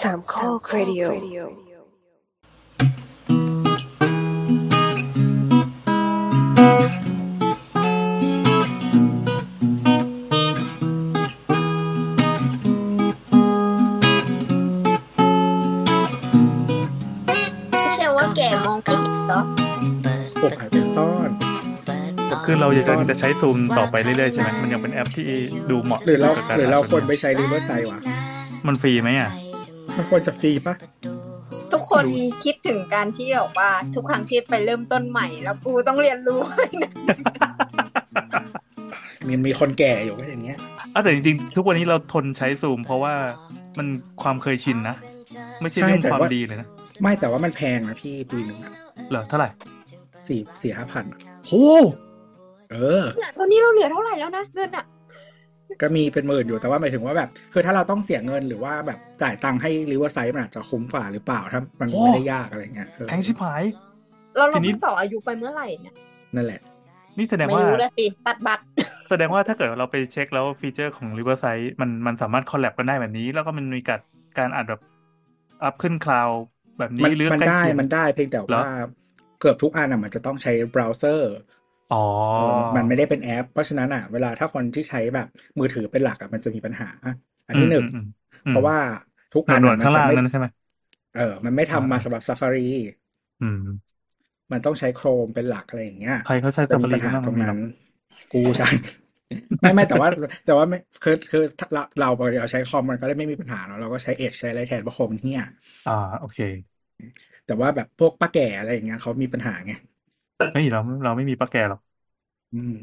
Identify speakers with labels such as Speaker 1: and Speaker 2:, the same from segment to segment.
Speaker 1: สามข้อครดิโอ
Speaker 2: ไม่ใช่ว่าแก่มองไม่เห็นเหรอ
Speaker 3: ปกหายไปซ่อน
Speaker 4: คือเราจะจะใช้ซูมต่อไปเรื่อยๆใช่ไหมมันยังเป็นแอปที่ดูเหมาะ
Speaker 3: หรือเรา
Speaker 4: กับก
Speaker 3: หรือเราควรไป
Speaker 4: ทำง
Speaker 3: ใช้รีเวอร์ไซด์วะ
Speaker 4: มันฟรีไหมอ่ะ
Speaker 3: มันควรจะฟรีปะ
Speaker 2: ทุกคนคิดถึงการที่แบบว่า ทุกครั้งที่ไปเริ่มต้นใหม่ แล้วกูต้องเรียนรู้
Speaker 3: มีมีคนแก่อยู่ก็อย่างเงี้ย
Speaker 4: อ่ะแต่จริงๆ ทุกวันนี้เราทนใช้ซูม เพราะว่ามันความเคยชินนะ ไม่ใช่เรื่อง
Speaker 3: ใช่แต่
Speaker 4: ความ
Speaker 3: ว่า
Speaker 4: ดีเลยนะ
Speaker 3: ไม่แต่ว่ามันแพงนะพี่ปีหนึ่งอะ
Speaker 4: เหรอเท่าไหร่
Speaker 3: สี่สี่ห้าพันอะ
Speaker 4: โห
Speaker 3: เออ
Speaker 2: ตอนนี้เราเหลือเท่าไหร่แล้วนะเงินอะ
Speaker 3: ก็มีเป็นหมื่นอยู่แต่ว่าหมายถึงว่าแบบ คือถ้าเราต้องเสียเงินหรือว่าแบบจ่ายตังค์ให้รีเวอร์ไซด์มันอาจจะคุ้มกว่าหรือเปล่าถ้ามันไม่ได้ยากอะไรเงี้ยเออ
Speaker 4: แพงชิบหาย
Speaker 2: เราเรา
Speaker 4: ทีนี้
Speaker 2: เพิ่งต่ออายุไปเมื่อไหร่เนี่ย
Speaker 3: นั่นแหละ
Speaker 4: นี่แสดง
Speaker 2: ไม่
Speaker 4: ว่า
Speaker 2: รู้ละสิตัดบัตร
Speaker 4: แสดงว่าถ้าเกิดเราไปเช็คแล้วฟีเจอร์ของ Riverside มันมันสามารถคอลแลบกันได้แบบนี้ แล้วก็มันมีการการอัดแบบอัพขึ้นคลาวแบบ
Speaker 3: มั
Speaker 4: นี้
Speaker 3: น
Speaker 4: หรือ
Speaker 3: มัน
Speaker 4: ใกล้
Speaker 3: ได้
Speaker 4: เคียง
Speaker 3: มันได้เพียงแต่
Speaker 4: เหรอ
Speaker 3: ว่าเกือบทุกอันอะมันจะต้องใช้เบราว์เซอร์
Speaker 4: อ๋อ
Speaker 3: มันไม่ได้เป็นแอป เพราะฉะนั้นอะเวลาถ้าคนที่ใช้แบบมือถือเป็นหลักอะมันจะมีปัญหา อันที่หนึ่ง
Speaker 4: อืมอืมอืม
Speaker 3: เพราะว่าทุกอัน
Speaker 4: หน่ว
Speaker 3: อะ
Speaker 4: ยๆ
Speaker 3: มั
Speaker 4: ข้าง
Speaker 3: จะ
Speaker 4: ล่าง
Speaker 3: ไม่
Speaker 4: นั้นใช่ไหม
Speaker 3: เออ มันไม่ทำมา
Speaker 4: อ่า
Speaker 3: สำหรับ Safari
Speaker 4: อืม
Speaker 3: มันต้องใช้โครมเป็นหลักอะไรอย่างเงี้ย
Speaker 4: ใครเขาใช้
Speaker 3: จะ
Speaker 4: สป
Speaker 3: มี
Speaker 4: รี
Speaker 3: ปัญหา
Speaker 4: บ้าง
Speaker 3: ตรง
Speaker 4: มีห
Speaker 3: นั้
Speaker 4: อน
Speaker 3: กูใช้ ไม่ไม่แต่ว่า แต่ว่าไม่คือคือถ้าเราเราพอเราใช้คอมมันก็เลยไม่มีปัญหาเนาะเราก็ใช้เอชใช้อะไรแทนเพราะคอมมันเนี่ย
Speaker 4: อ่าโอเค
Speaker 3: แต่ว่าแบบพวกป้าแก่อะไรอย่างเงี้ยเขามีปัญหาไง
Speaker 4: ไม่เราเราไม่มีปลาแกหรอก
Speaker 3: อืม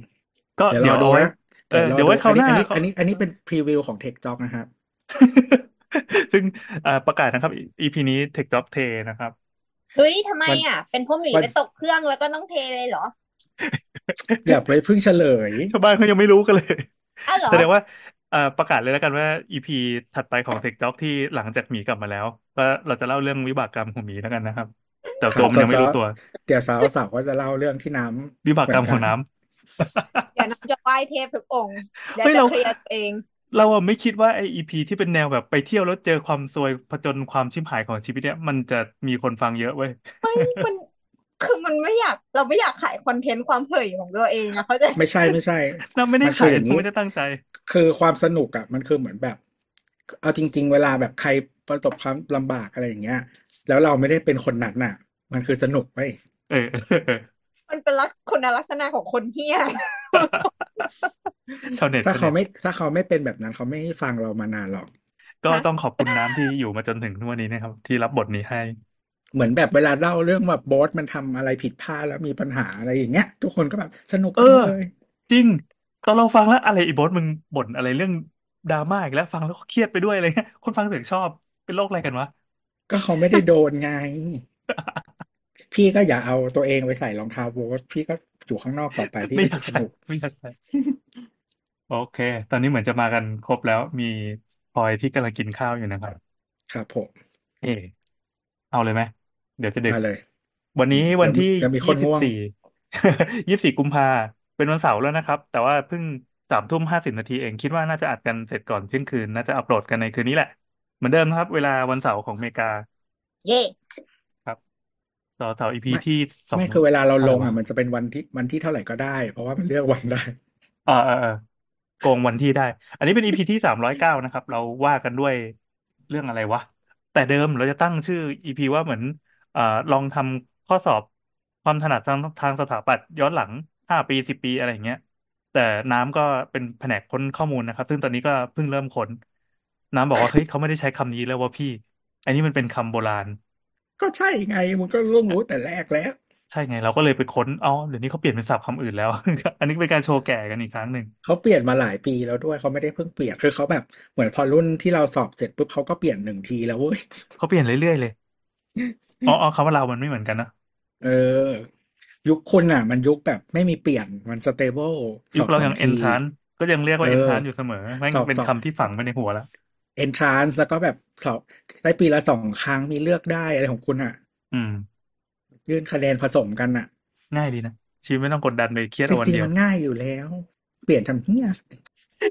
Speaker 4: ก็
Speaker 3: เดี๋ยว
Speaker 4: เดี๋
Speaker 3: รอ
Speaker 4: ยว
Speaker 3: ดู
Speaker 4: เอาไว้
Speaker 3: นะ
Speaker 4: เออเดี๋ยวไว้คราวหน้า
Speaker 3: อันนี้อันนี้อันนี้เป็นพรีวิวของเทคจ็อกนะครับ
Speaker 4: ซึ่งอ่าประกาศนะครับ EP นี้ Tech Job t นะครับ
Speaker 2: เฮ้ยทำไมอ่ะ
Speaker 3: วัน
Speaker 2: เป็นพวกหมี
Speaker 3: วัน
Speaker 2: ไปตกเครื่องแล้วก็ต้องเทเลยเหรอ
Speaker 3: อย่าไปเพึ่งเฉลย
Speaker 4: ชาวบ้านเขายังไม่รู้กันเลย
Speaker 2: อ้าว เหรอ
Speaker 4: แสดงว่าเอ่อประกาศเลยแล้วกันว่า EP ถัดไปของ Tech Talk ที่หลังจากหมีกลับมาแล้ว ก็เราจะเล่าเรื่องวิบากกรรมของหมีแล้วกันนะครับ แต่ตัวมันยังไม่รู้ ตัว
Speaker 3: เดี๋ยวสาวสาวก็จะเล่าเรื่องที่น้ำ
Speaker 4: วิบากกรรมของน้ำ
Speaker 2: เดี๋ยวน้ำจะไหว้เทพทุกองค์เดี๋ยว
Speaker 4: ไม่
Speaker 2: จะ
Speaker 4: เรา
Speaker 2: เคลียร์ตัวเอง
Speaker 4: เราอะไม่คิดว่าไอ EP ที่เป็นแนวแบบไปเที่ยวแล้วเจอความซวยผจญความชิบหายของชีวิตเนี่ยมันจะมีคนฟังเยอะเว้ย
Speaker 2: ไม่มันคือมันไม่อยากเราไม่อยากขายคอนเทนต์ความเผยของตัวเองนะเขาใจ
Speaker 3: ไม่ใช่ไม่ใช่
Speaker 4: เราไม่ได้
Speaker 3: นคือ
Speaker 4: ขาย
Speaker 3: องนี้
Speaker 4: เราไม่ได้ตั้งใจ
Speaker 3: คือความสนุกอ่ะ มันคือเหมือนแบบ เอาจริง ๆ เวลาแบบใครประสบความลำบากอะไรอย่างเงี้ย แล้วเราไม่ได้เป็นคนนั้นน่ะ มันคือสนุกไป
Speaker 4: เอ อ
Speaker 2: มันเป็นลักษณคุณลักษณะของคนเฮี้ย
Speaker 4: ชาวเน็ต
Speaker 3: ถ้า
Speaker 4: ช
Speaker 3: เขา
Speaker 4: วน็ต
Speaker 3: ไม่ถ้าเขาไม่เป็นแบบนั้น เขาไม่ฟังเรามานานหรอก
Speaker 4: ก็ต้องขอบคุณน้ำที่อยู่มาจนถึงทุกวันนี้นะครับ ที่รับบทนี้ให้
Speaker 3: เหมือนแบบเวลาเล่าเรื่องแบบโบอสมันทำอะไรผิดพลาดแล้วมีปัญหาอะไรอย่างเงี้ย ทุกคนก็แบบสนุกจังเลย
Speaker 4: จริง ตอนเราฟังแล้วอะไรอีโบอสมึงบ่นอะไรเรื่องดราม่าอีกแล้ว ฟังแล้วก็เครียดไปด้วยอะไรเงี้ยคนฟังถึงชอบเป็นโรคอะไรกันวะ
Speaker 3: ก็เขาไม่ได้โดนไง พี่ก็อย่าเอาตัวเองไปใส่รองเท้าโบสพี่ก็อยู่ข้างนอกต่อไปพี่
Speaker 4: ไม่อ
Speaker 3: ก็
Speaker 4: ยาก
Speaker 3: ส
Speaker 4: ใส่
Speaker 3: นุก
Speaker 4: ไม่อยากใส่โอเค ตอนนี้เหมือนจะมากันครบแล้วมีพลอยที่กำลังกินข้าวอยู่นะครับ
Speaker 3: ครับผม
Speaker 4: เออเอาเลยไหมเดี๋ยวจะดึก
Speaker 3: มาเลย
Speaker 4: วันนี้วันที่
Speaker 3: ยังมีคนง่วง
Speaker 4: ยี่สิบสี่ ยี่สิบสี่กุมภาเป็นวันเสาร์แล้วนะครับ แต่ว่าเพิ่งสามทุ่มห้าสิบนาทีเอง คิดว่าน่าจะอัดกันเสร็จก่อนเที่ยงคืน น่าจะอัปโหลดกันในคืนนี้แหละ เหมือนเดิมนะครับ เวลาวันเสาร์ของอเมริกา
Speaker 2: เย่
Speaker 4: ต่อเสาอีพี
Speaker 3: ไม่
Speaker 4: ที่สอง
Speaker 3: ไม่คือเวลาเราลง
Speaker 4: อะไร
Speaker 3: อ่ะ
Speaker 4: วะ
Speaker 3: มันจะเป็นวันที่วันที่เท่าไหร่ก็ได้ เพราะว่ามันเลือกวันได้
Speaker 4: เออเออเออโกงวันที่ได้ อันนี้เป็นอีพีที่สามร้อยเก้านะครับ เราว่ากันด้วยเรื่องอะไรวะ แต่เดิมเราจะตั้งชื่ออีพีว่าเหมือนเอ่อลองทำข้อสอบความถนัดทางทางสถาปัตย์ย้อนหลังห้าปีสิบปีอะไรอย่างเงี้ย แต่น้ำก็เป็นแผนกค้นข้อมูลนะครับ ซึ่งตอนนี้ก็เพิ่งเริ่มค้น น้ำบอกว่าเฮ้ยเขาไม่ได้ใช้คำนี้แล้วว่าพี่ อันนี้มันเป็นคำโบราณ
Speaker 3: ก็ใช่ไงมันก็ร่วงรู้แต่แรกแล้ว
Speaker 4: ใช่ไง เราก็เลยไปค้นเอ้าเดี๋ยวนี้เขาเปลี่ยนเป็นศัพท์คำอื่นแล้ว อันนี้เป็นการโชว์แก่กันอีกครั้งหนึ่ง
Speaker 3: เขาเปลี่ยนมาหลายปีแล้วด้วยเขาไม่ได้เพิ่งเปลี่ยนคือเขาแบบเหมือนพอรุ่นที่เราสอบเสร็จปุ๊บเขาก็เปลี่ยนหนึ่งทีแล้วเว้ย
Speaker 4: เขาเปลี่ยนเรื่อยๆเลย อ๋ออ๋อคำว่าเรามันไม่เหมือนกันนะ
Speaker 3: เออ ยุคคุณอ่ะ มันยุคแบบไม่มีเปลี่ยนมันสเตเบิล
Speaker 4: ยุคเรายัง
Speaker 3: สบส
Speaker 4: เอน
Speaker 3: ที
Speaker 4: ทานก็ยังเรียกว่า
Speaker 3: เอ
Speaker 4: เอ
Speaker 3: อน
Speaker 4: ทานอยู่เสมอแม่ง
Speaker 3: สอบ
Speaker 4: เป็น
Speaker 3: สอบ
Speaker 4: คำที่ฝังไว้ในหัวแล้ว
Speaker 3: เอนทรานซ์แล้วก็แบบสอบได้ปีละสองครั้งมีเลือกได้อะไรของคุณอ่ะ
Speaker 4: อืม
Speaker 3: ยื่นคะแนนผสมกันอ่ะ
Speaker 4: ง่ายดีนะ ชีวิตไม่ต้องกดดันไปเครียด
Speaker 3: จ
Speaker 4: เอาวัน
Speaker 3: ริง
Speaker 4: เดี
Speaker 3: ๆ
Speaker 4: ยว
Speaker 3: มันง่ายอยู่แล้ว เปลี่ยนทำเนี้ย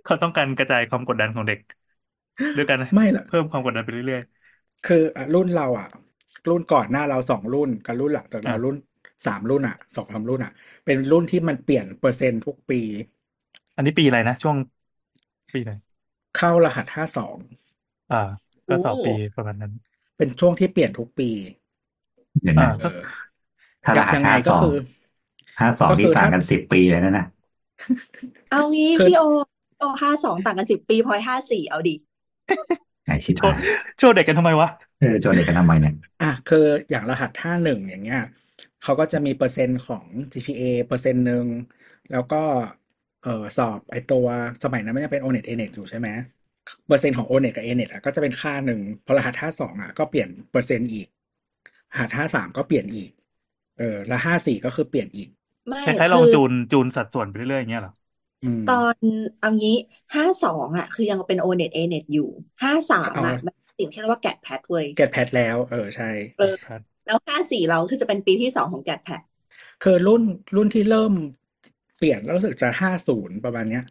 Speaker 4: เขาต้องการกระจายความกดดันของเด็ก ด้วยกัน
Speaker 3: ไม่หรอก
Speaker 4: เพิ่มความกดดันไปเรื่อย
Speaker 3: คืออ่ะรุ่นเราอ่ะ รุ่นก่อนหน้าเราสองรุ่นกับรุ่นหลังจาก
Speaker 4: อ่ะ
Speaker 3: เรารุ่นสามรุ่นอ่ะสองสามรุ่นอ่ะ เป็นรุ่นที่มันเปลี่ยนเปอร์เซ็นต์ทุกปี
Speaker 4: อันนี้ปีอะไรนะ ช่วงปีไหน
Speaker 3: เข้ารหัสห้าสอง
Speaker 4: อ่า ก็สอง
Speaker 1: โอ้
Speaker 4: ปีประมาณนั้น
Speaker 3: เป็นช่วงที่เปลี่ยนทุกปี
Speaker 5: เดี๋ยว
Speaker 4: อ่า
Speaker 5: นะ
Speaker 3: เออ
Speaker 5: ถ้า
Speaker 3: อ
Speaker 5: ร
Speaker 3: ยาก
Speaker 5: หัส
Speaker 3: ยังไง
Speaker 5: ห้า
Speaker 3: ก็
Speaker 5: สอง
Speaker 3: คือ
Speaker 5: ห้าสอง
Speaker 3: ก็
Speaker 5: นี่
Speaker 3: คือ
Speaker 5: ต่าง
Speaker 3: ถ้า
Speaker 5: กันสิบปีเลยนะน่ะ
Speaker 1: เอางี้
Speaker 3: คือ
Speaker 1: พี่โอโอห้าสองต่างกันสิบปีพลอยห้าสี่เอาดิ
Speaker 5: ไอชิบ
Speaker 4: โชว์
Speaker 5: หาย
Speaker 4: โชว์เด็กกันทำไมวะ
Speaker 5: เออโจทย์เด็กกันทำไมเนี่ย
Speaker 3: อ่ะคืออย่างรหัสห้าหนึ่งอย่างเงี้ยเขาก็จะมีเปอร์เซ็นต์ของ GPA เปอร์เซ็นต์หนึ่งแล้วก็เออสอบไอตัวสมัยนั้นไม่ได้เป็น o n e t a n e t อยู่ใช่ไหมเปอร์เซ็นต์ของ o n e t กับ a n e t อ่ะก็จะเป็นค่าหนึ่งพอรหัสห้าสองอ่ะก็เปลี่ยนเปอร์เซ็นต์อีกรหัสห้าสามก็เปลี่ยนอีก เออแล้วห้าสี่ก็คือเปลี่ยนอีก
Speaker 1: ไม่
Speaker 4: คล้ายๆล
Speaker 1: คื
Speaker 4: อง
Speaker 1: อ
Speaker 4: จูนจูนสัดส่วนไปเรื่อยๆอย่างเงี้ยเหรอ
Speaker 3: อืม
Speaker 1: ตอนเอางี้ห้าสองอ่ะ คือยังเป็นโอเน็ตเอเน็ตอยู่ห้าสาม
Speaker 3: เอา
Speaker 1: อ่ะมันสิ่งที่เรียกว่าแกดแพดเว้ย
Speaker 3: g ก t แพทแล้ว เออใช่
Speaker 1: เออ
Speaker 4: ครับ
Speaker 1: แล้วห้าสี่เราคือจะเป็นปีที่สองของแกดแพด
Speaker 3: คือรุ่นรุ่นที่เริ่มเปลี่ยนแล้วรู้สึกจะห้าศูนย์ประมาณเนี้ย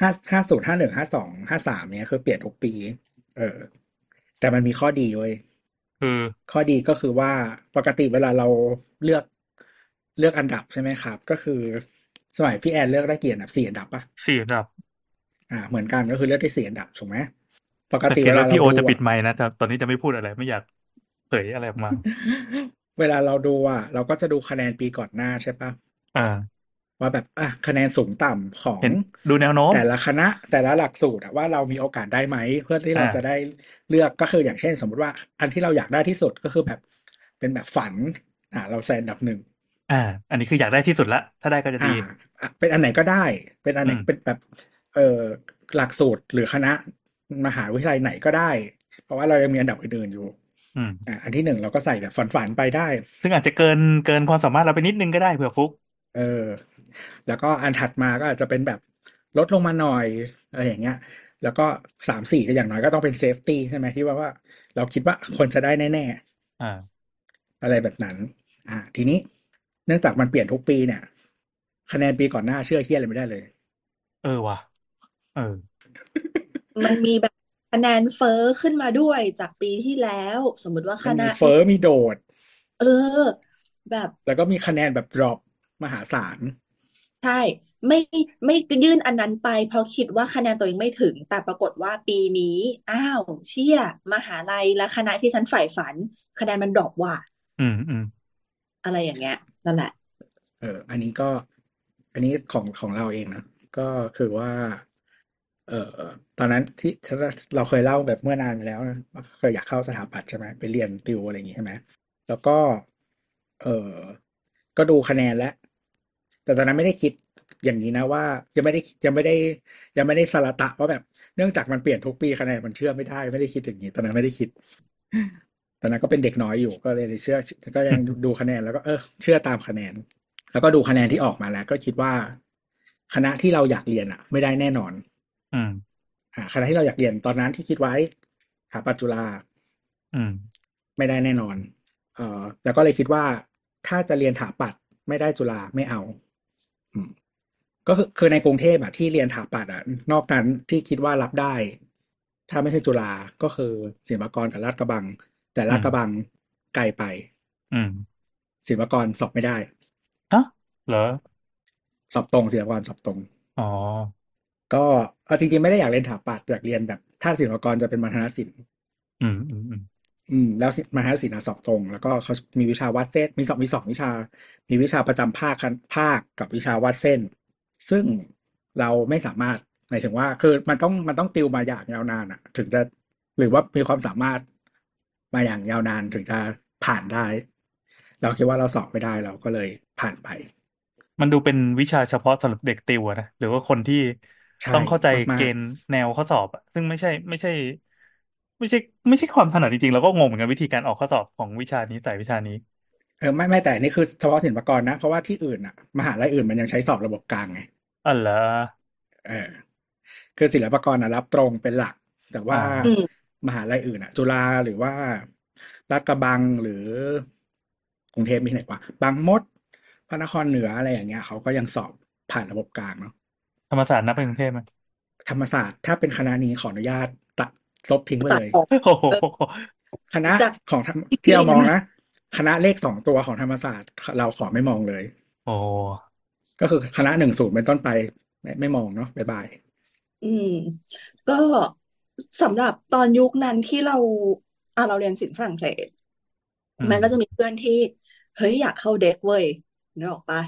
Speaker 3: ห้าห้าศูนย์ห้าหนึ่งห้าสองห้าสามเนี้ยคือเปลี่ยนทุกปี เออ แต่มันมีข้อดีเว้ย
Speaker 4: คือ
Speaker 3: ข้อดีก็คือว่าปกติเวลาเราเลือกเลือกอันดับใช่ไหมครับ ก็คือสมัยพี่แอนเลือกได้กี่อันดับสี่อันดับปะ
Speaker 4: สี่อันดับ
Speaker 3: อ่า เหมือนกันก็คือเลือกได้สี่อันดับถูกไหมปก
Speaker 4: สัง
Speaker 3: ติ
Speaker 4: เก
Speaker 3: เว
Speaker 4: ต
Speaker 3: ลา
Speaker 4: ว่า
Speaker 3: เรา
Speaker 4: พี่โอ
Speaker 3: ดู
Speaker 4: จะปิด
Speaker 3: อะ
Speaker 4: ไมค์นะแต่ตอนนี้จะไม่พูดอะไรไม่อยากเผยอะไรออกมา
Speaker 3: เวลาเราดูอ่ะ เราก็จะดูคะแนนปีก่อนหน้าใช่ปะ
Speaker 4: อ่า
Speaker 3: ว่าแบบอ่ะคะแนนสูงต่ำของ
Speaker 4: เห็นดูแนวโน้ม
Speaker 3: แต่ละคณะแต่ละหลักสูตรอะว่าเรามีโอกาสได้ไหม เพื่อที่เรา
Speaker 4: อ่า
Speaker 3: จะได้เลือกก็คืออย่างเช่น สมมติว่าอันที่เราอยากได้ที่สุดก็คือแบบ เป็นแบบฝัน อ่ะเราใส่อันดับหนึ่ง
Speaker 4: อ่า อันนี้คืออยากได้ที่สุดละ ถ้าได้ก็จะดี
Speaker 3: อ่าอ่ะเป็นอันไหนก็ได้ เป็นอันไหน
Speaker 4: อืม
Speaker 3: เป็นแบบเอ่อหลักสูตรหรือคณะมหาวิทยาลัยไหนก็ได้ เพราะว่าเรายังมีอันดับอื่นๆอยู่
Speaker 4: อืม
Speaker 3: อ่ะอันที่หนึ่งเราก็ใส่แบบฝันๆไปได้
Speaker 4: ซึ่งอาจจะเกินเกินความสามารถเราไปนิดนึงก็ได้เผื่อฟุก
Speaker 3: เออ แล้วก็อันถัดมาก็อาจจะเป็นแบบลดลงมาหน่อยอะไรอย่างเงี้ย แล้วก็สามสี่ก็อย่างน้อยก็ต้องเป็นเซฟตี้ใช่ไหมที่ว่าว่า เราคิดว่าคนจะได้แน่
Speaker 4: อ่า
Speaker 3: ๆ อะไรแบบนั้น อ่า ทีนี้เนื่องจากมันเปลี่ยนทุกปีเนี่ย คะแนนปีก่อนหน้าเชื่อเฮี้ยอะไรไม่ได้เลย
Speaker 4: เออว่ะ เออ
Speaker 1: มันมีแบบคะแนนเฟ้อขึ้นมาด้วยจากปีที่แล้ว สมมุติว่าค
Speaker 3: มัน
Speaker 1: ณะ
Speaker 3: มีเฟอร์มีโดด
Speaker 1: เออ แบบ
Speaker 3: แล้วก็มีคะแนนแบบดรอปมหาศาล
Speaker 1: ใช่ไม่ไม่ยื่นอันนั้นไป เพราะคิดว่าคะแนนตัวเองไม่ถึง แต่ปรากฏว่าปีนี้อ้าวเชี่ยมหาลัยและคณะที่ฉันใฝ่ฝัน คะแนนมันดรอปว่ะ
Speaker 4: อืมอืม
Speaker 1: อะไรอย่างเงี้ยนั่นแหละ
Speaker 3: เออ อันนี้ก็ อันนี้ของของเราเองนะ ก็คือว่า เออตอนนั้นที่เราเคยเล่าแบบเมื่อนานมาแล้วนะว่าเคยอยากเข้าสถาปัตย์ใช่ไหมไปเรียนติวอะไรอย่างงี้ใช่ไหมแล้วก็ เออก็ดูคะแนนแล้ว แต่ตอนนั้นไม่ได้คิดอย่างนี้นะว่า ยังไม่ได้ยังไม่ได้ ยังไม่ได้สละตะว่าแบบ เนื่องจากมันเปลี่ยนทุกปีคะแนนมันเชื่อไม่ได้ ไม่ได้คิดอย่างนี้ ตอนนั้นไม่ได้คิด ตอนนั้นก็เป็นเด็กน้อยอยู่ก็เลยเชื่อ ก็ยังดูคะแนนแล้วก็เออเชื่อตามคะแนน แล้วก็ดูคะแนนที่ออกมาแล้ว ก็คิดว่า คณะที่เราอยากเรียนอ่ะ ไม่ได้แน่นอน
Speaker 4: อืม
Speaker 3: อ่าคณะที่เราอยากเรียนตอนนั้นที่คิดไว้สถาปัตย์จุฬา
Speaker 4: อืม
Speaker 3: ไม่ได้แน่นอน เอ่อแล้วก็เลยคิดว่าถ้าจะเรียนสถาปัตย์ไม่ได้จุฬาไม่เอา อืม ก็คือคือในกรุงเทพอ่ะที่เรียนสถาปัตย์อ่ะนอกนั้นที่คิดว่ารับได้ ถ้าไม่ใช่จุฬาก็คือศิลปากรกับลาดกระบัง แต่ลาดกระบังไกลไป
Speaker 4: อืม
Speaker 3: ศิลปากรสอบไม่ได้
Speaker 4: ฮะเหรอ
Speaker 3: สอบตรงศิลปากรสอบตรง
Speaker 4: อ๋อ
Speaker 3: ก็เอาจริงๆไม่ได้อยากเรียนสถาปัตย์อยากเรียนแบบ ถ้าศิลปากรจะเป็นมัณฑนศิลป์
Speaker 4: อืมอืมอืม
Speaker 3: อืมแล้วมัณฑนศิลป์อะสอบตรง แล้วก็เขามีวิชาวาดเส้น มีสอบมีสองวิชา มีวิชาประจำภาคคันภาคกับวิชาวาดเส้น ซึ่งเราไม่สามารถหมายถึงว่า คือมันต้องมันต้องติวมาอย่างยาวนานอะถึงจะหรือว่ามีความสามารถมาอย่างยาวนานถึงจะผ่านได้ เราคิดว่าเราสอบไม่ได้เราก็เลยผ่านไป
Speaker 4: มันดูเป็นวิชาเฉพาะสำหรับเด็กติวอะนะหรือว่าคนที่
Speaker 3: ใช่
Speaker 4: ต้องเข้าใจเก
Speaker 3: มาก
Speaker 4: ณฑ์แนวข้อสอบอะซึ่งไม่ใช่ ไม่ใช่ ไม่ใช่ ไม่ใช่ความถนัดจริงๆแล้วก็งงเหมือนกันวิธีการออกข้อสอบของวิชานี้สายวิชานี้
Speaker 3: ๆเออไม่ไม่แต่นี่คือเฉพาะศิลปากรนะ เพราะว่าที่อื่นอะมหาลัยอื่นมันยังใช้สอบระบบกลางไง
Speaker 4: อ๋อเหรอ
Speaker 3: เออคือศิลปากรนะรับตรงเป็นหลัก แต่ว่า
Speaker 4: อ่า
Speaker 1: อืม
Speaker 3: มหาลัยอื่นอ่ะ จุฬาหรือว่าลาดกระบังหรือกรุงเทพมีที่ไหนวะบางมด พระนครเหนืออะไรอย่างเงี้ยเขาก็ยังสอบผ่านระบบกลางเนาะ
Speaker 4: ธรรมศาสตร์นับเป็นกรุงเทพไหม
Speaker 3: ธรรมศาสตร์ถ้าเป็นคณะนี้ขออนุญาตตัดลบทิ้งไป
Speaker 1: ตัด
Speaker 3: เลย
Speaker 1: ออก
Speaker 4: โอ้โห
Speaker 3: คณะ
Speaker 1: จาก
Speaker 3: ของธรรม
Speaker 1: ที่
Speaker 3: ที่เรามอง
Speaker 1: เรียน
Speaker 3: นะ คณะเลขสองตัวของธรรมศาสตร์ เราขอไม่มองเลย
Speaker 4: โอ้
Speaker 3: ก็คือคณะหนึ่งศูนย์เป็นต้นไปไม่ไม่มองเนาะบ๊ายบาย
Speaker 1: อืม ก็สำหรับตอนยุคนั้นที่เราอ่ะเราเรียนศิลป์ฝรั่งเศส
Speaker 4: อื
Speaker 1: มัน
Speaker 4: ม
Speaker 1: ก็จะมีเพื่อนที่เฮ้ยอยากเข้าเด็กเว้ยนึกออกปะ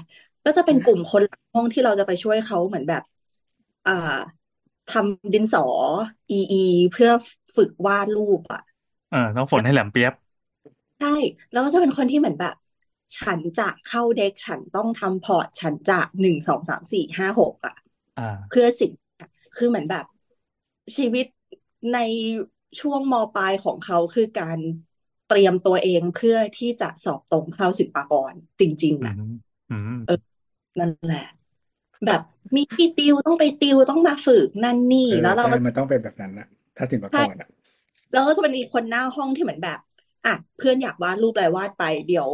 Speaker 1: ก็จะเป็นกลุ่มคนหลังห้องที่เราจะไปช่วยเขาเหมือนแบบ อ่าทำดินสออีอีเพื่อฝึกวาดรูปอ่ะ
Speaker 4: เออต้องฝนให้แหลมเปียบ
Speaker 1: ใช่แล้วก็จะเป็นคนที่เหมือนแบบ ฉันจะเข้าเด็กฉันต้องทำพอร์ต ฉันจะหนึ่งสองสามสี่ห้าหกอ่ะ
Speaker 4: อ่า
Speaker 1: เพื่อสิ่งคือเหมือนแบบชีวิตในช่วงมปลายของเขาคือการเตรียมตัวเองเพื่อที่จะสอบตรงเข้าศิลปากรจริง
Speaker 4: อื
Speaker 1: ๆอ่ะ
Speaker 4: มอืม
Speaker 1: นั่นแหละ แบบมีที่ติวต้องไปติวต้องมาฝึกนั่นนี่
Speaker 3: เออ
Speaker 1: แล้วเรา
Speaker 3: ใช่
Speaker 1: ก็
Speaker 3: มันต้องเป็นแบบนั้นนะถ้าศิลปากรอะ
Speaker 1: เราก็จะเป็นอีกคนหน้าห้องที่เหมือนแบบอ่ะเพื่อนอยากวาดรูปอะไรวาดไป เดี๋ยว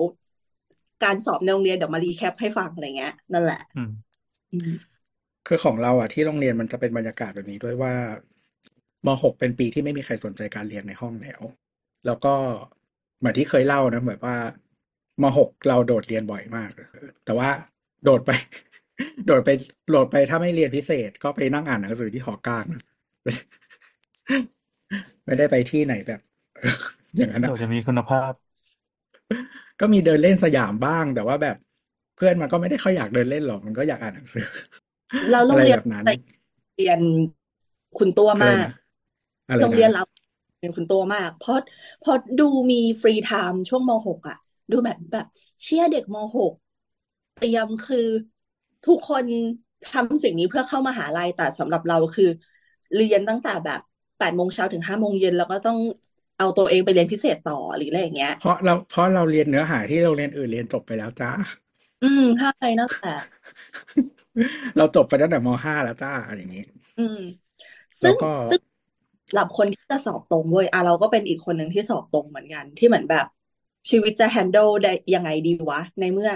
Speaker 1: การสอบในโรงเรียนเดี๋ยวมารีแคปให้ฟังอะไรเงี้ยนั่นแหละ
Speaker 4: อืม
Speaker 1: อืม
Speaker 3: คือของเราอ่ะที่โรงเรียนมันจะเป็นบรรยากาศแบบนี้ด้วยว่ามหกเป็นปีที่ไม่มีใครสนใจการเรียนในห้องแล้ว แล้วก็เหมือนที่เคยเล่านะแบบว่ามหกเราโดดเรียนบ่อยมาก แต่ว่าโดดไป โดดไปโดดไปถ้าไม่เรียนพิเศษ ก็ไปนั่งอ่านหนังสือที่หอกลาง นะไม่ได้ไปที่ไหนแบบ อย่างนั้น
Speaker 4: เรา
Speaker 3: อะ
Speaker 4: จะมีคุณภาพ
Speaker 3: ก็มีเดินเล่นสยามบ้าง แต่ว่าแบบเพื่อนมันก็ไม่ได้ค่อยอยากเดินเล่นหรอกมันก็อยากอ่านหนังสือ
Speaker 1: แล้วโร
Speaker 3: อะไร
Speaker 1: งเรีย
Speaker 3: แบ
Speaker 1: น
Speaker 3: บนั้น
Speaker 1: เรียนคุณตัว
Speaker 3: อะไร
Speaker 1: มาก
Speaker 3: นะอะไร
Speaker 1: โรง
Speaker 3: นะ
Speaker 1: เรียนเราเป็นคุณตัวมาก เพราะเพราะดูมีฟรีไทม์ช่วงมหกอ่ะ ดูแบบแบบเชียร์เด็กมหกเตรียมคือทุกคนทำสิ่งนี้เพื่อเข้ามหาลัยแต่สำหรับเราคือ เรียนตั้งแต่แบบแปดโมงเช้าถึงห้าโมงเย็นแล้วก็ต้องเอาตัวเองไปเรียนพิเศษต่อหรืออะไรอย่างเงี้ย
Speaker 3: เพราะเราเพราะเราเรียนเนื้อหาที่เราเรียนอื่นเรียนจบไปแล้วจ้า
Speaker 1: อืมใช่นั่นแหละ
Speaker 3: เราจบไปตั้งแต่มห้าแล้วจ้าอะไรอย่างนี้
Speaker 1: อืม
Speaker 3: แล้
Speaker 1: ซึ่
Speaker 3: ว
Speaker 1: ง
Speaker 3: ก็
Speaker 1: ซึ่งสำหรับคนที่จะสอบตรงเว้ยอ่ะเราก็เป็นอีกคนหนึ่งที่สอบตรงเหมือนกัน ที่เหมือนแบบ ชีวิตจะแฮน d l e ได้ยังไงดีวะ ในเมื่อ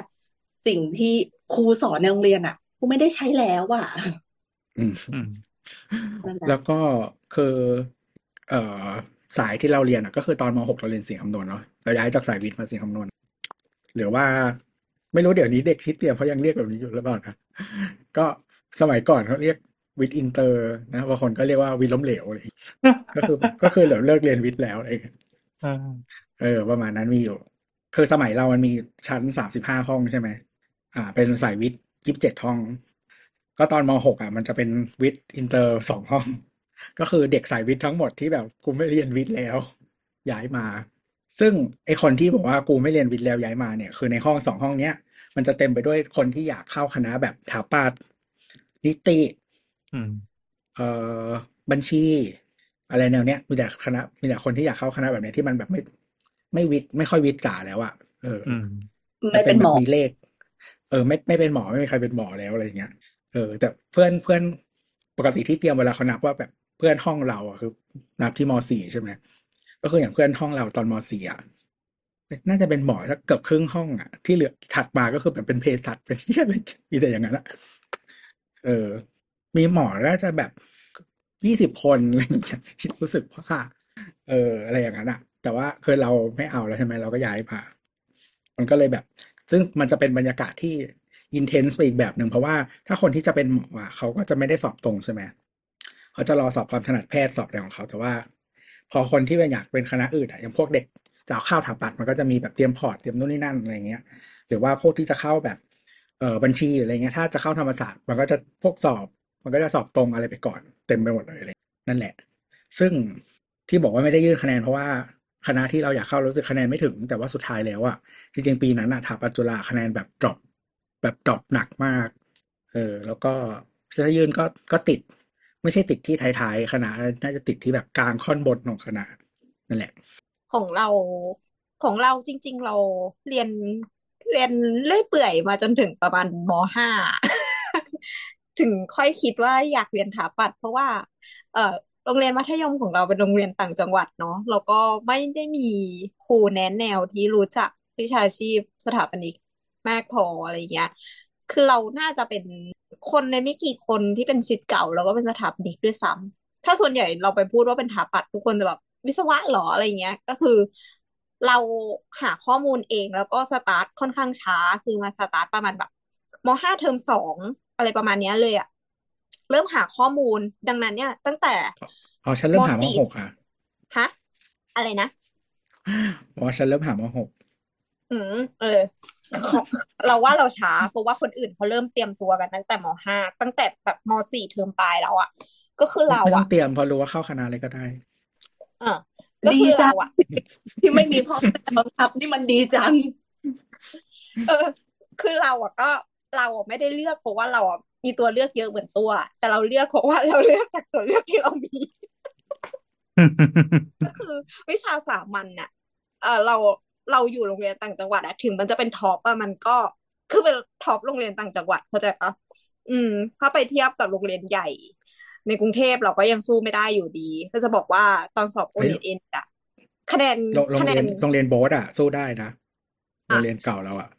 Speaker 1: สิ่งที่ครูสอนในโรงเรียนอ่ะกูไม่ได้ใช้แล้วอ่ะ
Speaker 3: อืม
Speaker 4: อืม
Speaker 1: นั่นแหละ
Speaker 3: แล้วก็คือเอ่อสายที่เราเรียนอ่ะ ก็คือตอนม .6 เราเรียนสิ่งคำนวณเนาะเราย้ายจากสายวิทย์มาสิ่งคำนวณ หรือว่าไม่รู้เดี๋ยวนี้เด็กที่เตรียมเขายังเรียกแบบนี้อยู่หรือเปล่านะ ก็สมัยก่อนเขาเรียกวิทย์อินเตอร์นะบางคนก็เรียกว่าวิทย์ล้มเหลวอะไรอย่างงี้ ก็คือก็คือแบบเลิกเรียนวิทย์แล้วอะไรอย่างเงี้ย
Speaker 4: เออ
Speaker 3: เออ ประมาณนั้นมีอยู่ คือสมัยเรามันมีชั้นสามสิบห้าห้องใช่ไหมอ่า เป็นสายวิทย์ยี่สิบเจ็ดห้อง ก็ตอนมหกอ่ะ มันจะเป็นวิทย์อินเตอร์สองห้อง ก็คือเด็กสายวิทย์ทั้งหมดที่แบบกูไม่เรียนวิทย์แล้ว ย้ายมา ซึ่งไอคนที่บอกว่ากูไม่เรียนวิทย์แล้วย้ายมาเนี่ย คือในห้องสองห้องเนี้ย มันจะเต็มไปด้วยคนที่อยากเข้าคณะแบบถาปัตย์นิติ
Speaker 4: อืม
Speaker 3: เอ่อบัญชี อะไรแนวเนี้ยมีแต่คณะมีแต่คนที่อยากเข้าคณะแบบเนี้ยที่มันแบบไม่ ไม่วิทย์ไม่ค่อยวิทย์จ๋าแล้วอะเออ
Speaker 4: อืม
Speaker 3: จะ
Speaker 1: ไม่
Speaker 3: เป็
Speaker 1: เป็นน
Speaker 3: แบ
Speaker 1: หม
Speaker 3: บ
Speaker 1: อ
Speaker 3: มีเลข เออ ไม่ไม่เป็นหมอไม่มีใครเป็นหมอแล้วอะไรอย่างเงี้ยเออ แต่เพื่อนเพื่อนปกติที่เตรียมเวลาเขานับว่าแบบเพื่อนห้องเราอะคือ นับที่มสี่ใช่ไหมก็คืออย่างเพื่อนห้องเราตอนมสี่อะน่าจะเป็นหมอสักเกือบครึ่งห้องอะที่เหลือถัดมาก็คือแบบเป็นเภสัชเป็นเหี้ยอะไรมีแต่อย่างนั้นอะเออ มีหมอน่าจะแบบยี่สิบคนอะไรอย่างเงี้ย ที่รู้สึกว่า เอออะไรอย่างนั้นอะแต่ว่าคือเราไม่เอาแล้วใช่ไหมเราก็ย้ายมามันก็เลยแบบ ซึ่งมันจะเป็นบรรยากาศที่อินเทนส์ไปอีกแบบหนึ่งเพราะว่าถ้าคนที่จะเป็นหมออะเขาก็จะไม่ได้สอบตรงใช่ไหมเขาจะรอสอบความถนัดแพทย์สอบอะไรของเขา แต่ว่า พอคนที่เป็นอยากเป็นคณะอื่นอะอย่างพวกเด็กจะเอาเข้าถาปัดมันก็จะมีแบบเตรียมพอร์ตเตรียมนู่นนี่นั่นอะไรเงี้ย หรือว่าพวกที่จะเข้าแบบเอ่อบัญชีหรืออะไรเงี้ยถ้าจะเข้าธรรมศาสตร์มันก็จะพวกสอบ มันก็จะสอบตรงอะไรไปก่อนเต็มไปหมดเลยอะไรนั่นแหละ ซึ่งที่บอกว่าไม่ได้ยื่นคะแนนเพราะว่าคณะที่เราอยากเข้ารู้สึกคะแนนไม่ถึง แต่ว่าสุดท้ายแล้วอะจริงๆปีนั้นอะถาปัจจุฬาคะแนนแบบดรอปแบบดรอปหนักมาก เออ แล้วก็ถ้ายื่นก็ก็ติด ไม่ใช่ติดที่ท้ายๆคณะน่าจะติดที่แบบกลางค่อนบนของคณะนั่นแหละ
Speaker 2: ของเราของเราจริง ๆ เราเรียนเรียนเรื่อยเปื่อยมาจนถึงประมาณมห้า ถึงค่อยคิดว่าอยากเรียนถาปัตย์เพราะว่า เอ่อโรงเรียนมัธยมของเราเป็นโรงเรียนต่างจังหวัดเนาะแล้วก็ไม่ได้มีครูแนะแนวที่รู้จักวิชาชีพสถาปนิกมากพออะไรเงี้ย คือเราน่าจะเป็นคนในไม่กี่คนที่เป็นศิษย์เก่า แล้วก็เป็นสถาปนิกด้วยซ้ำถ้าส่วนใหญ่เราไปพูดว่าเป็นถาปัตย์ทุกคนจะแบบ วิศวะเหรออะไรเงี้ย ก็คือ เราหาข้อมูลเองแล้วก็สตาร์ทค่อนข้างช้า คือมาสตาร์ทประมาณแบบมห้าเทอมสองอะไรประมาณเนี้ยเลยอะเริ่มหาข้อมูลดังนั้นเนี่ย ตั้งแต่
Speaker 3: อ๋อฉันเริ่มหาม
Speaker 2: สี่
Speaker 3: หกอ่ะ
Speaker 2: ฮะอะไรนะ
Speaker 3: อ๋อฉันเริ่มหามหก
Speaker 2: อืมเออ เราว่าเราช้า เพราะว่าคนอื่นเขาเริ่มเตรียมตัวกันตั้งแต่มห้าตั้งแต่แบบมสี่เทอมปลายแล้วอะก็คือเรา
Speaker 3: ไม่ต้อ
Speaker 2: อะ
Speaker 3: งเตรียมเพราะรู้ว่าเข้าคณะอะไรก็ได้
Speaker 2: เออก็
Speaker 1: ดี
Speaker 2: คือ
Speaker 1: จั
Speaker 2: เรา
Speaker 1: ง
Speaker 2: อะ
Speaker 1: ที่ไม่มีพ่อแม่บังคับนี่มันดีจัง
Speaker 2: เออคือเราอ่ะก็เราอะไม่ได้เลือกเพราะว่าเราอ่ะมีตัวเลือกเยอะเหมือนตัว แต่เราเลือกเพราะว่าเราเลือกจากตัวเลือกที่เรามี ก็คือวิชาสามัญน่ะ เออเราเราอยู่โรงเรียนต่างจังหวัดอะถึงมันจะเป็นท็อปอะมันก็คือเป็นท็อปโรงเรียนต่างจังหวัดเข้าใจปะอืม ถ้าไปเทียบกับโรงเรียนใหญ่ ในกรุงเทพเราก็ยังสู้ไม่ได้อยู่ดี ก็จะบอกว่าตอนสอบโอ
Speaker 3: เฮ้ย
Speaker 2: เน็ตเอ็นอะคะแนน
Speaker 3: โรงโรง
Speaker 2: คะแน
Speaker 3: เรียน
Speaker 2: น
Speaker 3: โรงเรียนโบ๊ทอ่ะสู้ได้นะ
Speaker 2: อ่ะ
Speaker 3: โรงเรียนเก่าเราอ่ะ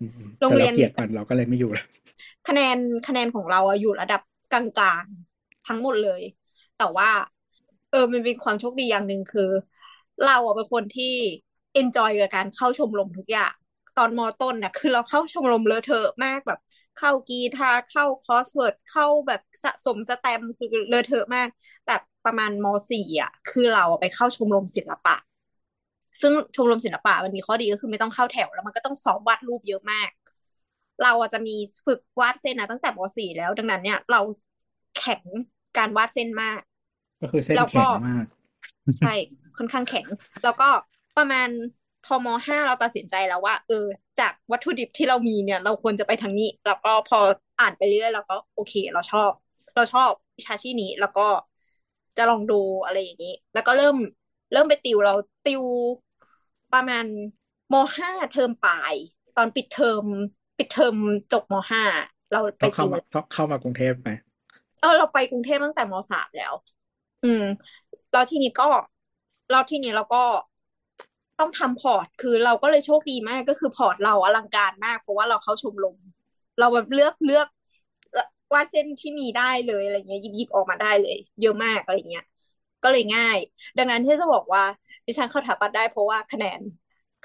Speaker 3: อืม
Speaker 2: โรง
Speaker 3: แต่
Speaker 2: เรี
Speaker 3: เรา
Speaker 2: ยน
Speaker 3: เกลียดมันเราก็เลยไม่อยู่แล้ว
Speaker 2: คะแนนคะแนนของเราอะอยู่ระดับกลางๆ ทั้งหมดเลย แต่ว่า เออมันเป็นความโชคดีอย่างหนึ่งคือ เราอะเป็นคนที่ enjoy กับการเข้าชมรมทุกอย่าง ตอนมอต้นน่ะคือเราเข้าชมรมเลอะเทอะมากแบบ เข้ากีฬาเข้าคอสเวิร์ดเข้าแบบสะสมสแตมป์คือเลอะเทอะมาก แต่ประมาณมสี่อ่ะ คือเราอะไปเข้าชมรมศิลปะ ซึ่งชมรมศิลปะมันมีข้อดีก็คือไม่ต้องเข้าแถวแล้วมันก็ต้องซ้อมวาดรูปเยอะมาก เราอะจะมีฝึกวาดเส้นนะตั้งแต่ม .4 แล้ว ดังนั้นเนี่ยเราแข็งการวาดเส้นมาก
Speaker 3: ก็คือเส้น
Speaker 2: แล้ว
Speaker 3: แข็
Speaker 2: ก็
Speaker 3: งมาก
Speaker 2: ใช่ค่อนข้างแข็ง แล้วก็ประมาณพอมห้าเราตัดสินใจแล้วว่า เออ จากวัตถุดิบที่เรามีเนี่ย เราควรจะไปทางนี้ แล้วก็พออ่านไปเรื่อยเราก็โอเค เราชอบ เราชอบวิชาชีพนี้ แล้วก็จะลองดูอะไรอย่างนี้ แล้วก็เริ่มเริ่มไปติวเราติวประมาณมห้าเทอมปลาย ตอนปิดเทอม ปิดเทอมจบมห้าเราไป
Speaker 3: ต้องเข้า
Speaker 2: ติว
Speaker 3: มาต้องเข้ามากรุงเทพไหม
Speaker 2: เออเราไปกรุงเทพตั้งแต่มสามแล้ว อืมแล้วทีนี้ก็แล้วทีนี้เราก็ต้องทำพอร์ต คือเราก็เลยโชคดีมากก็คือพอร์ตเราอลังการมาก เพราะว่าเราเข้าชมรมเราแบบเลือกเลือกวาดเส้นที่มีได้เลยอะไรเงี้ยหยิบหยิบออกมาได้เลย เยอะมากอะไรเงี้ยก็เลยง่าย ดังนั้นที่จะบอกว่าดิฉันเข้าถาปัดได้เพราะว่าคะแนน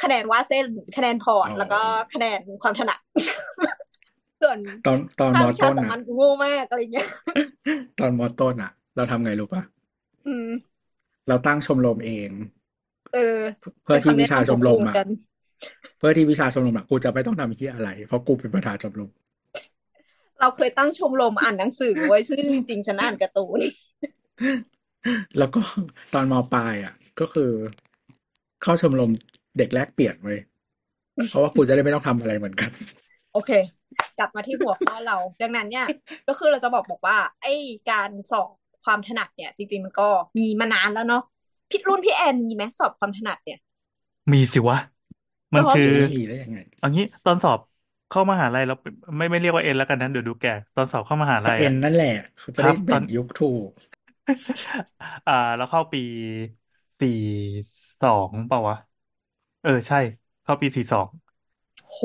Speaker 2: คะแนนวาดเส้น คะแนนพอร์ต
Speaker 3: อ๋อ
Speaker 2: แล้วก็คะแนนความถนัด ส่วน
Speaker 3: ตอนตอน
Speaker 2: ถ้าม วิชา
Speaker 3: ต้น
Speaker 2: สา
Speaker 3: อ่ะ
Speaker 2: มัญกูโง่มากอะไรเงี้ย
Speaker 3: ตอนมต้นอ่ะ เราทำไงรู้ป่ะ
Speaker 2: อืม
Speaker 3: เราตั้งชมรมเอง
Speaker 2: เออ
Speaker 3: เพื่อ
Speaker 2: เป็
Speaker 3: น ที่
Speaker 2: คำแนะ
Speaker 3: วิชาน
Speaker 2: ำ
Speaker 3: ช
Speaker 2: ของ
Speaker 3: มร
Speaker 2: กู
Speaker 3: ม
Speaker 2: เหมือน
Speaker 3: อ่ะ
Speaker 2: กัน
Speaker 3: เพื่อที่วิชาชมรมอ่ะกูจะไม่ต้องทำที่อะไร เพราะกูเป็นประธานชมรม
Speaker 2: เราเคยตั้งชมรมอ่านหนังสือไว้ซึ่งจริงๆฉันอ่านการ์ตูน
Speaker 3: แล้วก็ตอนมปลายอ่ะ ก็คือ เข้าชมรมเด็กแลกเปลี่ยนเว้ยเพราะว่ากูจะได้ไม่ต้องทำอะไรเหมือนกัน
Speaker 2: โอเค กลับมาที่หัวข้อเรา ดังนั้นเนี่ย ก็คือเราจะบอกบอกว่า ไอ้การสอบความถนัดเนี่ย จริง ๆ มันก็มีมานานแล้วเนาะพี่รุ่นพี่แอนมีไหมสอบความถนัดเนี่ย
Speaker 4: มีสิวะ มัน
Speaker 2: หรอ
Speaker 4: คือ
Speaker 2: มี
Speaker 3: ไม่มีได้ยังไง
Speaker 4: เอางี้ตอนสอบเข้ามหาลัยเราไม่ไม่เรียกว่าเอ็นแล้วกันนะเดี๋ยวดูแก่ตอนสอบเข้ามหา
Speaker 3: ก็
Speaker 4: ลัย
Speaker 3: เอ็
Speaker 4: อ่ะ
Speaker 3: นนั่นแหละเขา
Speaker 4: ค
Speaker 3: จะ
Speaker 4: รั
Speaker 3: ได้
Speaker 4: บ ตอ
Speaker 3: แบ่ง
Speaker 4: น
Speaker 3: ยุคถูก
Speaker 4: อ่าเราเข้าปีสี่สองเปล่าวะ เออ ใช่ เข้าปีสี่สอง
Speaker 2: โห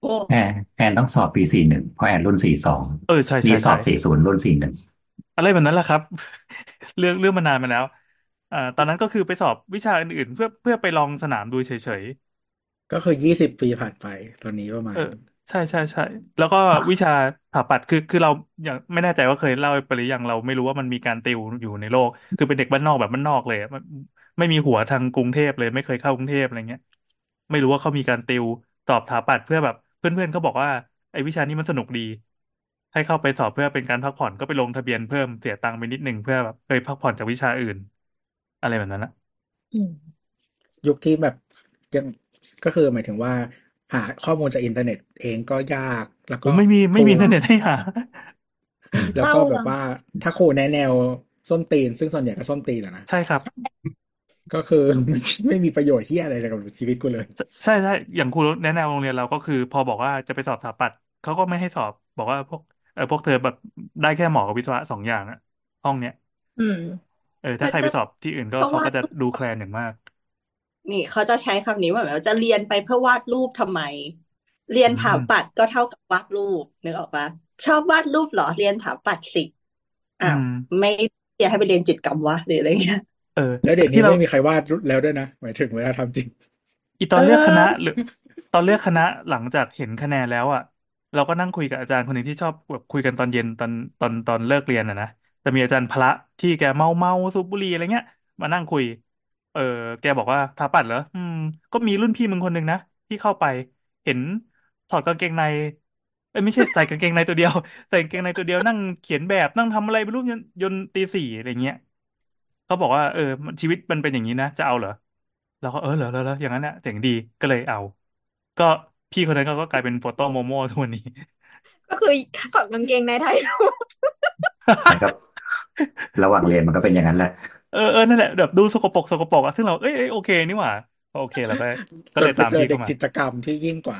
Speaker 1: โอ้
Speaker 5: แอนแอนต้องสอบปีสี่หนึ่งเพราะแอนรุ่นสี่สอง
Speaker 4: เออใช่
Speaker 5: นี่
Speaker 4: ใช่
Speaker 5: สอ
Speaker 4: ใช่
Speaker 5: บสี่ศูนย์รุ่นสี่หนึ่ง
Speaker 4: อะไรแบบนั้นแหละครับ เรื่องเรื่องมานานมาแล้วอ่าตอนนั้นก็คือไปสอบวิชาอื่นๆ เพื่อเพื่อไปลองสนามดูเฉย
Speaker 3: ก็คือยี่สิบปีผ่านไป ตอนนี้ประ
Speaker 4: ๆเอ
Speaker 3: มา
Speaker 4: อ
Speaker 3: ณ
Speaker 4: ใช่ใช่ใช่แล้วก็วิชาสถาปัตย์คือคือเราอย่างไม่แน่ใจว่าเคยเล่าไปหรือยังเราไม่รู้ว่ามันมีการติวอยู่ในโลก คือเป็นเด็กบ้านนอกแบบบ้านนอกเลยอะไม่ไม่มีหัวทางกรุงเทพเลย ไม่เคยเข้ากรุงเทพอะไรเงี้ย ไม่รู้ว่าเขามีการติวสอบสถาปัตย์เพื่อแบบ เพื่อนๆเขาบอกว่าไอ้วิชานี้มันสนุกดี ให้เข้าไปสอบเพื่อเป็นการพักผ่อนก็ไปลงทะเบียนเพิ่มเสียตังค์ไปนิดนึงเพื่อแบบเคยพักผ่อนจากวิชาอื่น อะไรแบบนั้นนะ
Speaker 2: อืม
Speaker 3: ยุคที่แบบยังก็คือหมายถึงว่า หาข้อมูลจากอินเทอร์เน็ตเองก็ยาก แล้ว
Speaker 4: โอ้
Speaker 3: ก็
Speaker 4: ไม่มี
Speaker 3: ค
Speaker 4: ไม่
Speaker 3: รู
Speaker 4: มีอินเทอร์เน็ตให้หา
Speaker 2: เศ
Speaker 3: แล้ว
Speaker 2: ร้า
Speaker 3: ก็แบ
Speaker 2: จั
Speaker 3: บ
Speaker 2: ง
Speaker 3: ว่าถ้าครูแนะแนวส้นตีน ซึ่งส่วนใหญ่ก็ส้นตีนแหละนะ
Speaker 4: ใช่ครับ
Speaker 3: ก็คือ ไม่มีประโยชน์ที่อะไรเลยกับชีวิตกูเลย
Speaker 4: ใช่ใช่ใช่อย่างครูแนะแนวโรงเรียนเราก็คือ พอบอกว่าจะไปสอบสถาปัตย์เขาก็ไม่ให้สอบ บอกว่าพวกเออพวกเธอแบบได้แค่หมอกับวิศวะสองอย่างอะห้องเนี้ย
Speaker 2: อืม
Speaker 4: เออถ้า
Speaker 1: เขา
Speaker 4: ใครไป
Speaker 1: จะ
Speaker 4: สอบที่อื่นก็
Speaker 1: เพราะ
Speaker 4: เขา
Speaker 1: ว่า
Speaker 4: ก็จะดูแคลนอย่างมาก
Speaker 1: นี่เขาจะใช้คำนี้ว่าแบบว่าจะเรียนไปเพื่อวาดรูปทำไม เรีย
Speaker 4: อื
Speaker 1: นถาม ปัตย์ก็เท่ากับวาดรูปนึกออกปะชอบวาดรูปเหรอเรียนถาปัตย์สิ
Speaker 4: อื
Speaker 1: อ้าว
Speaker 4: ม
Speaker 1: ไม่เรียนให้ไปเรียนจิตรกรรมวะหรืออะไรเงี้ย
Speaker 4: เออ
Speaker 3: แล้วเดี๋ยวนี้
Speaker 4: ที่เรา
Speaker 3: ไม่มีใครวาดแล้วด้วยนะหมายถึงเวลาทำจริง
Speaker 4: อีตอนเลือก
Speaker 1: เออ
Speaker 4: คณะหรือตอนเลือกคณะหลังจากเห็นคะแนนแล้วอ่ะ เราก็นั่งคุยกับอาจารย์คนหนึ่งที่ชอบแบบคุยกันตอนเย็นตอนตอนตอนเลิกเรียนอ่ะนะจะมีอาจารย์พละที่แกเมาเมาสูบบุหรี่อะไรเงี้ย มานั่งคุย เออแกบอกว่าถาปัดเหรออืม ก็มีรุ่นพี่มึงคนหนึ่งนะที่เข้าไปเห็นถอดกางเกงในเอ้ยไม่ใช่ใส่กางเกงในตัวเดียว ใส่กางเกงในตัวเดียวนั่งเขียนแบบนั่งทำอะไรไปรูปยนต์ยนต์ตีสี่อะไรเงี้ยเขาบอกว่าเออมันชีวิตมันเป็นอย่างนี้นะ จะเอาเหรอเราก็เออเหรอเหรอเหรออย่างนั้นเนี่ยเจ๋งดีก็เลยเอา ก็พี่คนนั้นก็ก็กลายเป็นโฟโต้โมโม่ทุกวันนี้
Speaker 2: ก็คือถอดกางเกงในไทย รูป
Speaker 5: นะครับ ระหว่างเรียนมันก็เป็นอย่างนั้นแหละ
Speaker 4: เออเออนั่นแหละแบบดูสกปรกสกปรกอะซึ่งเราเอ้ยเอ้ยโอเคนี่หว่าก็โอเคเรา ก็ก็
Speaker 3: จ
Speaker 4: เล
Speaker 3: น
Speaker 4: ย
Speaker 3: ไป
Speaker 4: ตาม
Speaker 3: เจอ
Speaker 4: พี่
Speaker 3: เด็
Speaker 4: เข้าก มา
Speaker 3: จิตรกรรมที่ยิ่งกว่า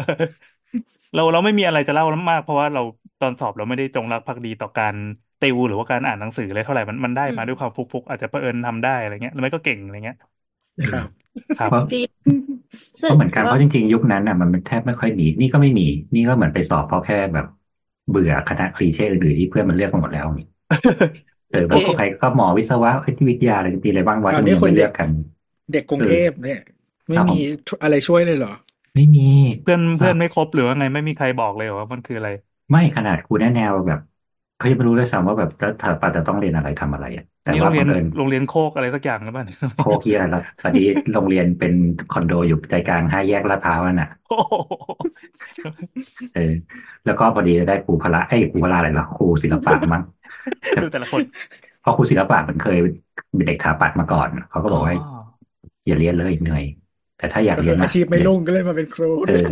Speaker 4: เราเราไม่มีอะไรจะเล่ามาก เพราะว่าเราตอนสอบเราไม่ได้จงรักภักดีต่อการติวหรือว่าการอ่านหนังสืออะไรเท่าไหร่มันมันได้
Speaker 2: อืม
Speaker 4: มาด้วยความฟุกฟุกอาจจะเผอิญทำได้อะไรเงี้ยหรือไม่ก็เก่งอะไรเงี้ย
Speaker 3: ครับ
Speaker 4: ครับ
Speaker 5: เพราะ
Speaker 2: ดีรู้
Speaker 5: เพราะ
Speaker 2: สึก
Speaker 5: เหมือนกันเพ
Speaker 2: ว่า
Speaker 5: ราะจริงๆ ยุคนั้นอ่ะมันแทบไม่ค่อยมีนี่ก็ไม่มี นี่ก็เหมือนไปสอบเพราะแค่แบบ เบื่อคณะคลีเช่อื่นๆที่เพื่อนมันเลือกมาหมดแล้ว นี่เออ
Speaker 4: เอ
Speaker 5: พวก
Speaker 4: อ
Speaker 5: ใครก็หมอวิศวะเอ้ยวิทยาอะไรปีอะไรบ้างวะ
Speaker 3: ตอน
Speaker 5: ทำไม
Speaker 3: นี้
Speaker 5: ยัง
Speaker 3: คน
Speaker 5: ไม่เลื
Speaker 3: เด็
Speaker 5: อก กกัน
Speaker 3: เด็กกรุ
Speaker 5: เอง อ
Speaker 3: เทพเนี่ย ไม่
Speaker 5: เอาข
Speaker 3: มี
Speaker 5: อง
Speaker 3: อะไรช่วยเลยเหรอ
Speaker 5: ไม่มี
Speaker 4: เพื่อน
Speaker 5: สอ
Speaker 4: เพื่อน
Speaker 5: บ
Speaker 4: ไม่ครบหรือว่าไงไม่มีใครบอกเลยเหรอว่ามันคืออะไร
Speaker 5: ไม่ขนาดครูแนะแนวแบบเขายังไม่รู้เลยซ้ำว่าแบบแล้วสถาปัตย์จะต้องเรียนอะไรทำอะไรอ่ะแต่
Speaker 4: นี่โร
Speaker 5: ว่าง
Speaker 4: เรี
Speaker 5: บั
Speaker 4: ยน
Speaker 5: งเอิญ
Speaker 4: โรงเรียนโคกอะไรสักอย่างหรือเปล่า เนี่ย
Speaker 5: โคเกียแล้วพอดีโรงเรียนเป็นคอนโดอยู่ใจกลางห้าแยกลาดพร้าวอะน่ะ
Speaker 4: โอ้โห
Speaker 5: เออแล้วก็พอดีได้ครูพละไอ้ยครูพละอะไรล่ะครูศิลปะมั้งแต่
Speaker 4: ดูแต่ละคน
Speaker 5: เพราะครูศิลปะมันเคยเป็นเด็กสถาปัตย์มาก่อนเขาก็
Speaker 4: อ๋อ
Speaker 5: บอกว่าอย่าเรียนเลยเหนื่อย แต่ถ้าอยาก
Speaker 3: ก็
Speaker 5: เรี
Speaker 3: คือ
Speaker 5: ย
Speaker 3: น อา
Speaker 5: นะ
Speaker 3: ชีพไม่
Speaker 5: เรียน
Speaker 3: รุ่งก็เลยมาเป็นครู
Speaker 5: เออ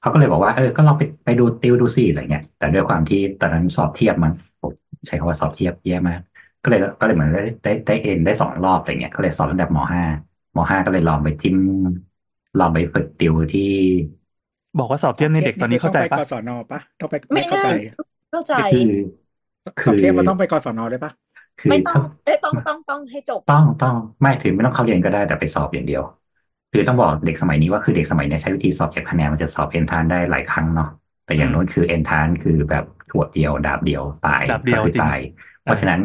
Speaker 5: เขาก็เลยบอกว่าเออก็ลองไปไปดูติวดูสิอะไรเงี้ยแต่ด้วยความที่ตอนนั้นสอบเทียบมั้งผมใช้คำว่าสอบเทียบแย่มาก ก็เลยก็เลยเหมือนได้ได้ได้เอ็นได้สองรอบอะไรเงี้ยก็เลยสอบตั้งแต่มห้ามห้าก็เลยลองไปจิ้มลองไปฝึกติวที่
Speaker 4: บอกว่าสอบ
Speaker 3: ส
Speaker 4: เที
Speaker 3: อย
Speaker 4: บบ ใน
Speaker 3: เทีย
Speaker 4: เด็
Speaker 3: บ
Speaker 4: กตอ
Speaker 3: นี่
Speaker 4: น
Speaker 3: คื
Speaker 4: นี้
Speaker 3: อต้อง
Speaker 4: เข้าใจ
Speaker 3: ไปก
Speaker 4: ปะ
Speaker 3: ศนปะต้องไป
Speaker 2: ไม่
Speaker 3: ไม่เข้า
Speaker 2: น่า
Speaker 3: ใจ
Speaker 2: เข้าใจ
Speaker 5: คือ
Speaker 3: สอ
Speaker 5: คื
Speaker 3: บ
Speaker 5: อ
Speaker 3: เทียบมันต้องไปกศนด้วยปะ
Speaker 5: คือ
Speaker 2: ไม่ต้อง
Speaker 5: ถ้า
Speaker 2: เอ้ยต้องต้องต้องให้จบ
Speaker 5: ต้องต้องไม่ถึงไม่ต้องเข้าเรียนก็ได้แต่ไปสอบอย่างเดียว คือต้องบอกเด็กสมัยนี้ว่าคือเด็กสมัยเนี้ยใช้วิธีสอบเก็บคะแนนมันจะสอบเอนทานได้หลายครั้งเนาะแต่อย่างโน้นคือเอนทานคือแบบขวดเดียว ดาบเดียวตาย
Speaker 4: ดาบเดี
Speaker 5: ก็
Speaker 4: ยว
Speaker 5: คือ
Speaker 4: จริง
Speaker 5: ตาย เพ
Speaker 4: อ่า
Speaker 5: ราะฉะนั้น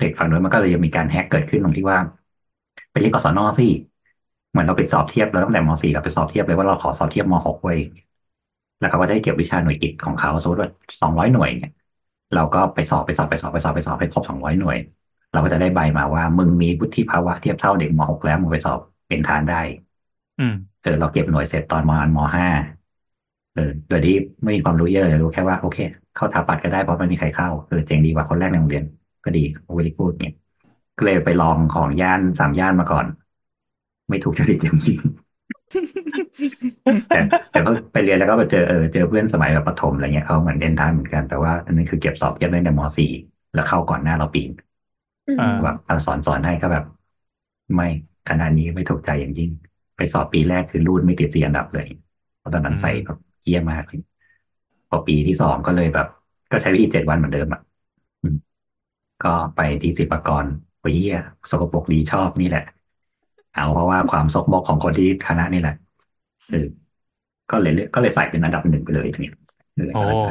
Speaker 5: เด็กฝั่งโน้นมันก็เลยยังมีการแฮกเกิดขึ้นตรงที่ว่าไปเรียนกศนสิเหมือนเราไปสอบเทียบเราตั้งแต่ม .4 เราไปสอบเทียบเลยว่าเราขอสอบเทียบม .6 เว้ยแล้วเขาก็ได้เก็บวิชาหน่วยกิตของเขาสมมติว่าสองร้อยหน่วยเนี่ยเราก็ไปสอบไปสอบไปสอบไปสอบไปสอบให้ครบสองร้อยหน่วย เราก็จะได้ใบมาว่ามึงมีวุฒิภาวะเทียบเท่าเด็กม .6 แล้วมึงไปสอบเป็นทหานได้
Speaker 4: อืม
Speaker 5: เออเราเก็บหน่วยเสร็จตอนมม .5 เออโดยที่ไม่มีความรู้เยอะเลยรู้แค่ว่าโอเค เข้าถาปัดก็ได้เพราะไม่มีใครเข้าเออเจ๋งดีกว่าคนแรกในโรงเรียน ก็ดีโอเวอร์พูดเนี่ยก็เลยไปลองของย่านสามย่านมาก่อน ไม่ถูกจริตจริง ๆแต่แต่ก็ไปเรียนแล้วก็ไปเจอเออเจอเพื่อนสมัยแบบประถมอะไรเงี้ยเขาเหมือนเดนทานเหมือนกันแต่ว่าอันนี้คือเก็บสอบเทียบได้ในม .4 แล้วเข้าก่อนหน้าเราปีน
Speaker 2: อื
Speaker 4: อ่า
Speaker 2: ม
Speaker 5: แบบเอาสอนสอนให้ก็แบบ ไม่คณะนี้ไม่ถูกใจอย่างยิ่ง ไปสอบปีแรกคือรูดไม่ติดสี่อันดับเลยเพราะตอน
Speaker 4: อื
Speaker 5: นั้น
Speaker 4: ม
Speaker 5: ใส่แบบเยี่ยมากเลยพอปีที่สองก็เลยแบบ ก็ใช้วิธีเจ็ดวันเหมือนเดิมอ่ะอืมก็ไปที่ศิลปากรโอ้ยเหี้ยสกปรกดีชอบนี่แหละ เอาเพราะว่าความสกปรกของคนที่คณะนี่แหละเออก็เลยเลือกก็เลยใส่เป็นอันดับหนึ่งไปเลยเนี่ยเออ
Speaker 4: โอ้
Speaker 5: ก็เลยไป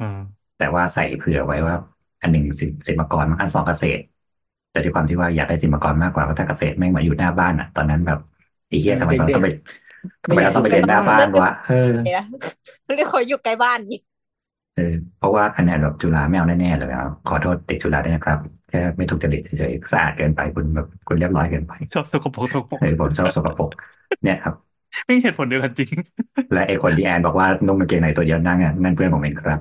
Speaker 4: อืม
Speaker 5: แต่ว่าใส่เผื่อไว้ว่า อันหนึ่งศิลศิลปากรมั้งอันสองเกษตร แต่ด้วยความที่ว่าอยากได้ศิลปากรมากกว่าเพราะถ้าเกษตรแม่งมาอยู่หน้าบ้านอ่ะ ตอนนั้นแบบไอ้เหี้ยทำไมเรา
Speaker 3: เด็
Speaker 5: ต้อ
Speaker 3: ๆ
Speaker 5: ก งไปทำ
Speaker 3: ไม่
Speaker 5: ไม
Speaker 3: อยากอยู่ใกล้
Speaker 5: เราต้องไปเรียนหน้า
Speaker 3: บ้าน
Speaker 5: บ้า
Speaker 2: เลือ
Speaker 5: วะ
Speaker 2: น กเกษตร
Speaker 5: เออ
Speaker 2: เลยนะ เรียกเขาอยู่ ใกล้บ้านอีก
Speaker 5: เออเพราะว่าคะแนนแบบจุฬาไม่เอาแน่ๆเลยนะขอโทษเด็กจุฬาด้วยนะครับแค่ไม่ถูกจริตเฉยๆสะอาดเกินไปคุณแบบคุณเรียบร้อยเกินไป
Speaker 4: ชอบสกปรกสกปรก
Speaker 5: เออผมชอบสกปรกเนี่ยครับ
Speaker 4: นี่เหตุผลเดียวกันจริง
Speaker 5: และไอ้คนที่แอนบอกว่านุ่งกางเกงในตัวเดียวนั่งอ่ะนั่นเพื่อนผมเองครับ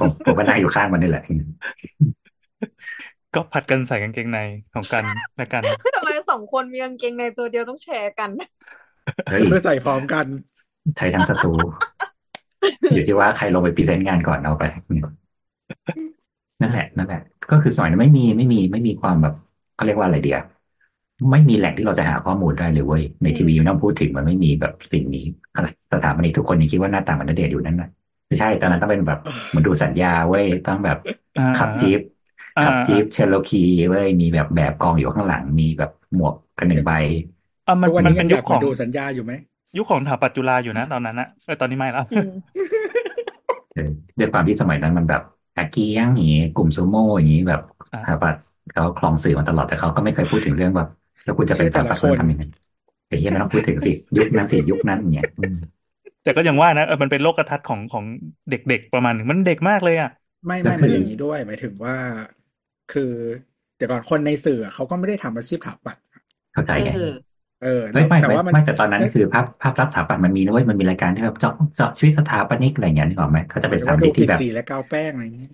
Speaker 5: ผมผมก็นั่งอยู่ข้างมันนี่แหละ
Speaker 4: ก็ผัดกันใส่กางเกงในของ กันและกัน
Speaker 2: ทำไมสองคนมีกางเกงในตัวเดียวต้องแชร์กัน
Speaker 5: เฮ้ย
Speaker 3: เพื่อใส่พร้อมกัน
Speaker 5: ใช้ทั้งสตู อยู่ที่ว่าใครลงไปพรีเซนต์งานก่อนเอาไป นั่นแหละนั่นแหละ ก็คือสมัยนั้นไม่มีไม่มีไม่มีความแบบเขาเรียกว่าอะไรเดียไม่มีแหล่งที่เราจะหาข้อมูลได้เลยเว้ยใน
Speaker 2: อื
Speaker 5: ที
Speaker 2: ม
Speaker 5: วีไม่ต้องพูดถึงมันไม่มีแบบสิ่งนี้ขนาดสถาปนิกทุกคนยังคิดว่าหน้าต่างมันณเดชน์อยู่นั่นนะไม่ใช่ตอนนั้นต้องเป็นแบบเหมันดูสัญญาเว้ยต้องแบบ
Speaker 4: อ่า
Speaker 5: ขับจี๊ป
Speaker 4: อ่า
Speaker 5: ขับ
Speaker 4: อ่า
Speaker 5: จี๊ปเชลโลคีเว้ยมีแบบแบบกองอยู่ข้างหลัง มีแบบหมวกกันหนึ่งใบ
Speaker 4: อ่ามั
Speaker 3: ทุ
Speaker 4: น
Speaker 3: กวัน
Speaker 4: มัน
Speaker 3: นี้
Speaker 4: เป็
Speaker 3: ยัง
Speaker 4: นยุ
Speaker 3: แบ
Speaker 4: ค
Speaker 3: บ
Speaker 4: ข
Speaker 3: เหมือน
Speaker 4: อง
Speaker 3: ดูสัญญาอยู่ไหม
Speaker 4: ยุคของสถาปัตย์จุฬาอยู่ นะตอนนั้นอะเออตอนนี้ไม่แล้ว
Speaker 2: อืม
Speaker 5: เออด้วยความที่สมัยนั้นมันแบบอาเกียงอย่างงี้กลุ่มซูโม่อย่างงี้แบบ
Speaker 4: อ่า
Speaker 5: สถาปัตย์ เขาคลองสื่อมาตลอดแต่เขาก็ไม่เคยพูดถึงเรื่องแบบแล้วคุณจะเป็น
Speaker 3: ชื่อแต่ละ
Speaker 5: สถาปัตย์
Speaker 3: คน
Speaker 5: ทำยังไงไอ้เหี้ยไม่ต้องพูดถึงสิยุคนั้นสิยุคนั้นเนี่ยอืม
Speaker 4: แต่ก็ยังว่านะเออมันเป็นโลกทัศน์ของของเด็กๆประมาณหนึ่งมันเด็กมากเลยอ่ะ
Speaker 3: ไม่
Speaker 5: ก็
Speaker 3: ไม่มั
Speaker 5: คือ
Speaker 3: นอย่างนี้ด้วยหมายถึงว่า คือเดี๋ยวก่อนคนในสื่ออะเขาก็ไม่ได้ทำอาชีพสถาปัตย์
Speaker 5: เข้าใจ
Speaker 1: เอ
Speaker 5: ไง
Speaker 1: อ
Speaker 3: เออ
Speaker 5: ไม่ไม่
Speaker 3: แต่
Speaker 5: ไม่
Speaker 3: ว่ามัน
Speaker 5: ไม่แต่ตอนนั้นคือภาพภาพลักษณ์สถาปัตย์มันมีนะเว้ยมันมีรายการที่แบบเจาะเจาะชีวิตสถาปนิกอะไรอย่างเงี้ยนึกออกไหมเขาจะเป็น
Speaker 3: แต่
Speaker 5: สา
Speaker 3: ว่าม ดู
Speaker 5: มิ
Speaker 3: ก
Speaker 5: ติ
Speaker 3: ลิ่
Speaker 5: ที่
Speaker 3: น
Speaker 5: แบบ
Speaker 3: สีและกาวแป้งอะไรอย่างนี้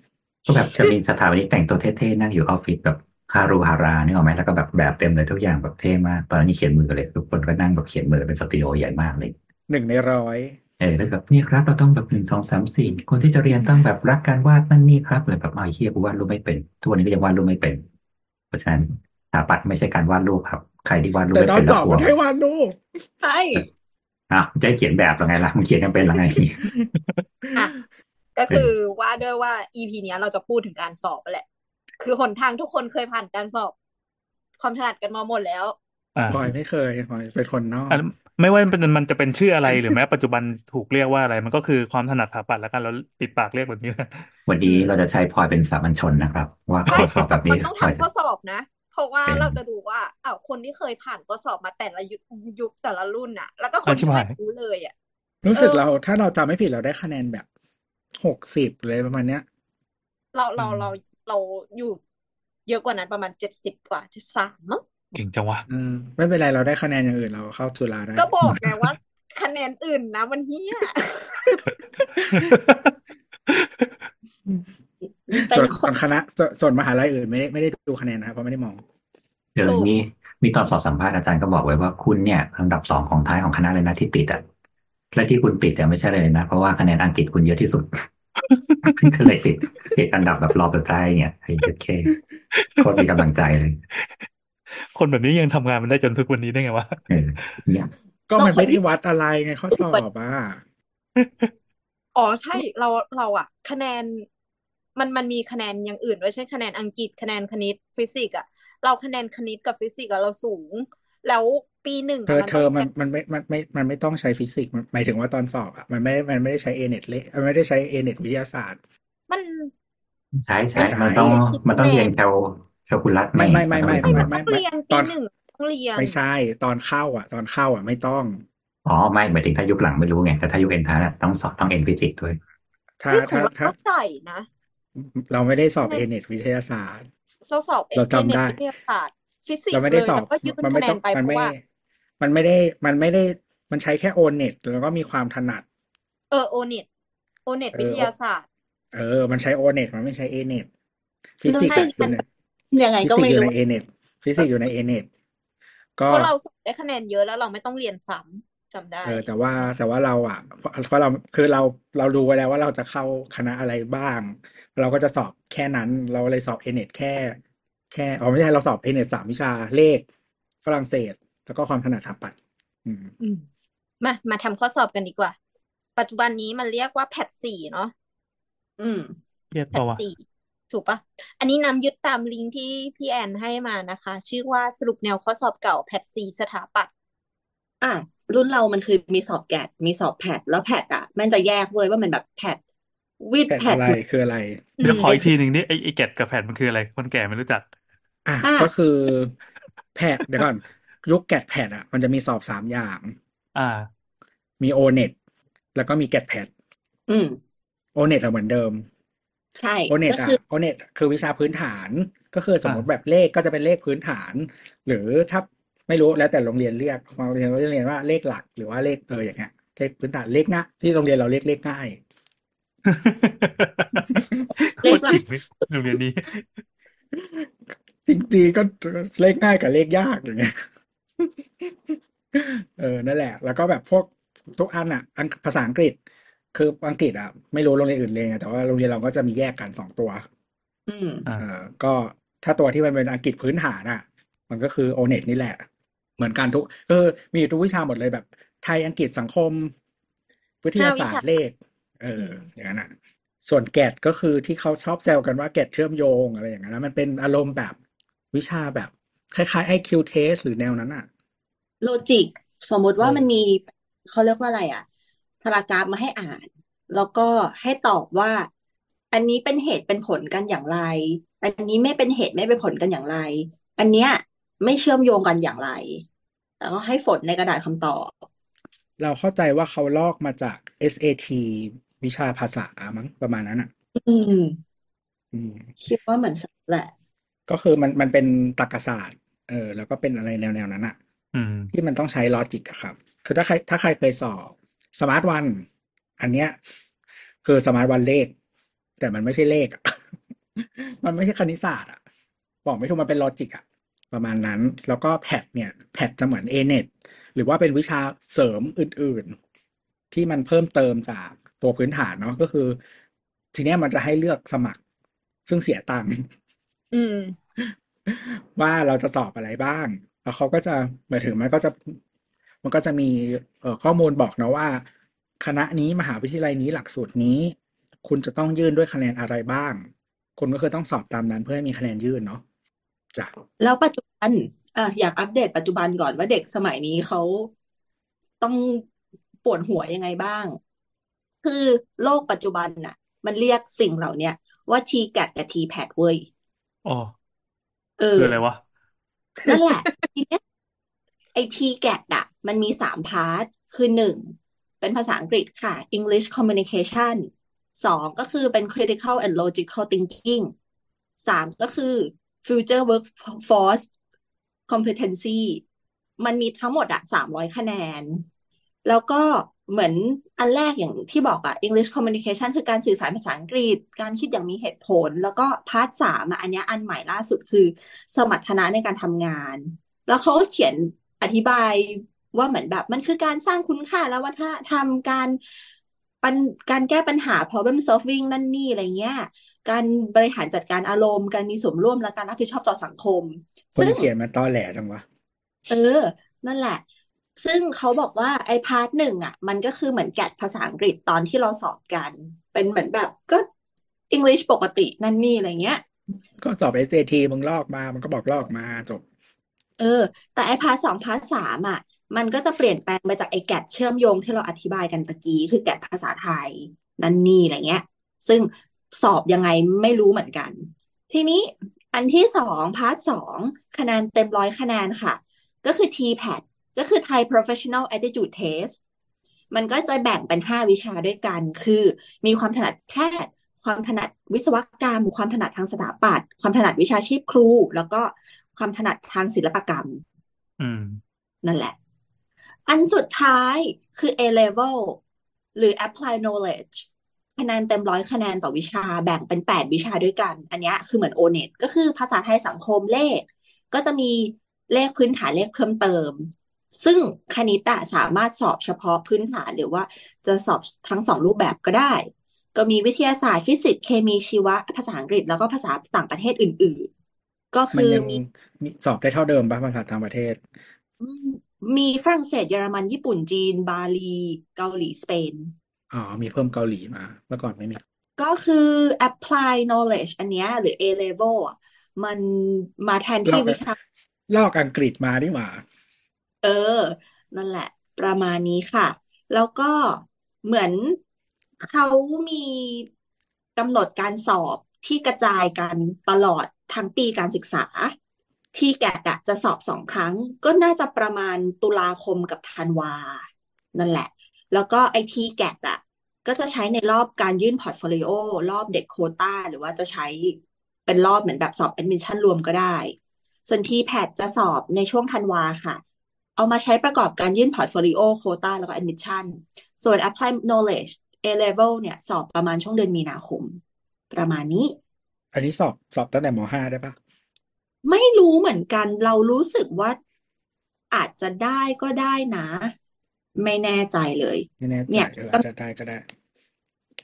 Speaker 5: ก็แบบจะมีสถาปนิกแต่งตัวเท่ๆนั่งอยู่ออฟฟิศแบบฮารูฮารานึกออกไหมแล้วก็แบบแบบเต็มเลยทุกอย่างแบบเท่มากตอนนั้นนี่เขียนมือเลยทุกคนก็นั่งแบบเขียนมือเป็นสตูดิโอใหญ่มากเลย
Speaker 3: หนึ่งในร้อย
Speaker 5: เออแล้วแบบนี่ครับเราต้องแบบหนึ่งสองสามสี่คนที่จะเรียนต้องแบบรักการวาดนั่นนี่ครับเลยแบบเอาไอ้เฮียกูวาดรูปไม่เป็นทุกวันนี้ก็ยังวาดรูปไม่เป็น เพราะฉะนั้นสถาปัตย์ไม่ใช่การวาดรูปครับใครที่วาดรูป
Speaker 3: แต่ตอ
Speaker 5: ไม่เป็น น
Speaker 3: ส
Speaker 5: แล้
Speaker 3: อบ
Speaker 5: วกลัว
Speaker 3: มันให้วาดรูป
Speaker 2: ใช่
Speaker 5: อ่ะได้เขียนแบบหรือไงล่ะมึงเขียนกันเป็นหรือไง
Speaker 2: อ่ะ ก็คือว่าด้วยว่า EP เนี้ยเราจะพูดถึงการสอบแหละ คือหนทางทุกคนเคยผ่านการสอบ ความถนัดกันมาหมดแล้ว
Speaker 4: อ่า
Speaker 3: บอยไม่เคยบอยเป็นคนนอก
Speaker 4: อ่ะไม่ว่ามันมันจะเป็นชื่ออะไรหรือแม้ปัจจุบันถูกเรียกว่าอะไร มันก็คือความถนัดสถาปัตย์แล้วกันเราติดปากเรียกแบบนี้นะ
Speaker 5: วันนี้เราจะใช้พลอยเป็นสามัญชนนะครับ ว่าข้อสอบแบบ
Speaker 2: มั
Speaker 5: นี้
Speaker 2: นต้อง
Speaker 5: พลอย
Speaker 2: ทำ
Speaker 5: จะ
Speaker 2: ข้อสอบนะ เพราะว่า
Speaker 5: เป็น
Speaker 2: เราจะดูว่าอ้าวคนที่เคยผ่านข้อสอบมาแต่ละยุคยุคแต่ละรุ่นน่ะ แล้วก็ค
Speaker 4: อ่ะ
Speaker 2: น
Speaker 4: ชิ
Speaker 2: ที่
Speaker 4: บ
Speaker 2: ไม่
Speaker 4: หาย
Speaker 2: รู้เลยอ่ะ
Speaker 3: รู้สึก
Speaker 2: เออ
Speaker 3: เราถ้าเราจำไม่ผิดเราได้คะแนนแบบหกสิบเลยประมาณเนี้ย
Speaker 2: เราเราเราเราอยู่เยอะกว่านั้นประมาณเจ็ดสิบกว่าเจ็ดสามมั้ง
Speaker 4: เก่งจังวะ
Speaker 3: อืมไม่เป็นไรเราได้คะแนนอย่างอื่นเราเข้าจุฬาได้
Speaker 2: ก็บอกไงว่า คะแนนอื่นนะมันเฮี้ย
Speaker 1: เป็
Speaker 3: ส่
Speaker 1: น
Speaker 3: วน
Speaker 1: ค
Speaker 3: ส่วน นคณะส่วนส่วนมหาลัยอื่นไม่ได้ไม่ได้ดูคะแนนนะครับเพราะไม่ได้มอง
Speaker 5: เดี๋ยว
Speaker 2: ถูก
Speaker 5: มีมีตอนสอบสัมภาษณ์อาจารย์ก็บอกไว้ว่าคุณเนี่ยลำดับสองของท้ายของคณะเลยนะที่ติดอ่ะและที่คุณติดอ่ะไม่ใช่เลยนะ เพราะว่าคะแนนอังกฤษคุณเยอะที่สุด ก็เลยติดติดอันดับแบบรอบสุดท้ายเนี่ยไอ้เด็กเคโคตรมีกำลังใจเลย
Speaker 4: คนแบบนี้ยังทำงานมันได้จนทุกวันนี้ได้ไงวะ
Speaker 5: เออเนี่ย
Speaker 3: ก็มันไม่ได้วัดอะไรไงข้อสอบอ่ะ
Speaker 2: อ๋อใช่เราเราอะคะแนน มันมันมีคะแนนอย่างอื่นด้วยเช่นคะแนนอังกฤษคะแนนคณิตฟิสิกส์อะเราคะแนนคณิตกับฟิสิกส์อะเราสูง แล้วปีหนึ่ง
Speaker 3: เธอ
Speaker 2: อะมัน
Speaker 3: เธ
Speaker 2: ต้อง
Speaker 3: อมันมันไม่มันไม่มันไม่ต้องใช้ฟิสิกส์มันหมายถึงว่าตอนสอบอ่ะมันไม่มันไม่ได้ใช้เอเน็ตเลมันไม่ได้ใช้เอเน็ตวิทยาศาสตร์
Speaker 2: มัน
Speaker 5: ใช่ใช่
Speaker 3: ไม่ใช่
Speaker 5: มันต้องมันต้องเรียนแคลแคลคูลัส
Speaker 3: ไม่ไม่ไม่
Speaker 5: ต้อง
Speaker 3: ไม่
Speaker 5: เรียน
Speaker 3: ไม่ไม่ไม่ตอ
Speaker 5: คำนวณ
Speaker 2: ต้องเรียนปี
Speaker 3: น
Speaker 2: หนึ่งต้องเรียน
Speaker 3: ไม่ใช่ ตอนเข้าอ่ะ ตอนเข้าอ่ะ ไม่ต้อง
Speaker 5: อ๋อไม่หมายถึงถ้ายุคหลังไม่รู้ไงแต่ถ้ายุคเอ็นทานะต้องสอบต้องเอ็นฟิสิกส์ด้วย
Speaker 3: ถ้า
Speaker 2: เฮ้ยของ
Speaker 3: ถ้า
Speaker 2: เรา
Speaker 3: ถ้า
Speaker 2: ก็ใส่นะ
Speaker 3: เราไม่ได้สอบเอเน็ตวิทยาศาสตร์
Speaker 2: เราสอบเอ
Speaker 3: เราจำ
Speaker 2: เน็ต
Speaker 3: ได้
Speaker 2: วิทยาศาสตร์ฟิสิก
Speaker 3: เรา
Speaker 2: ส์
Speaker 3: ไม่
Speaker 2: เล
Speaker 3: ได้
Speaker 2: ย
Speaker 3: สอ
Speaker 2: แล้ว
Speaker 3: บ
Speaker 2: ก็ยื่น
Speaker 3: มัน
Speaker 2: คะ
Speaker 3: ไม่
Speaker 2: แน
Speaker 3: ต้อน ง
Speaker 2: ไป
Speaker 3: มัน
Speaker 2: เพราะ
Speaker 3: ไม่
Speaker 2: ว่า
Speaker 3: มันไม่ได้มันไม่ได้มันใช้แค่โอเน็ตแล้วก็มีความถนัด
Speaker 2: เออโอเน็ตโอเน็ต
Speaker 3: เออ
Speaker 2: วิ
Speaker 3: โอย
Speaker 2: ทาศาสตร์
Speaker 3: เออ มันใช้โอเน็ตมันไม่ใช้เอเน็ตฟิ
Speaker 1: รู้
Speaker 3: สิกส์
Speaker 1: สึ
Speaker 3: อะ
Speaker 1: ก
Speaker 3: อยู่
Speaker 1: มัน
Speaker 3: ใน
Speaker 1: ยังไง
Speaker 3: ฟิ
Speaker 1: ก็
Speaker 3: สิก
Speaker 1: ไม่
Speaker 3: ส์อยู่
Speaker 1: รู้
Speaker 3: ในเอเน็ตฟิสิกส์อยู่ในเอเน็ตก็
Speaker 2: เพราะเราสอบได้คะแนนเยอะแล้วเราไม่ต้องเรียนซ้ำจำได้
Speaker 3: เออแต่ว่า
Speaker 2: นะ
Speaker 3: แต่ว่าเราอ่ะเพราะเพราะเราคือเราเรารู้ไว้แล้วว่าเราจะเข้าคณะอะไรบ้าง เราก็จะสอบแค่นั้น เราเลยสอบเอเน็ตแค่ แค่อ๋อไม่ใช่เราสอบเอเน็ตสามวิชาเลข ฝรั่งเศส แล้วก็ความถนัดสถาปัตย์อืม
Speaker 2: อืม มามาทำข้อสอบกันดีกว่า ปัจจุบันนี้มันเรียกว่าแพทสี่เนาะ
Speaker 1: อืม
Speaker 4: เครียด
Speaker 2: แพ
Speaker 4: ปะ
Speaker 2: ท
Speaker 4: วะ
Speaker 2: สี่ถูกปะอันนี้นำยึดตามลิงก์ที่พี่แอนให้มานะคะ ชื่อว่าสรุปแนวข้อสอบเก่าแพทสี่สถาปัตย์
Speaker 1: อ่ะรุ่นเรามันคือมีสอบแกดมีสอบแพดแล้วแพดอ่ะ มันจะแยกเว้ยว่ามันแบบแพดวิด
Speaker 3: แผ่น
Speaker 1: แพด
Speaker 3: อะไรคืออะไร
Speaker 2: อื
Speaker 4: เดี๋ยว
Speaker 2: ม
Speaker 4: ขออีกทีหนึ่งนี่ไอ้ไอ้แกดกับแผดมันคืออะไร คนแก่ไม่รู้จัก
Speaker 3: อ่ะ
Speaker 1: อ่ะ
Speaker 3: ก็คือแพทย์เดี๋ยวก่อน ยุคแกดแพทย์อ่ะ มันจะมีสอบสามอย่าง
Speaker 4: อ่า
Speaker 3: มีโอเน็ตแล้วก็มีแกดแพทย์
Speaker 1: อืม
Speaker 3: โอเน็ตอะเหมือนเดิม
Speaker 1: ใช่
Speaker 3: โอเน็
Speaker 1: ก็
Speaker 3: ต
Speaker 1: คื
Speaker 3: อะ
Speaker 1: อ
Speaker 3: โอเน็ตคือวิชาพื้นฐาน ก็คือสม
Speaker 4: อ่าม
Speaker 3: ติแบบเลขก็จะเป็นเลขพื้นฐาน หรือถ้าไม่รู้แล้วแต่โรงเรียนเรียกบางโรงเรียนก็จะเรียนว่าเลขหลักหรือว่าเลขเอออย่างเงี้ยเลขพื้นฐานเลขง่ายที่โรงเรียนเราเรียกเลขง่าย
Speaker 1: เลข
Speaker 4: โคตร
Speaker 1: หลั
Speaker 4: จ
Speaker 1: ก
Speaker 4: ริงเลยโรงเรียนนี้
Speaker 3: จริงๆก็เลขง่ายกับเลขยากอย่างเงี้ย เออ นั่นแหละ แล้วก็แบบพวกทุกอันอ่ะอังภาษาอังกฤษ คืออังกฤษอ่ะ ไม่รู้โรงเรียนอื่นเลยนไงแต่ว่าโรงเรียนเราก็จะมีแยกกันสองตัว
Speaker 1: อืม
Speaker 4: อ่า
Speaker 3: เออก็ถ้าตัวที่มันเป็นอังกฤษพื้นฐานอ่ะ มันก็คือโอเน็ตนี่แหละ เหมือนกันทุกก็คือมีทุกวิชาหมดเลยแบบ ไทยอังกฤษสังคม วิ
Speaker 2: ห้าย
Speaker 3: ทา
Speaker 2: วิ
Speaker 3: ศาสต
Speaker 2: ชา
Speaker 3: ร์เลข เออ อย่างนั้นอ่ะ ส่วนแกดก็คือที่เขาชอบแซวกันว่าแกดเชื่อมโยงอะไรอย่างนั้นนะมันเป็นอารมณ์แบบวิชาแบบคล้ายๆ IQ test หรือแนวนั้นอ่ะ
Speaker 1: โลจิก สมมุติ
Speaker 4: เอ
Speaker 1: ว่า
Speaker 4: อ
Speaker 1: มันมีเขาเรียกว่าอะไรอ่ะพารากราฟมาให้อ่าน แล้วก็ให้ตอบว่า อันนี้เป็นเหตุเป็นผลกันอย่างไร อันนี้ไม่เป็นเหตุไม่เป็นผลกันอย่างไร อันเนี้ยไม่เชื่อมโยงกันอย่างไร แล้วก็ให้ฝนในกระดาษคำตอบ
Speaker 3: เราเข้าใจว่าเขาลอกมาจาก SAT วิชาภาษามั้งประมาณนั้นอ่ะ
Speaker 1: อืม
Speaker 3: อืม
Speaker 1: คิดว่าเหมือนสัตว์แหละ
Speaker 3: ก็คือมันมันเป็นตรรกศาสตร์ เออ แล้วก็เป็นอะไรแนวแนวนั้นอะ
Speaker 4: อืม
Speaker 3: ที่มันต้องใช้ลอจิกอะครับ คือถ้าใครถ้าใครเคยสอบสมาร์ทวันอันเนี้ย คือสมาร์ทวันเลข แต่มันไม่ใช่เลขอะ มันไม่ใช่คณิตศาสตร์อะบอกไม่ถูกมันเป็นลอจิกอะประมาณนั้น แล้วก็แพทเนี่ยแพทจะเหมือนเอเน็ตหรือว่าเป็นวิชาเสริมอื่นๆ ที่มันเพิ่มเติมจากตัวพื้นฐานเนาะก็คือ ทีเนี้ยมันจะให้เลือกสมัคร ซึ่งเสียตังค์
Speaker 2: อืม
Speaker 3: ว่าเราจะสอบอะไรบ้าง แล้วเขาก็จะหมายถึงมันก็จะ มันก็จะมีเอ่อข้อมูลบอกนะว่า คณะนี้มหาวิทยาลัยนี้หลักสูตรนี้ คุณจะต้องยื่นด้วยคะแนนอะไรบ้าง คุณก็คือต้องสอบตามนั้นเพื่อให้มีคะแนนยื่นเนาะจ้ะ
Speaker 1: แล้วปัจจุบันอ่ะอยากอัปเดตปัจจุบันก่อนว่าเด็กสมัยนี้เขาต้องปวดหัวยังไงบ้าง คือโลกปัจจุบันน่ะ มันเรียกสิ่งเหล่าเนี้ยว่า TCAT กับ TPAT เว้ย
Speaker 4: อ๋อ
Speaker 1: เอ
Speaker 4: คือ
Speaker 1: อ
Speaker 4: อะไรวะ
Speaker 1: นั่นแหละ ทีเนี้ยไอ้ TCAT อะมันมีสามพาร์ท คือหนึ่งเป็นภาษาอังกฤษค่ะ English Communication สองก็คือเป็น Critical and Logical Thinking สามก็คือ Future Workforce Competency มันมีทั้งหมดอะสามร้อยคะแนน แล้วก็เหมือนอันแรกอย่างที่บอกอะ English Communication คือการสื่อสารภาษาอังกฤษ การคิดอย่างมีเหตุผล แล้วก็พาร์ทสามอะอันเนี้ยอันใหม่ล่าสุดคือ สมรรถนะในการทำงาน แล้วเขาก็เขียนอธิบายว่าเหมือนแบบ มันคือการสร้างคุณค่าและวัฒนธรรมการปันการแก้ปัญหา problem solving นั่นนี่อะไรเงี้ย การบริหารจัดการอารมณ์ การมีส่วนร่วมและการรับผิดชอบต่อสังคม
Speaker 3: คน
Speaker 1: ซึ่ง
Speaker 3: เขียนมันตอแหลจังวะ
Speaker 1: เออ นั่นแหละ ซึ่งเขาบอกว่าไอ้พาร์ทหนึ่งอ่ะ มันก็คือเหมือนแกดภาษาอังกฤษตอนที่เราสอบกัน เป็นเหมือนแบบก็ English ปกตินั่นนี่อะไรเงี้ย
Speaker 3: ก็สอบ SAT มึงลอกมามันก็บอกลอกมาจบ
Speaker 1: เออ แต่ไอ้พาร์ทสองพาร์ทสามอ่ะ มันก็จะเปลี่ยนแปลงไปจากไอ้แกดเชื่อมโยงที่เราอธิบายกันตะกี้ คือแกดภาษาไทย นั่นนี่อะไรเงี้ย ซึ่งสอบยังไงไม่รู้เหมือนกัน ทีนี้อันที่สองพาร์ทสองคะแนนเต็มร้อยคะแนนค่ะ ก็คือ TPAT ก็คือ Thai Professional Attitude Test มันก็จะแบ่งเป็นห้าวิชาด้วยกัน คือมีความถนัดแพทย์ ความถนัดวิศวกรรม ความถนัดทางสถาปัตย์ ความถนัดวิชาชีพครู แล้วก็ความถนัดทางศิลปกรรม
Speaker 4: อืม
Speaker 1: นั่นแหละ อันสุดท้ายคือ A level หรือ apply knowledge คะแนนเต็มร้อยคะแนนต่อวิชาแบ่งเป็นแปดวิชาด้วยกัน อันเนี้ยคือเหมือน O-net ก็คือภาษาไทยสังคมเลข ก็จะมีเลขพื้นฐานเลขเพิ่มเติม ซึ่งคณิตอะสามารถสอบเฉพาะพื้นฐานหรือว่าจะสอบทั้งสองรูปแบบก็ได้ ก็มีวิทยาศาสตร์ฟิสิกส์เคมีชีวะ ภาษาอังกฤษแล้วก็ภาษาต่างประเทศอื่น ๆ ก็
Speaker 3: มัน
Speaker 1: คือ
Speaker 3: ยัง
Speaker 1: มี
Speaker 3: มีสอบได้เท่าเดิมปะภาษาต่างประเทศ
Speaker 1: อืมมีฝรั่งเศสเยอรมัน ญี่ปุ่นจีน บาลี เกาหลี สเปน
Speaker 3: อ๋อมีเพิ่มเกาหลีมาเมื่อก่อนไม่มี
Speaker 1: ก็คือ apply knowledge อันเนี้ยหรือ A level อ่ะมันมาแทน
Speaker 3: ลอ
Speaker 1: ที่
Speaker 3: ก
Speaker 1: วิชา
Speaker 3: ลอกอังกฤษมาดีกว่า
Speaker 1: เออ นั่นแหละ ประมาณนี้ค่ะ แล้วก็เหมือนเขามีกำหนดการสอบที่กระจายกันตลอดทั้งปีการศึกษา ที่แกดอะจะสอบสองครั้ง ก็น่าจะประมาณตุลาคมกับธันวา นั่นแหละ แล้วก็ไอทีแกดอะก็จะใช้ในรอบการยื่นพอร์ตโฟลิโอรอบเด็กโควต้า หรือว่าจะใช้เป็นรอบเหมือนแบบสอบแอดมิชชั่นรวมก็ได้ ส่วนทีแพทจะสอบในช่วงธันวาค่ะ เอามาใช้ประกอบการยื่นพอร์ตโฟลิโอโคตาแล้วก็ admission ส่วน apply knowledge A level เนี่ย สอบประมาณช่วงเดือนมีนาคม ประมาณนี้
Speaker 3: อันนี้สอบสอบตั้งแต่มห้าได้ปะ
Speaker 1: ไม่รู้เหมือนกัน เรารู้สึกว่าอาจจะได้ก็ได้นะ ไม่แน่ใจเลย
Speaker 3: ไม่แน่ใจ
Speaker 1: เนี่ย
Speaker 3: เอออาจจะได้ก็ได้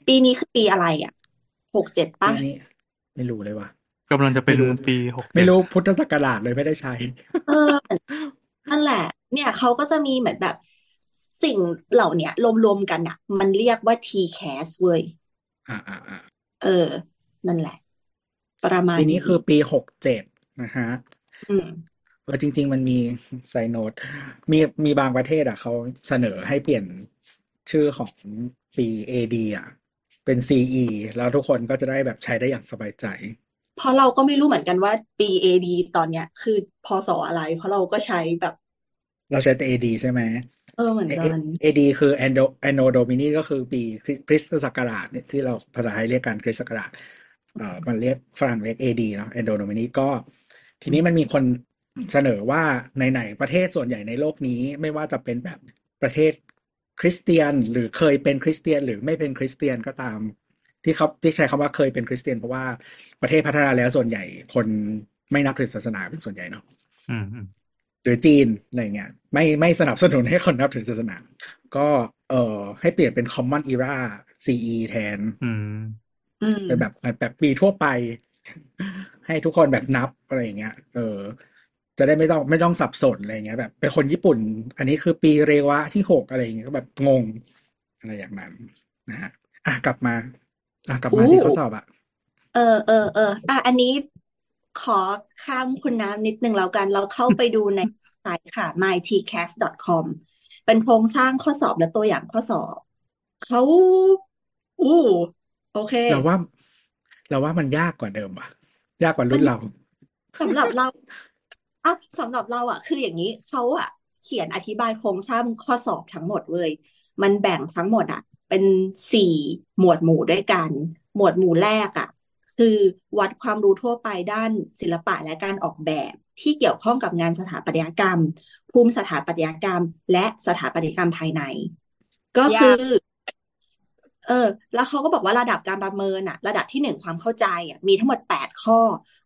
Speaker 1: ปีนี้คือปีอะไรอ่ะหกเจ็ด
Speaker 3: ปี
Speaker 1: ปะ
Speaker 3: นี้ไม่รู้เลยว่ะ
Speaker 4: กำลังจะไป
Speaker 3: ไม่รู้
Speaker 4: ดูปีหก
Speaker 3: ไม่รู้พุทธศักราชเลยไม่ได้ใช้
Speaker 1: เออ นั่นแหละ เนี่ยเขาก็จะมีเหมือนแบบสิ่งเหล่าเนี้ยรวมๆกันอ่ะ มันเรียกว่า TCAS เว้ย
Speaker 3: อ่าอ่าอ่า
Speaker 1: เออ นั่นแหละ ประมาณ
Speaker 3: ปีนี้คือปีหกเจ็ดนะฮะ
Speaker 1: อืม
Speaker 3: เออจริง ๆ มันมีไซโนดมีมีบางประเทศอ่ะเขาเสนอให้เปลี่ยนชื่อของปี AD อ่ะ เป็น CE แล้วทุกคนก็จะได้แบบใช้ได้อย่างสบายใจ
Speaker 1: เพราะเราก็ไม่รู้เหมือนกันว่า BAD ตอนเนี้ย คือพศอะไร เพราะเราก็ใช้แบบ
Speaker 3: เราใช้แต่ AD ใช่ไหม
Speaker 1: เออเหมือน
Speaker 3: เอ
Speaker 1: กัน
Speaker 3: เอดีคือ anno anno domini ก็คือปีคริคริสตศักราชเนี่ยที่เราภาษาไทยเรียกกันคริสตศักราชเอ่อมันเรียกฝรั่งเรียกเอดีเนาะ anno domini ก็ ทีนี้มันมีคนเสนอว่าไหนๆประเทศส่วนใหญ่ในโลกนี้ไม่ว่าจะเป็นแบบประเทศคริสเตียน หรือเคยเป็นคริสเตียน หรือไม่เป็นคริสเตียนก็ตาม ที่เขาที่ใช้คำว่าเคยเป็นคริสเตียนเพราะว่าประเทศพัฒนาแล้วส่วนใหญ่คนไม่นับถือศาสนาเป็นส่วนใหญ่เนาะ
Speaker 4: อืมอืม
Speaker 3: หรือจีนอะไรเงี้ยไม่ไม่สนับสนุนให้คนนับถือศาสนา ก็เอ่อให้เปลี่ยนเป็น Common Era CE แทน
Speaker 4: อืม
Speaker 1: อืม
Speaker 3: เป็นแบบแบบปีทั่วไป ให้ทุกคนแบบนับอะไรอย่างเงี้ย เออ จะได้ไม่ต้องไม่ต้องสับสนอะไรอย่างเงี้ย แบบเป็นคนญี่ปุ่น อันนี้คือปีเรวะที่หกอะไรอย่างเงี้ยก็แบบงงอะไรอย่างนั้นนะฮะอ่ะกลับมา อ่ะกลับมา
Speaker 1: อู้
Speaker 3: สิข้อสอบอ่ะ
Speaker 1: เออเออเอออ่ะอันนี้ขอข้ามคุณน้ำนิดนึงแล้วกัน เราเข้าไปดูในไซต์ค่ะ mytcast.com เป็นโครงสร้างข้อสอบและตัวอย่างข้อสอบ เขาอู้โอเค
Speaker 3: เราว่า เราว่ามันยากกว่าเดิมว่ะ ยากกว่ารุ่นเรา
Speaker 1: สำหรับเราอ่ะสำหรับเราอ่ะ คืออย่างนี้เขาอ่ะ เขียนอธิบายโครงสร้างข้อสอบทั้งหมดเลย มันแบ่งทั้งหมดอ่ะ เป็นสี่หมวดหมู่ด้วยกัน หมวดหมู่แรกอ่ะ คือวัดความรู้ทั่วไปด้านศิลปะและการออกแบบที่เกี่ยวข้องกับงานสถาปัตยกรรม ภูมิสถาปัตยกรรม และสถาปัตยกรรมภายใน ก็
Speaker 2: ยา
Speaker 1: คื
Speaker 2: ก
Speaker 1: อ เออ แล้วเขาก็บอกว่าระดับการประเมินอะระดับที่หนึ่งความเข้าใจอะมีทั้งหมดแปดข้อ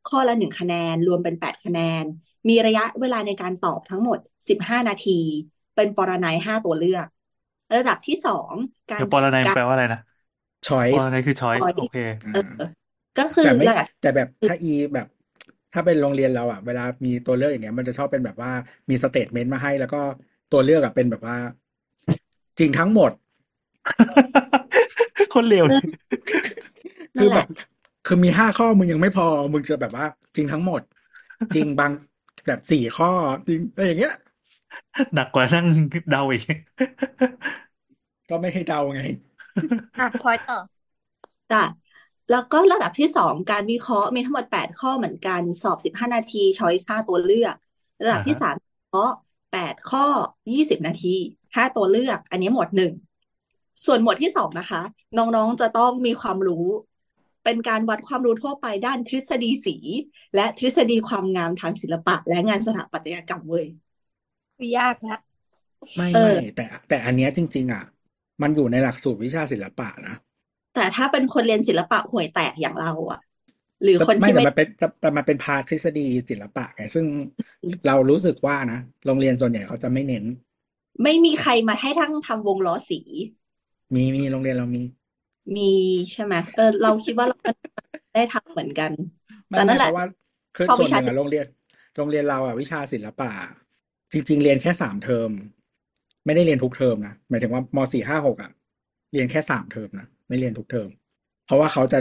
Speaker 1: ข้อละหนึ่งคะแนน รวมเป็นแปดคะแนน มีระยะเวลาในการตอบทั้งหมดสิบห้านาที เป็นปรนัยห้าตัวเลือก ระดับที่สองกา
Speaker 4: เดี๋
Speaker 1: ร
Speaker 4: ยวปรนัยแปลว่าอะไรนะ ปร
Speaker 3: choice
Speaker 4: นัยคือ choice โอเค
Speaker 1: เออ ก็คือ
Speaker 3: แต่ไม่
Speaker 1: ระดับ
Speaker 3: แต่แบบถ้าอีแบบ ถ้าเป็นโรงเรียนเราอ่ะ เวลามีตัวเลือกอย่างเงี้ย มันจะชอบเป็นแบบว่ามีสเตทเมนต์มาให้ แล้วก็ตัวเลือกอ่ะเป็นแบบว่า จริงทั้งหมด
Speaker 4: คนเลวเลย
Speaker 1: นั่
Speaker 3: คื
Speaker 1: น
Speaker 3: อ
Speaker 1: แห
Speaker 3: แบ
Speaker 1: ละ
Speaker 3: บ คือมีห้าข้อมึงยังไม่พอ มึงจะแบบว่า จริงทั้งหมด จริงบางแบบสี่ข้อจริงอะไรอย่างเงี้ย
Speaker 4: หนักกว่านั่งเดาอีก
Speaker 3: ก็ไม่ให้เดาไง
Speaker 2: อ่ะพอยต่อ
Speaker 1: จ้ะแล้วก็ระดับที่สองการวิเคราะห์มีทั้งหมดแปดข้อเหมือนกัน สอบสิบห้านาที ช้อยส์ห้าตัวเลือก ระดับ
Speaker 4: อ่า
Speaker 1: ที่
Speaker 4: ฮะ
Speaker 1: สามวิเคราะห์แปดข้อยี่สิบนาทีห้าตัวเลือก อันนี้หมวดหนึ่งส่วนหมวดที่สองนะคะ น้องๆจะต้องมีความรู้ เป็นการวัดความรู้ทั่วไปด้านทฤษฎีสี และทฤษฎีความงามทางศิลปะ และงานสถาปัตยกรรมเว้ย
Speaker 2: คือยากละ
Speaker 3: ไม่
Speaker 1: เออ
Speaker 3: ไม่แต่ แต่อันเนี้ยจริง ๆ อ่ะ มันอยู่ในหลักสูตรวิชาศิลปะนะ
Speaker 1: แต่ถ้าเป็นคนเรียนศิลปะห่วยแตกอย่างเราอะหรือ
Speaker 3: แต่
Speaker 1: คน
Speaker 3: ไม่
Speaker 1: ที่
Speaker 3: แต่
Speaker 1: ไม่
Speaker 3: มันเป็นแต่แต่มันเป็นพาร์ททฤษฎีศิลปะไงซึ่งเรารู้สึกว่านะโรงเรียนส่วนใหญ่เขาจะไม่เน้น
Speaker 1: ไม่มีใครมาให้ทั้งทำวงล้อสี
Speaker 3: มีมีโรงเรียนเรามี
Speaker 1: มีใช่ไหมเออเราคิดว่าเราก็ได้ทำเหมือนกัน
Speaker 3: ไม่
Speaker 1: แต่
Speaker 3: ไม่
Speaker 1: นั่นแหละ
Speaker 3: เพราะว่าคือ
Speaker 1: พอ
Speaker 3: ส่
Speaker 1: วิ
Speaker 3: วนห
Speaker 1: ชา
Speaker 3: นึ่ง
Speaker 1: ศิล
Speaker 3: อะโรงเรียนโรงเรียนเราอะวิชาศิลปะ จริง ๆ เรียนแค่สามเทอม ไม่ได้เรียนทุกเทอมนะหมายถึงว่ามสี่ห้าหกอะเรียนแค่สามเทอมนะไม่เรียนทุกเทอม เพราะว่าเขาจะ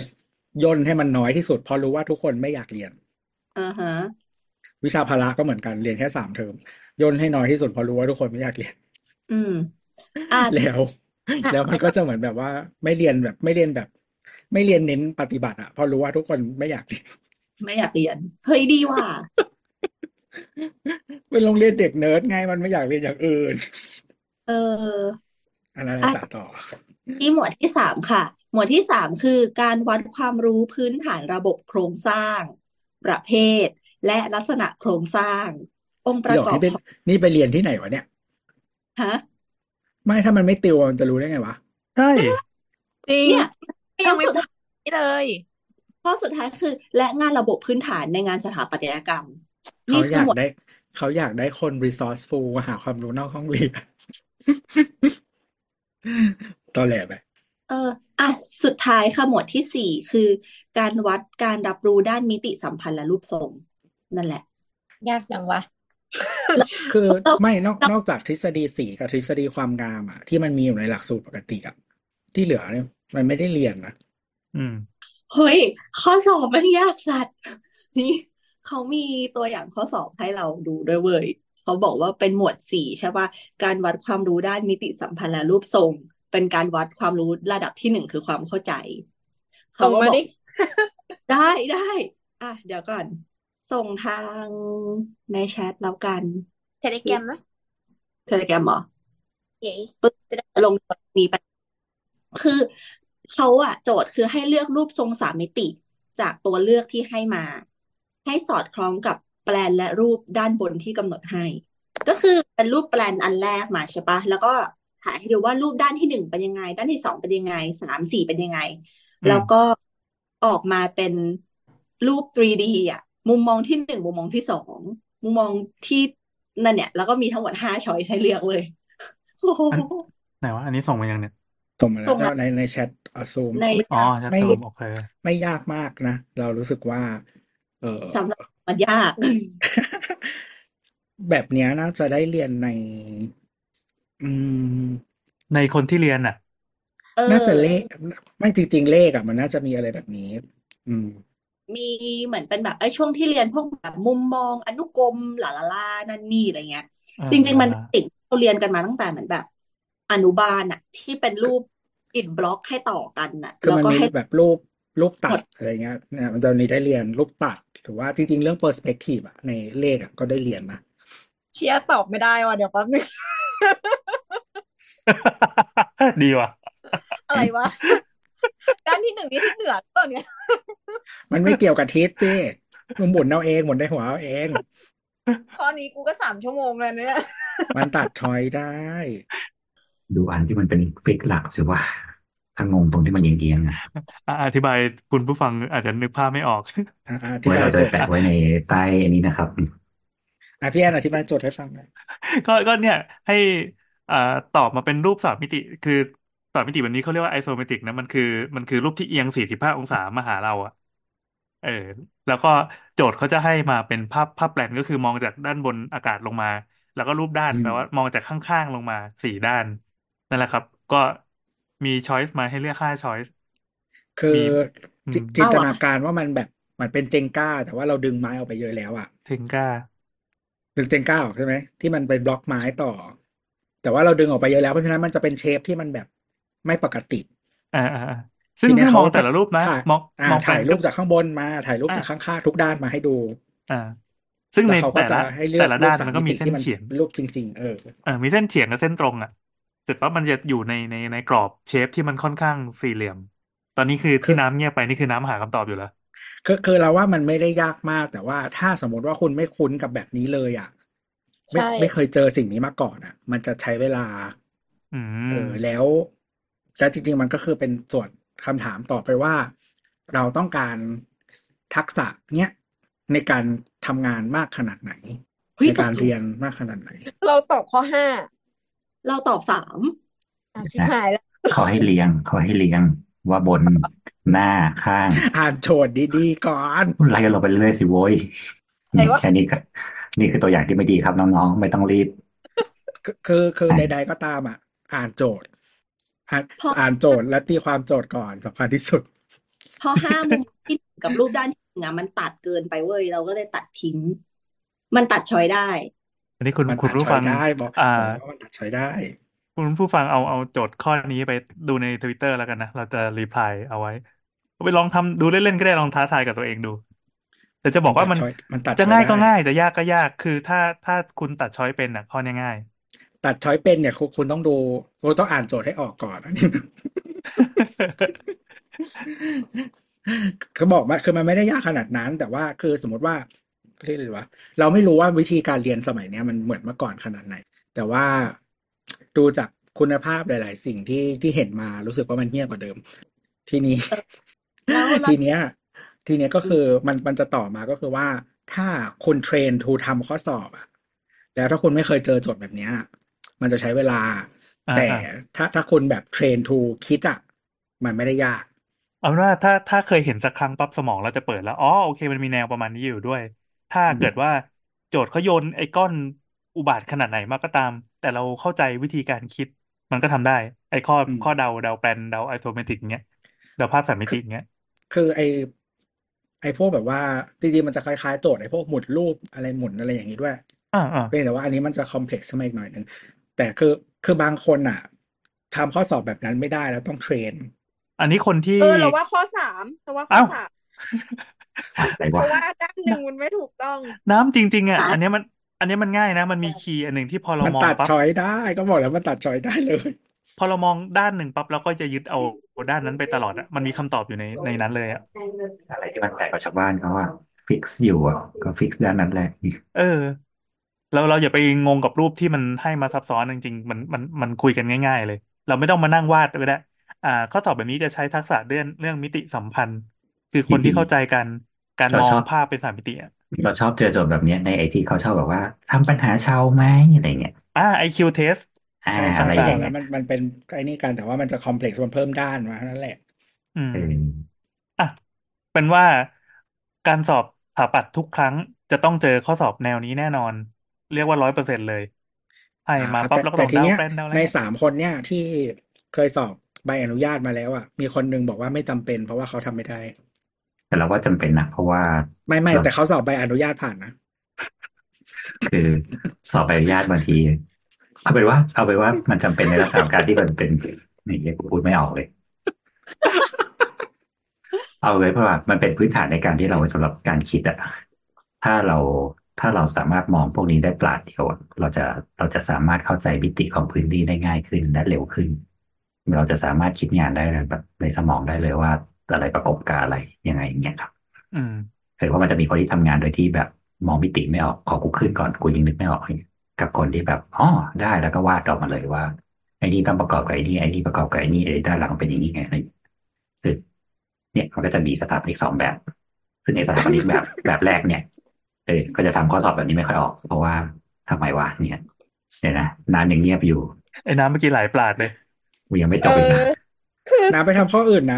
Speaker 3: ย่นให้มันน้อยที่สุดเพราะรู้ว่าทุกคนไม่อยากเรียน
Speaker 1: อ่าฮะ
Speaker 3: วิชาพละก็เหมือนกันเรียนแค่สามเทอมย่นให้น้อยที่สุดเพราะรู้ว่าทุกคนไม่อยากเรียน
Speaker 1: อืม อ่า
Speaker 3: แล้ว
Speaker 2: อ่ะ
Speaker 3: แล้ว
Speaker 2: พ
Speaker 3: มั
Speaker 2: อน ย
Speaker 3: ก็
Speaker 2: ต่อ
Speaker 3: จะเหมือนแบบว่า ไม่เรียนแบบ ไม่เรียนแบบ ไม่เรียนเน้นปฏิบัติอะเพราะรู้ว่าทุกคนไม่อยากเรียน
Speaker 1: ไม่อยากเรียน เฮ้ยดีว่ะ
Speaker 3: เป็นโรงเรียนเด็กเนิร์ดไงมันไม่อยากเรียนอย่างอื่น
Speaker 1: เออ
Speaker 3: อันนั้น
Speaker 1: อ่ะ
Speaker 3: ต่าต่อ
Speaker 1: ที่หมวดที่สามค่ะ หมวดที่สามคือการวัดความรู้พื้นฐานระบบโครงสร้าง ประเภท และลักษณะโครงสร้าง องค์ประ
Speaker 3: เดี๋ยว
Speaker 1: กอบ
Speaker 3: นี่เป็น
Speaker 1: ของ
Speaker 3: นี่ไปเรียนที่ไหนวะเนี่ย
Speaker 1: ฮะ
Speaker 3: ไม่ถ้ามันไม่ติวอะมันจะรู้ได้ไงวะ
Speaker 4: ใช่
Speaker 2: จริง
Speaker 1: เนี่ยข้
Speaker 2: ยั
Speaker 1: อง
Speaker 2: ไม่
Speaker 1: สุดท้าย
Speaker 2: พูดนี่เลย
Speaker 1: ข้อสุดท้ายคือ และงานระบบพื้นฐานในงานสถาปัตยกรรม
Speaker 3: เขา
Speaker 1: นี่คือย
Speaker 3: อา
Speaker 1: ห
Speaker 3: ก
Speaker 1: มวด
Speaker 3: ได้ เขาอยากได้คน resourceful มาหาความรู้นอกห้องเรียน ตอแหลไป
Speaker 1: เอออ่ะสุดท้ายค่ะหมวดที่สี่คือ การวัดการรับรู้ด้านมิติสัมพันธ์และรูปทรง นั่นแหละ
Speaker 2: ยากจังวะ
Speaker 3: คือ
Speaker 1: เรา
Speaker 3: ไม่นอก
Speaker 1: เรา
Speaker 3: นอกจากทฤษฎีสีกับทฤษฎีความงามอะที่มันมีอยู่ในหลักสูตรปกติอะที่เหลือเนี่ยมันไม่ได้เรียนนะ
Speaker 4: อืม
Speaker 1: เฮ้ย ข้อสอบมันยากสัตว์นี่เขามีตัวอย่างข้อสอบให้เราดูด้วยเว้ยเขาบอกว่าเป็นหมวดสี่ใช่ป่ะการวัดความรู้ด้านมิติสัมพันธ์และรูปทรง เป็นการวัดความรู้ระดับที่หนึ่งคือความเข้าใจ
Speaker 2: ส่งมาดิ
Speaker 1: ได้ได้อ่ะเดี๋ยวก่อน ส่งทางในแชทแล้วกัน
Speaker 2: เทเลแกรมไหม
Speaker 1: เทเลแกรมหรอ
Speaker 2: เย้
Speaker 1: ลงโจทย์มีปัญคือเขาอะโจทย์คือให้เลือกรูปทรงสามมิติ จากตัวเลือกที่ให้มา ให้สอดคล้องกับแปลนและรูปด้านบนที่กำหนดให้ ก็คือเป็นรูปแปลนอันแรกมาใช่ปะแล้วก็ถ่ายให้ดูว่ารูปด้านที่หนึ่งเป็นยังไง ด้านที่สองเป็นยังไงสามสี่เป็นยังไง
Speaker 4: อืม
Speaker 1: แล้วก็ออกมาเป็นรูป 3D อะมุมมองที่หนึ่งมุมมองที่สองมุมมองที่นั่นเนี่ย แล้วก็มีทั้งหมดห้าช้อยให้เลือกเลยโอ้โห
Speaker 4: ไหนวะอันนี้ส่งมายังเนี่ย
Speaker 3: ส่งมาแล้
Speaker 1: ส่
Speaker 3: ว
Speaker 1: งมา
Speaker 3: ในในแชทอซูม
Speaker 1: ใน
Speaker 4: อ๋อจะ
Speaker 3: ไม่
Speaker 4: ส่งโอเค
Speaker 3: ไม่ยากมากนะ เรารู้สึกว่า เออ
Speaker 1: สำหรับ มันยาก
Speaker 3: แบบเนี้ยน่าจะได้เรียนใน อืม
Speaker 4: ในคนที่เรียนอ่ะ
Speaker 1: เอ
Speaker 3: น่าจะ
Speaker 1: อ
Speaker 3: เลขไม่จริง ๆ เลขอ่ะ มันน่าจะมีอะไรแบบนี้ อืม
Speaker 1: มีเหมือนเป็นแบบไอ้ช่วงที่เรียนพวกแบบมุมมองอนุกรมหลาลาลานั่นนี่อะไรเงี้ย
Speaker 4: อ่า
Speaker 1: จริง ๆ มัน
Speaker 4: อ่า
Speaker 1: ติดเราเรียนกันมาตั้งแต่เหมือนแบบ อนุบาลน่ะ ที่เป็นรูปอิฐบล็อกให้ต่อกันน่ะ
Speaker 3: คือ
Speaker 1: แล้ว
Speaker 3: มัน
Speaker 1: ก็
Speaker 3: มี
Speaker 1: ให้
Speaker 3: แบบรูปรูปตั
Speaker 1: หม
Speaker 3: ด
Speaker 1: ด
Speaker 3: อะไรเงี้ยนะมันตอนนี้ได้เรียนรูปตัด หรือว่าจริง ๆ เรื่อง perspective อะในเลขอะก็ได้เรียนนะ
Speaker 2: เชียร์ตอบไม่ได้ว่ะเดี๋ยวแป๊บนึง
Speaker 4: ดีว่ะ
Speaker 2: อะไรวะ ด้านที่หนึ่งนี่ที่เหนือเปล่าเนี่ย
Speaker 3: มันไม่เกี่ยวกับทิศเจ้มึงหมุนเอาเองหมุนในหัวเอาเอง
Speaker 2: ข้อนี้กูก็สามชั่วโมงแล้วเนี่ย
Speaker 3: มันตัด ชอยได้
Speaker 5: ดูอันที่มันเป็นฟิกหลักสิว่าถ้างงตรงที่มันเอียงๆอ่ะ
Speaker 4: อ่ะอธิบายคุณผู้ฟังอาจจะนึกภาพไม่ออก
Speaker 3: อ่ะอ่ะอธิ
Speaker 5: ไว้
Speaker 3: บาย
Speaker 5: เราจะ
Speaker 3: โจ
Speaker 5: ไป
Speaker 3: ทย์
Speaker 5: แปะไว้ในใต้อันนี้นะครับ
Speaker 3: อ่ะพี่แอนอธิบายโจทย์ให้ฟังหน่อย
Speaker 4: ก็ก็เนี่ยให้อ่าตอบมาเป็นรูปสามมิติ คือสามมิติแบบนี้เขาเรียกว่าไอโซเมตริกนะมันคือมันคือรูปที่เอียงสี่สิบห้าองศามาหาเราอะเออ แล้วก็โจทย์เขาจะให้มาเป็นภาพภาพแปลนก็คือมองจากด้านบนอากาศลงมา แล้วก็รูปด้าน
Speaker 3: อื
Speaker 4: แปล
Speaker 3: ม
Speaker 4: ว่ามองจากข้างๆลงมาสี่ด้านนั่นแหละครับ ก็มีช้อยส์มาให้เลือกห้าช้อยส์
Speaker 3: คือ
Speaker 4: มีอื
Speaker 3: จิ
Speaker 4: ม
Speaker 3: จิน
Speaker 1: เอา
Speaker 3: ต
Speaker 1: อะ
Speaker 3: นาการว่ามันแบบมันเป็นเจงก้า แต่ว่าเราดึงไม้ออกไปเยอะแล้วอ่ะ
Speaker 4: ถึงกล้า
Speaker 3: ดึงเจงก้าออกใช่ไหมที่มันเป็นบล็อกไม้ต่อ แต่ว่าเราดึงออกไปเยอะแล้วเพราะฉะนั้นมันจะเป็นเชฟที่มันแบบไม่ปกติ
Speaker 4: อ่าอ่าอ่าซึ่
Speaker 3: ที
Speaker 4: ง
Speaker 3: เนี้ย
Speaker 4: ซึ่งม
Speaker 3: เขา
Speaker 4: องแต่
Speaker 3: ก็
Speaker 4: ละรูปนะ
Speaker 3: ถ่าย
Speaker 4: มอง
Speaker 3: อ่าม
Speaker 4: องแปล
Speaker 3: ถ่าย
Speaker 4: น
Speaker 3: รู
Speaker 4: ก็
Speaker 3: ปจากข้างบนมาถ่ายรูป
Speaker 4: อ่า
Speaker 3: จากข้างๆทุกด้านมาให้ดู
Speaker 4: อ่า ซึ่ง
Speaker 3: แล้
Speaker 4: ใน
Speaker 3: วเขา
Speaker 4: แต่
Speaker 3: ก็จะ
Speaker 4: ละ
Speaker 3: ให้เลื
Speaker 4: แต่
Speaker 3: อก
Speaker 4: ละ
Speaker 3: รู
Speaker 4: ด้า
Speaker 3: ป
Speaker 4: น
Speaker 3: สา
Speaker 4: มั
Speaker 3: ม
Speaker 4: นก็
Speaker 3: มิ
Speaker 4: มี
Speaker 3: ติ
Speaker 4: เส้น
Speaker 3: ที่มัน
Speaker 4: เฉียง
Speaker 3: รูปจริง ๆ เออ
Speaker 4: เออมีเส้นเฉียงกับเส้นตรงอ่ะเสร็จว่ามันจะอยู่ในในในกรอบเชฟที่มันค่อนข้างสี่เหลี่ยม ตอนนี้คือ
Speaker 3: คื
Speaker 4: ที่
Speaker 3: อ
Speaker 4: น้ำเงียบไปนี่คือน้ำหาคำตอบอยู่แล้ว
Speaker 3: คือคือเราว่ามันไม่ได้ยากมาก แต่ว่าถ้าสมมติว่าคุณไม่คุ้นกับแบบนี้เลยอ่ะไม่
Speaker 2: ใช่
Speaker 3: ไม่เคยเจอสิ่งนี้มาก่อนอ่ะ มันจะใช้เวลา
Speaker 4: อืม
Speaker 3: เออแล้วแล้วจริงๆมันก็คือเป็นส่วนคำถามต่อไปว่า เราต้องการทักษะเนี้ยในการทำงานมากขนาดไหน
Speaker 1: เฮ้ย
Speaker 3: ใน
Speaker 1: แต่
Speaker 3: การ
Speaker 1: จริง
Speaker 3: เรียนมากขนาดไหน
Speaker 2: เราตอบข้อห้า
Speaker 1: เราตอบสาม
Speaker 2: อ่ะชิบหายแล้ว
Speaker 5: เขาให้เรียงเขาให้เรียงว่าบนหน้าข้าง
Speaker 3: อ่านโจทย์ดีๆก่อน
Speaker 5: ไล่กันลงไปเรื่อยๆสิโว้ย
Speaker 2: ไหนวะ
Speaker 5: แค่นี้ก็นี่คือตัวอย่างที่ไม่ดีครับน้องๆ ไม่ต้องรีบ
Speaker 3: คือคือคือ
Speaker 5: อ่าน
Speaker 3: ใด ๆก็ตามอ่ะ อ่านโจทย์ อ่าน
Speaker 1: เพราะ
Speaker 3: อ่านโจทย์และตีความโจทย์ก่อนสำคัญที่สุด
Speaker 1: เพราะห้ามุมที่หนึ่งกับรูปด้านที่หนึ่งอะมันตัดเกินไปเว้ย เราก็เลยตัดทิ้ง มันตัดช้อยได้
Speaker 4: อันนี้คุณ
Speaker 3: มัน
Speaker 4: คุณ
Speaker 3: ตัด
Speaker 4: ผู้
Speaker 3: ชอย
Speaker 4: ฟัง
Speaker 3: ได้บอก
Speaker 4: อ่า
Speaker 3: บอกแล้วว่ามันตัดชอยได้
Speaker 4: คุณผู้ฟังเอาเอาโจทย์ข้อนี้ไปดูในทวิตเตอร์แล้วกันนะ เราจะรีพลายเอาไว้เอาไปลองทำดูเล่นๆก็ได้ลองท้าทายกับตัวเองดู แต่จะบอ
Speaker 3: มั
Speaker 4: ก
Speaker 3: น
Speaker 4: ว่า
Speaker 3: ตัด
Speaker 4: มัน
Speaker 3: ชอยมันตัด
Speaker 4: จะ
Speaker 3: ชอย
Speaker 4: ง่ายก็
Speaker 3: ได้
Speaker 4: ง่ายแต่ยากก็ยากคือถ้าถ้าคุณตัดช้อยเป็นนะข้อเนี้ยง่าย
Speaker 3: ตัดชอยเป็นเนี่ยคุณคุณต้องดูคุณต้องอ่านโจทย์ให้ออกก่อนอันนี้ เขาบอกว่าคือมันไม่ได้ยากขนาดนั้น แต่ว่าคือสมมติว่าเรียกเลยว่า เราไม่รู้ว่าวิธีการเรียนสมัยเนี้ยมันเหมือนเมื่อก่อนขนาดไหน แต่ว่าดูจากคุณภาพหลาย ๆ สิ่งที่ที่เห็นมารู้สึกว่ามันเหี้ยกว่าเดิม ทีนี้
Speaker 1: แล้วเรา
Speaker 3: ทีเนี้ย ทีเนี้ยก็คือมันมันจะต่อมาก็คือว่า ถ้าคุณเทรนทูทำข้อสอบอะแล้วถ้าคุณไม่เคยเจอโจทย์แบบเนี้ย มันจะใช้เวลา
Speaker 4: อ่า
Speaker 3: แต่
Speaker 4: อ่า
Speaker 3: ถ้าถ้าคุณแบบเทรนทูคิดอะมันไม่ได้ยาก
Speaker 4: เอาเป็นว่าถ้าถ้าเคยเห็นสักครั้งปั๊บสมองเราจะเปิดแล้วอ๋อโอเคมันมีแนวประมาณนี้อยู่ด้วย ถ้า
Speaker 5: อืม
Speaker 4: เกิดว่าโจทย์เขาโยนไอ้ก้อนอุบาทขนาดไหนมาก็ตาม แต่เราเข้าใจวิธีการคิด มันก็ทำได้ ไอ้ข้อ
Speaker 3: อืม
Speaker 4: ข้อเดาเดาแปลนเดาไอโซเมตริกเงี้ยเดาภาพสามมิ
Speaker 3: คื
Speaker 4: ติ
Speaker 3: อ
Speaker 4: เงี้ย
Speaker 3: คือไอไอพวกแบบว่าจริงๆมันจะคล้ายๆโจทย์ไอพวกหมุนรูปอะไรหมุนอะไรอย่างนี้ด้วย
Speaker 4: อ่าอ่า
Speaker 3: เพียงแต่ว่าอันนี้มันจะคอมเพล็กซ์ขึ้นมาอีกหน่อยหนึ่งแต่คือคือบางคนอ่ะ ทำข้อสอบแบบนั้นไม่ได้แล้วต้องเทรน
Speaker 4: อันนี้คนที่
Speaker 2: เออเราว่าข้อสามเราว่าข้อ
Speaker 4: เอ้า
Speaker 2: สาม
Speaker 5: อะไร
Speaker 2: เพ
Speaker 5: วะ
Speaker 2: ราะว่าด้านหนึ่งมันไม่ถูกต้อง
Speaker 4: น้ำจริง ๆอ่ะ
Speaker 2: อ่ะ
Speaker 4: อันเนี้ยมัน อันเนี้ยมันง่ายนะ มันมีคีย์อันหนึ่งที่พอเรา
Speaker 3: มัน
Speaker 4: มอง
Speaker 3: ตัด
Speaker 4: ปั๊บ
Speaker 3: ช้อยได้ก็บอกแล้วมันตัดช้อยได้เลย
Speaker 4: พอเรามองด้านหนึ่งปั๊บเราก็จะยึดเอาด้านนั้นไปตลอดอ่ะมันมีคำตอบอยู่ในในนั้นเลยอ่ะ
Speaker 5: อะไรที่มันแปลกกว่าชาวบ้านเขาอะฟิกซ์อยู่อะก็ฟิกซ์ด้านนั้นแหละ
Speaker 4: เออ เราเราอย่าไปงงกับรูปที่มันให้มาซับซ้อนจริงๆ มันมันมันคุยกันง่าย ๆ เลย เราไม่ต้องมานั่งวาดก็ได้ อ่า ข้อสอบแบบนี้จะใช้ทักษะเรื่องเรื่องมิติสัมพันธ์ คือคนที่เข้าใจกันการมองภาพเป็นสามมิติอ่ะ
Speaker 5: เราชอบเจอโจทย์แบบเนี้ยในไอที่เขาชอบแบบว่าทำปัญหาชาวไหมอะไรเงี้ย
Speaker 4: อ่า IQ test
Speaker 5: อ่า
Speaker 3: ใช่
Speaker 5: อะ
Speaker 3: ใช่
Speaker 5: ไร
Speaker 3: ก็
Speaker 5: อย่าง
Speaker 3: แล้
Speaker 5: เงี้
Speaker 3: วย มันมันเป็นไอ้นี่กันแต่ว่ามันจะคอมเพล็กซ์มันเพิ่มด้านมาเท่านั้นแหละ
Speaker 4: อืม
Speaker 5: เออ
Speaker 4: อ่ะเป็นว่าการสอบสถาปัตย์ทุกครั้งจะต้องเจอข้อสอบแนวนี้แน่นอน เรียกว่าร้อยเปอร์เซ็นต์เลยให้
Speaker 3: อ่า
Speaker 4: มา
Speaker 3: ครับ
Speaker 4: ปั๊บ
Speaker 3: แต่
Speaker 4: แล้วก็
Speaker 3: แต่
Speaker 4: ต้อง
Speaker 3: ที
Speaker 4: เดา
Speaker 3: เนี้ย
Speaker 4: แปลนเดาอะไร
Speaker 3: ใน
Speaker 4: เงี้ย
Speaker 3: สามคนเนี่ยที่เคยสอบใบอนุญาตมาแล้วอ่ะมีคนหนึงบอกว่าไม่จำเป็น เพราะว่าเขาทำไม่ได้
Speaker 5: แต่เราว่าจำเป็นนะเพราะว่า
Speaker 3: ไม่ไม่
Speaker 5: เรา
Speaker 3: แต่เขาสอบใบอนุญาตผ่านนะ
Speaker 5: คือสอบใบอนุญาตบางทีเอาเป็นว่า เอาเป็นว่ามันจำเป็นในลักษณะของการที่มันเป็นนี่เรียกกูพูดไม่ออกเลย เอาเลยเพราะว่ามันเป็นพื้นฐานในการที่เราไว้สำหรับการคิดอะถ้าเราถ้าเราสามารถมองพวกนี้ได้ปลาดเดียวอะเราจะเราจะสามารถเข้าใจมิติของพื้นที่ได้ง่ายขึ้นและเร็วขึ้น เราจะสามารถคิดงานได้แบบในสมองได้เลยว่าอะไรประกอบกับอะไรยังไงอย่างเงี้ยครับ
Speaker 4: อืม
Speaker 5: เห็นว่ามันจะมีคนที่ทำงานโดยที่แบบมองมิติไม่ออกขอกูขึ้นก่อนกูยังนึกไม่ออกเลยกับคนที่แบบอ๋อได้แล้วก็วาดออกมาเลยว่าไอ้นี่ต้องประกอบกับไอ้นี่ไอ้นี่ประกอบกับไอ้นี่ไอ้ด้านหลังเป็นอย่างนี้ไงอะไรอย่างเงี้ย คือเนี่ยมันก็จะมีสถาปนิกสองแบบ ซึ่งในสถาปนิกแบบ แบบแรกเนี่ยเออก็จะทำข้อสอบแบบนี้ไม่ค่อยออก เพราะว่าทำไมวะเนี่ยเดี๋ยวนะน้ำยังเงียบอยู่
Speaker 4: ไอ้น้ำเมื่อกี้หลายปลาดเลย
Speaker 5: กูยังไม่จ
Speaker 2: เอบ
Speaker 5: อีก
Speaker 2: อ
Speaker 5: นะ
Speaker 2: คือ
Speaker 3: น้ำไปทำข้ออื่นน้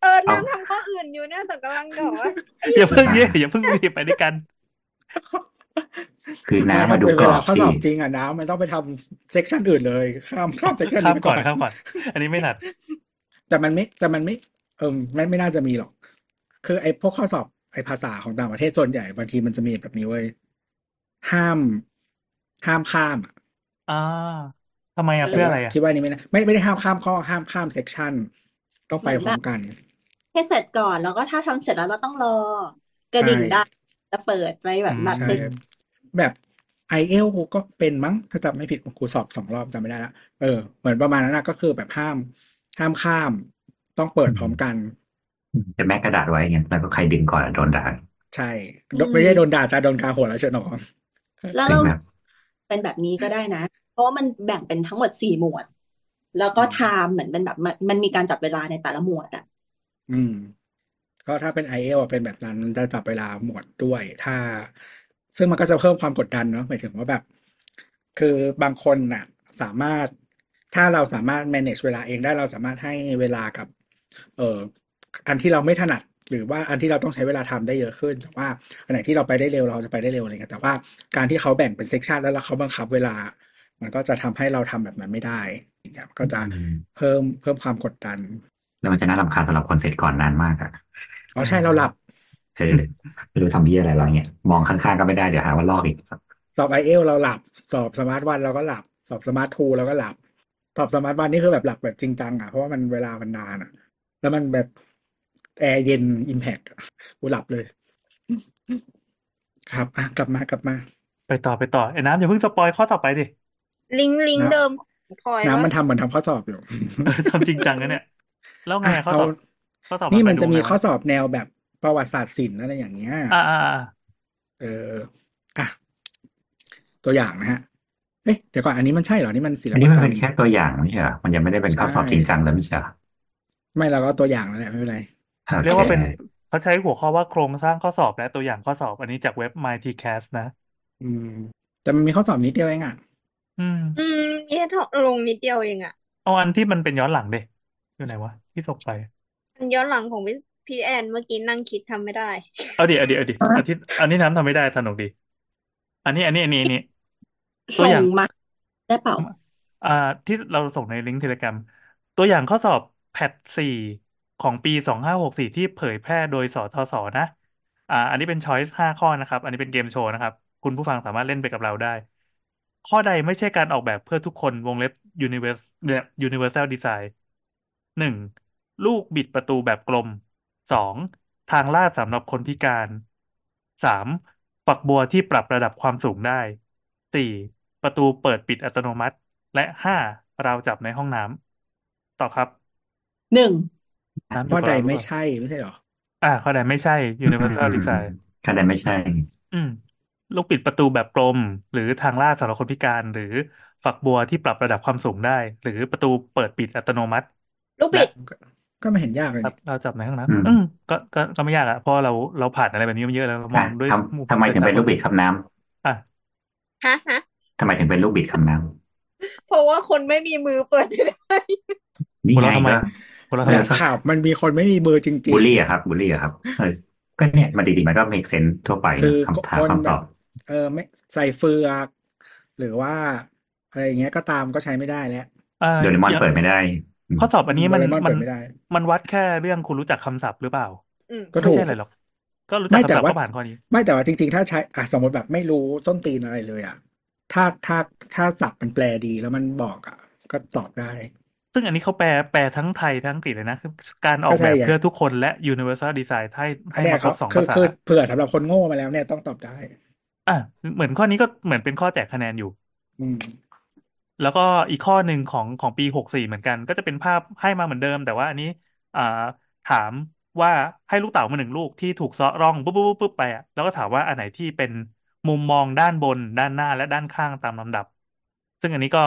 Speaker 2: เออน้ำทำข้ออื่นอยู่เนี่ยแต่กำลังแบบว่า
Speaker 4: อย่าเพิ่งเย่อย่าเพิ่งรีบไปด้วยกัน
Speaker 3: ำ
Speaker 5: คือ
Speaker 3: ไม่
Speaker 5: น้ำ
Speaker 3: ถ้า
Speaker 5: มาดู
Speaker 3: เป็น
Speaker 5: ก
Speaker 3: เว
Speaker 5: รอ
Speaker 3: ลา
Speaker 5: บ
Speaker 3: ข้อส
Speaker 5: ที่
Speaker 3: อบจริงอ่ะน้ำมันต้องไปทำเซกชันอื่นเลยข้ามข้ามเซกชัน
Speaker 4: ข้า
Speaker 3: นี้
Speaker 4: ม
Speaker 3: ไป
Speaker 4: ก่อ
Speaker 3: ก่อ
Speaker 4: น
Speaker 3: น
Speaker 4: ข้ามก่อน อันนี้ไม่หนัด
Speaker 3: แต่มันไม่แต่มันไม่เออไม่ไม่น่าจะมีหรอก คือไอ้พวกข้อสอบไอ้ภาษาของต่างประเทศส่วนใหญ่บางทีมันจะมีแบบนี้เว้ยห้าม ห้ามข้ามอะ
Speaker 4: อ่าทำไมอ่ะ
Speaker 3: หรื
Speaker 4: เพื่
Speaker 3: อ
Speaker 4: ออะ
Speaker 3: ว่า
Speaker 4: ไรอ่ะ
Speaker 3: คิดว่านี่ไม่นะไม่ไม่ได้ห้ามข้ามข้อห้ามข้ามเซกชันต้อง
Speaker 1: เห
Speaker 3: ไป
Speaker 1: มือน
Speaker 3: พร้
Speaker 1: แบ
Speaker 3: อม
Speaker 1: บ
Speaker 3: กัน
Speaker 1: ให้เสร็จก่อนแล้วก็ถ้าทำเสร็จแล้วเราต้องรอกระ
Speaker 3: ใช่
Speaker 1: ดิ่งได้จะเปิดไปแบ
Speaker 4: อื
Speaker 1: บแบบ
Speaker 3: ใช่
Speaker 1: เซ็ก
Speaker 4: ม
Speaker 3: แบบไอเอลกูก็เป็นมั้งถ้าจำไม่ผิดครูสอบสองรอบจำไม่ได้ละเออเหมือนประมาณนั้นนะก็คือแบบห้าม ห้ามข้าม ต้องเปิดพร้อมกัน
Speaker 5: จะแม้กระดาษไว้เนี่ยแล้วก็ใครดึงก่อนโดนด่า
Speaker 3: ใช่
Speaker 1: อื
Speaker 3: โดน
Speaker 1: ม
Speaker 3: ไม่ใช่โดนด่าจะโดนกาหัวแล้วเชียวหนอ
Speaker 1: แล้ว
Speaker 5: ซึ่ง
Speaker 1: เรา
Speaker 5: แบบ
Speaker 1: เป็นแบบนี้ก็ได้นะ เพราะว่ามันแบ่งเป็นทั้งหมดสี่หมวด แล้วก็ไทม์เหมือนเป็นแบบมันมันมีการจับเวลาในแต่ละหมวดอ่ะ
Speaker 3: อืม ก็ถ้าเป็น IELTS อะเป็นแบบนั้นมันจะจับเวลาหมดด้วย ถ้า ซึ่งมันก็จะเพิ่มความกดดันเนาะหมายถึงว่าแบบ คือบางคนน่ะ สามารถ ถ้าเราสามารถ manage เวลาเองได้เราสามารถให้เวลากับ เอ่ออันที่เราไม่ถนัด หรือว่าอันที่เราต้องใช้เวลาทำได้เยอะขึ้นแต่ว่าอันไหนที่เราไปได้เร็วเราจะไปได้เร็วอะไรเงี้ยแต่ว่าการที่เขาแบ่งเป็นเซกชันแล้วเขาบังคับเวลา มันก็จะทำให้เราทำแบบนั้นไม่ได้อย่างเงี้ยมันก็จะ
Speaker 5: อืม
Speaker 3: เพิ่มเพิ่มความกดดัน
Speaker 5: แล้วมันจะน่ารำคาญสำหรับคนเสร็จก่อนนานมากอะ
Speaker 3: อ๋อใช่เราหลับ
Speaker 5: เออไม่รู้ทำเหี้ยอะไรเราเนี่ยมองข้างๆก็ไม่ได้เดี๋ยวหาว่าลอกอีก
Speaker 3: สอบไอเอลเราหลับ สอบสมาร์ทวันเราก็หลับ สอบสมาร์ททูเราก็หลับ สอบสมาร์ทวันนี่คือแบบหลับแบบจริงจังอ่ะเพราะว่ามันเวลามันนานอ่ะ แล้วมันแบบแอร์เย็นอิมแพกกูหลับเลย ครับอ่ะกลับมากลับมา
Speaker 4: ไปต่อไปต่อไอ้น้ำอย่าเพิ่งสปอยข้อต่อไปดิ
Speaker 2: ลิงก์ลิงก์
Speaker 3: น้
Speaker 2: เดิมของพลอย
Speaker 3: ำ
Speaker 2: ว่า
Speaker 3: น้ำมันทำเหมือนทำข้อสอบอยู่
Speaker 4: เออทำจริงจังนะเนี่ย แล้วไง
Speaker 3: อ่ะ
Speaker 4: อะข้อ
Speaker 3: เอา
Speaker 4: สอบ ข้อสอบมั
Speaker 3: นี่
Speaker 4: นไป
Speaker 3: มัน
Speaker 4: ดู
Speaker 3: จะมี
Speaker 4: ไง
Speaker 3: ข้อ
Speaker 4: วะ
Speaker 3: สอบแนวแบบประวัติศาสตร์ศิลป์อะไรอย่างเงี้ย
Speaker 4: อ่าอ่าอ่า
Speaker 3: เอออ่ะตัวอย่างนะฮะเอ๊ะเดี๋ยวก่อนอันนี้มันใช่เหรอนี่มันศิล
Speaker 5: อัน
Speaker 3: ป
Speaker 5: นี้มั
Speaker 3: ก
Speaker 5: น
Speaker 3: รร
Speaker 5: เป็
Speaker 3: ม
Speaker 5: นแค่ตัวอย่างไม่ใช่เหรอมันยังไม่ได้เป็นข้อ
Speaker 3: ใช่
Speaker 5: สอบจริงจังเลยไม่ใช่เหรอ
Speaker 3: ไม่เราก็เอาตัวอย่างแล้วแหละไม่เป็นไร
Speaker 5: โอ
Speaker 4: เรีย
Speaker 5: เค
Speaker 4: กว่าเป็นเขาใช้หัวข้อว่าโครงสร้างข้อสอบและตัวอย่างข้อสอบ อันนี้จากเว็บ MyTCast นะ
Speaker 3: อืม แต่มันมีข้อสอบนิดเดียวเองอ่ะ
Speaker 4: อืม
Speaker 2: อืมมีให้ลงนิดเดียวเองอ่ะ
Speaker 4: เอาอันที่มันเป็นย้อนหลังดิอยู่ไหนวะที่ส่งไป
Speaker 2: อันย้อนหลังของพี่พี่แอนเมื่อกี้นั่งคิดทำไม่ได้
Speaker 4: เอาดิเอาดิเอาดิอาทิตย์อันนี้น้ำทำไม่ได้สนุกดี อันนี้อันนี้อันนี้อันนี้ ตั
Speaker 1: ส่
Speaker 4: วอง ย่าง
Speaker 1: มาได้เปล่า
Speaker 4: อ่าที่เราส่งในลิงก์เทเลกร m มตัวอย่างข้อสอบแพทสี่ของปีสองห้าหกสี่ที่เผยแพร่โดยสทศนะ อ่า อันนี้เป็นช้อยส์ห้าข้อนะครับ อันนี้เป็นเกมโชว์นะครับ คุณผู้ฟังสามารถเล่นไปกับเราได้ ข้อใดไม่ใช่การออกแบบเพื่อทุกคนวงเล็บ universe เนี่ย universal design หนึ่งลูกบิดประตูแบบกลมสองทางลาดสำหรับคนพิการสามฝักบัวที่ปรับระดับความสูงได้สี่ประตูเปิดปิดอัตโนมัติ และห้าราวจับในห้องน้ำต่อครับ
Speaker 1: หนึ่ง
Speaker 4: น้ำอยู่
Speaker 3: ข้อ
Speaker 4: กับ
Speaker 3: ใด
Speaker 4: เราหรือ
Speaker 3: ไม่
Speaker 4: เปล่า
Speaker 3: ใช่ไม่ใช่หรอ
Speaker 4: อ่าข้อใดไม่ใช่ universal design
Speaker 5: คะแนนไม่ใช่
Speaker 4: อืมลูกปิดประตูแบบกลม หรือทางลาดสำหรับคนพิการ หรือฝักบัวที่ปรับระดับความสูงได้ หรือประตูเปิดปิดอัตโนมัติ
Speaker 1: ลูก
Speaker 4: และ
Speaker 1: บิด
Speaker 3: ก็ก็ไม่เห็นยากเลย
Speaker 4: ครับ
Speaker 3: นี่
Speaker 4: เราจับในห้องน้ำ
Speaker 5: อืม
Speaker 4: อืมก็ก็ก็ไม่ยากอะเพราะเราเราผ่านอะไรแบบนี้มาเยอะแล้วเรามอ
Speaker 5: อ่ะ
Speaker 4: งด้วย
Speaker 5: ท
Speaker 4: มุม
Speaker 5: ำ
Speaker 4: ขอ
Speaker 5: ทำ
Speaker 4: ง
Speaker 5: ไม
Speaker 4: สาย
Speaker 5: ถึง
Speaker 4: ตา
Speaker 5: เป็น
Speaker 4: ค
Speaker 5: ลู
Speaker 4: น
Speaker 5: กบิดคำน้
Speaker 4: อ่ะ
Speaker 2: ฮะฮะ
Speaker 5: ำทำไมถึงเป็นลูกบิดคำน้
Speaker 2: เพราะว่าคนไม่มีมือเปิด ไม่ได้
Speaker 5: ำนี่
Speaker 4: หัว
Speaker 5: ไง
Speaker 4: เราะทำไม
Speaker 3: แห
Speaker 4: หัวเราะ
Speaker 5: ก็
Speaker 4: ทำ
Speaker 3: ล่
Speaker 4: ไม
Speaker 3: งข่าวมันมีคนไม่มีเบอร์จริ
Speaker 5: บู
Speaker 3: ง
Speaker 5: ลลี่อะครับบูลลี่อะครับเออก็เนี่ยมันดีๆมันก็ make sense ทั่วไป
Speaker 3: ๆ คื
Speaker 5: นะ
Speaker 3: อ
Speaker 5: คำถา
Speaker 3: ค
Speaker 5: ม
Speaker 3: น
Speaker 5: คำ
Speaker 3: แบ
Speaker 5: ตอ
Speaker 3: บบ เออไม่ใส่เฟือกหรือว่าอะไรอย่างเงี้ยก็ตามก็ใช้ไม่ได้แล้ว
Speaker 4: อ่า
Speaker 5: โดเรมอ
Speaker 4: อน ย่าง
Speaker 5: เปิดไม่ได้อืม
Speaker 4: ข้อสอบอันนี้
Speaker 3: โด
Speaker 4: มัน
Speaker 3: เรมอน
Speaker 4: มั
Speaker 3: เปิ
Speaker 4: น
Speaker 3: ดไม่ได้
Speaker 4: มันวัดแค่เรื่องคุณรู้จักคำศัพท์หรือเปล่า
Speaker 2: อืม
Speaker 3: ก็
Speaker 4: ไม่
Speaker 3: ถู
Speaker 4: ใช่
Speaker 3: ก
Speaker 4: อะไรหรอก ก็รู้จัก
Speaker 3: ไม่
Speaker 4: คำ
Speaker 3: แต่
Speaker 4: ศัพท์
Speaker 3: ว่า
Speaker 4: ก็ผ่านข้อนี้
Speaker 3: ไม่แต่ว่าจริง ๆ ถ้าใช้อ่ะสมมติแบบไม่รู้ส้นตีนอะไรเลยอ่ะถ้าถ้าถ้าศัพท์มันแปลดีแล้วมันบอกอ่ะ ก็ตอบได้
Speaker 4: ซึ่งอันนี้เขาแปลแปลทั้งไทยทั้งอังกฤษเลยนะคือการออ
Speaker 3: ก็
Speaker 4: กแบ
Speaker 3: ใช่
Speaker 4: บ
Speaker 3: ไง
Speaker 4: เพื่อทุกคนและ universal design ให้
Speaker 3: อัน
Speaker 4: ให้
Speaker 3: เนี้ย
Speaker 4: มาคร
Speaker 3: เขา
Speaker 4: บสอง
Speaker 3: คือ
Speaker 4: ภาษา
Speaker 3: คือเผื่อสำหรับคนโง่มาแล้วเนี่ยต้องตอบได้
Speaker 4: อ่ะเหมือนข้อนี้ก็เหมือนเป็นข้อแจกคะแนนอยู่
Speaker 3: อืม
Speaker 4: แล้วก็อีกข้อหนึ่งของของปีหกสี่เหมือนกัน ก็จะเป็นภาพให้มาเหมือนเดิม แต่ว่าอันนี้อ่าถามว่าให้ลูกเต๋ามาหนึ่งลูกที่ถูกเซาะร่องปุ๊บปุ๊บปุ๊บปุ๊บไปอ่ะแล้วก็ถามว่าอันไหนที่เป็นมุมมองด้านบน ด้านหน้าและด้านข้างตามลำดับ ซึ่งอันนี้ก็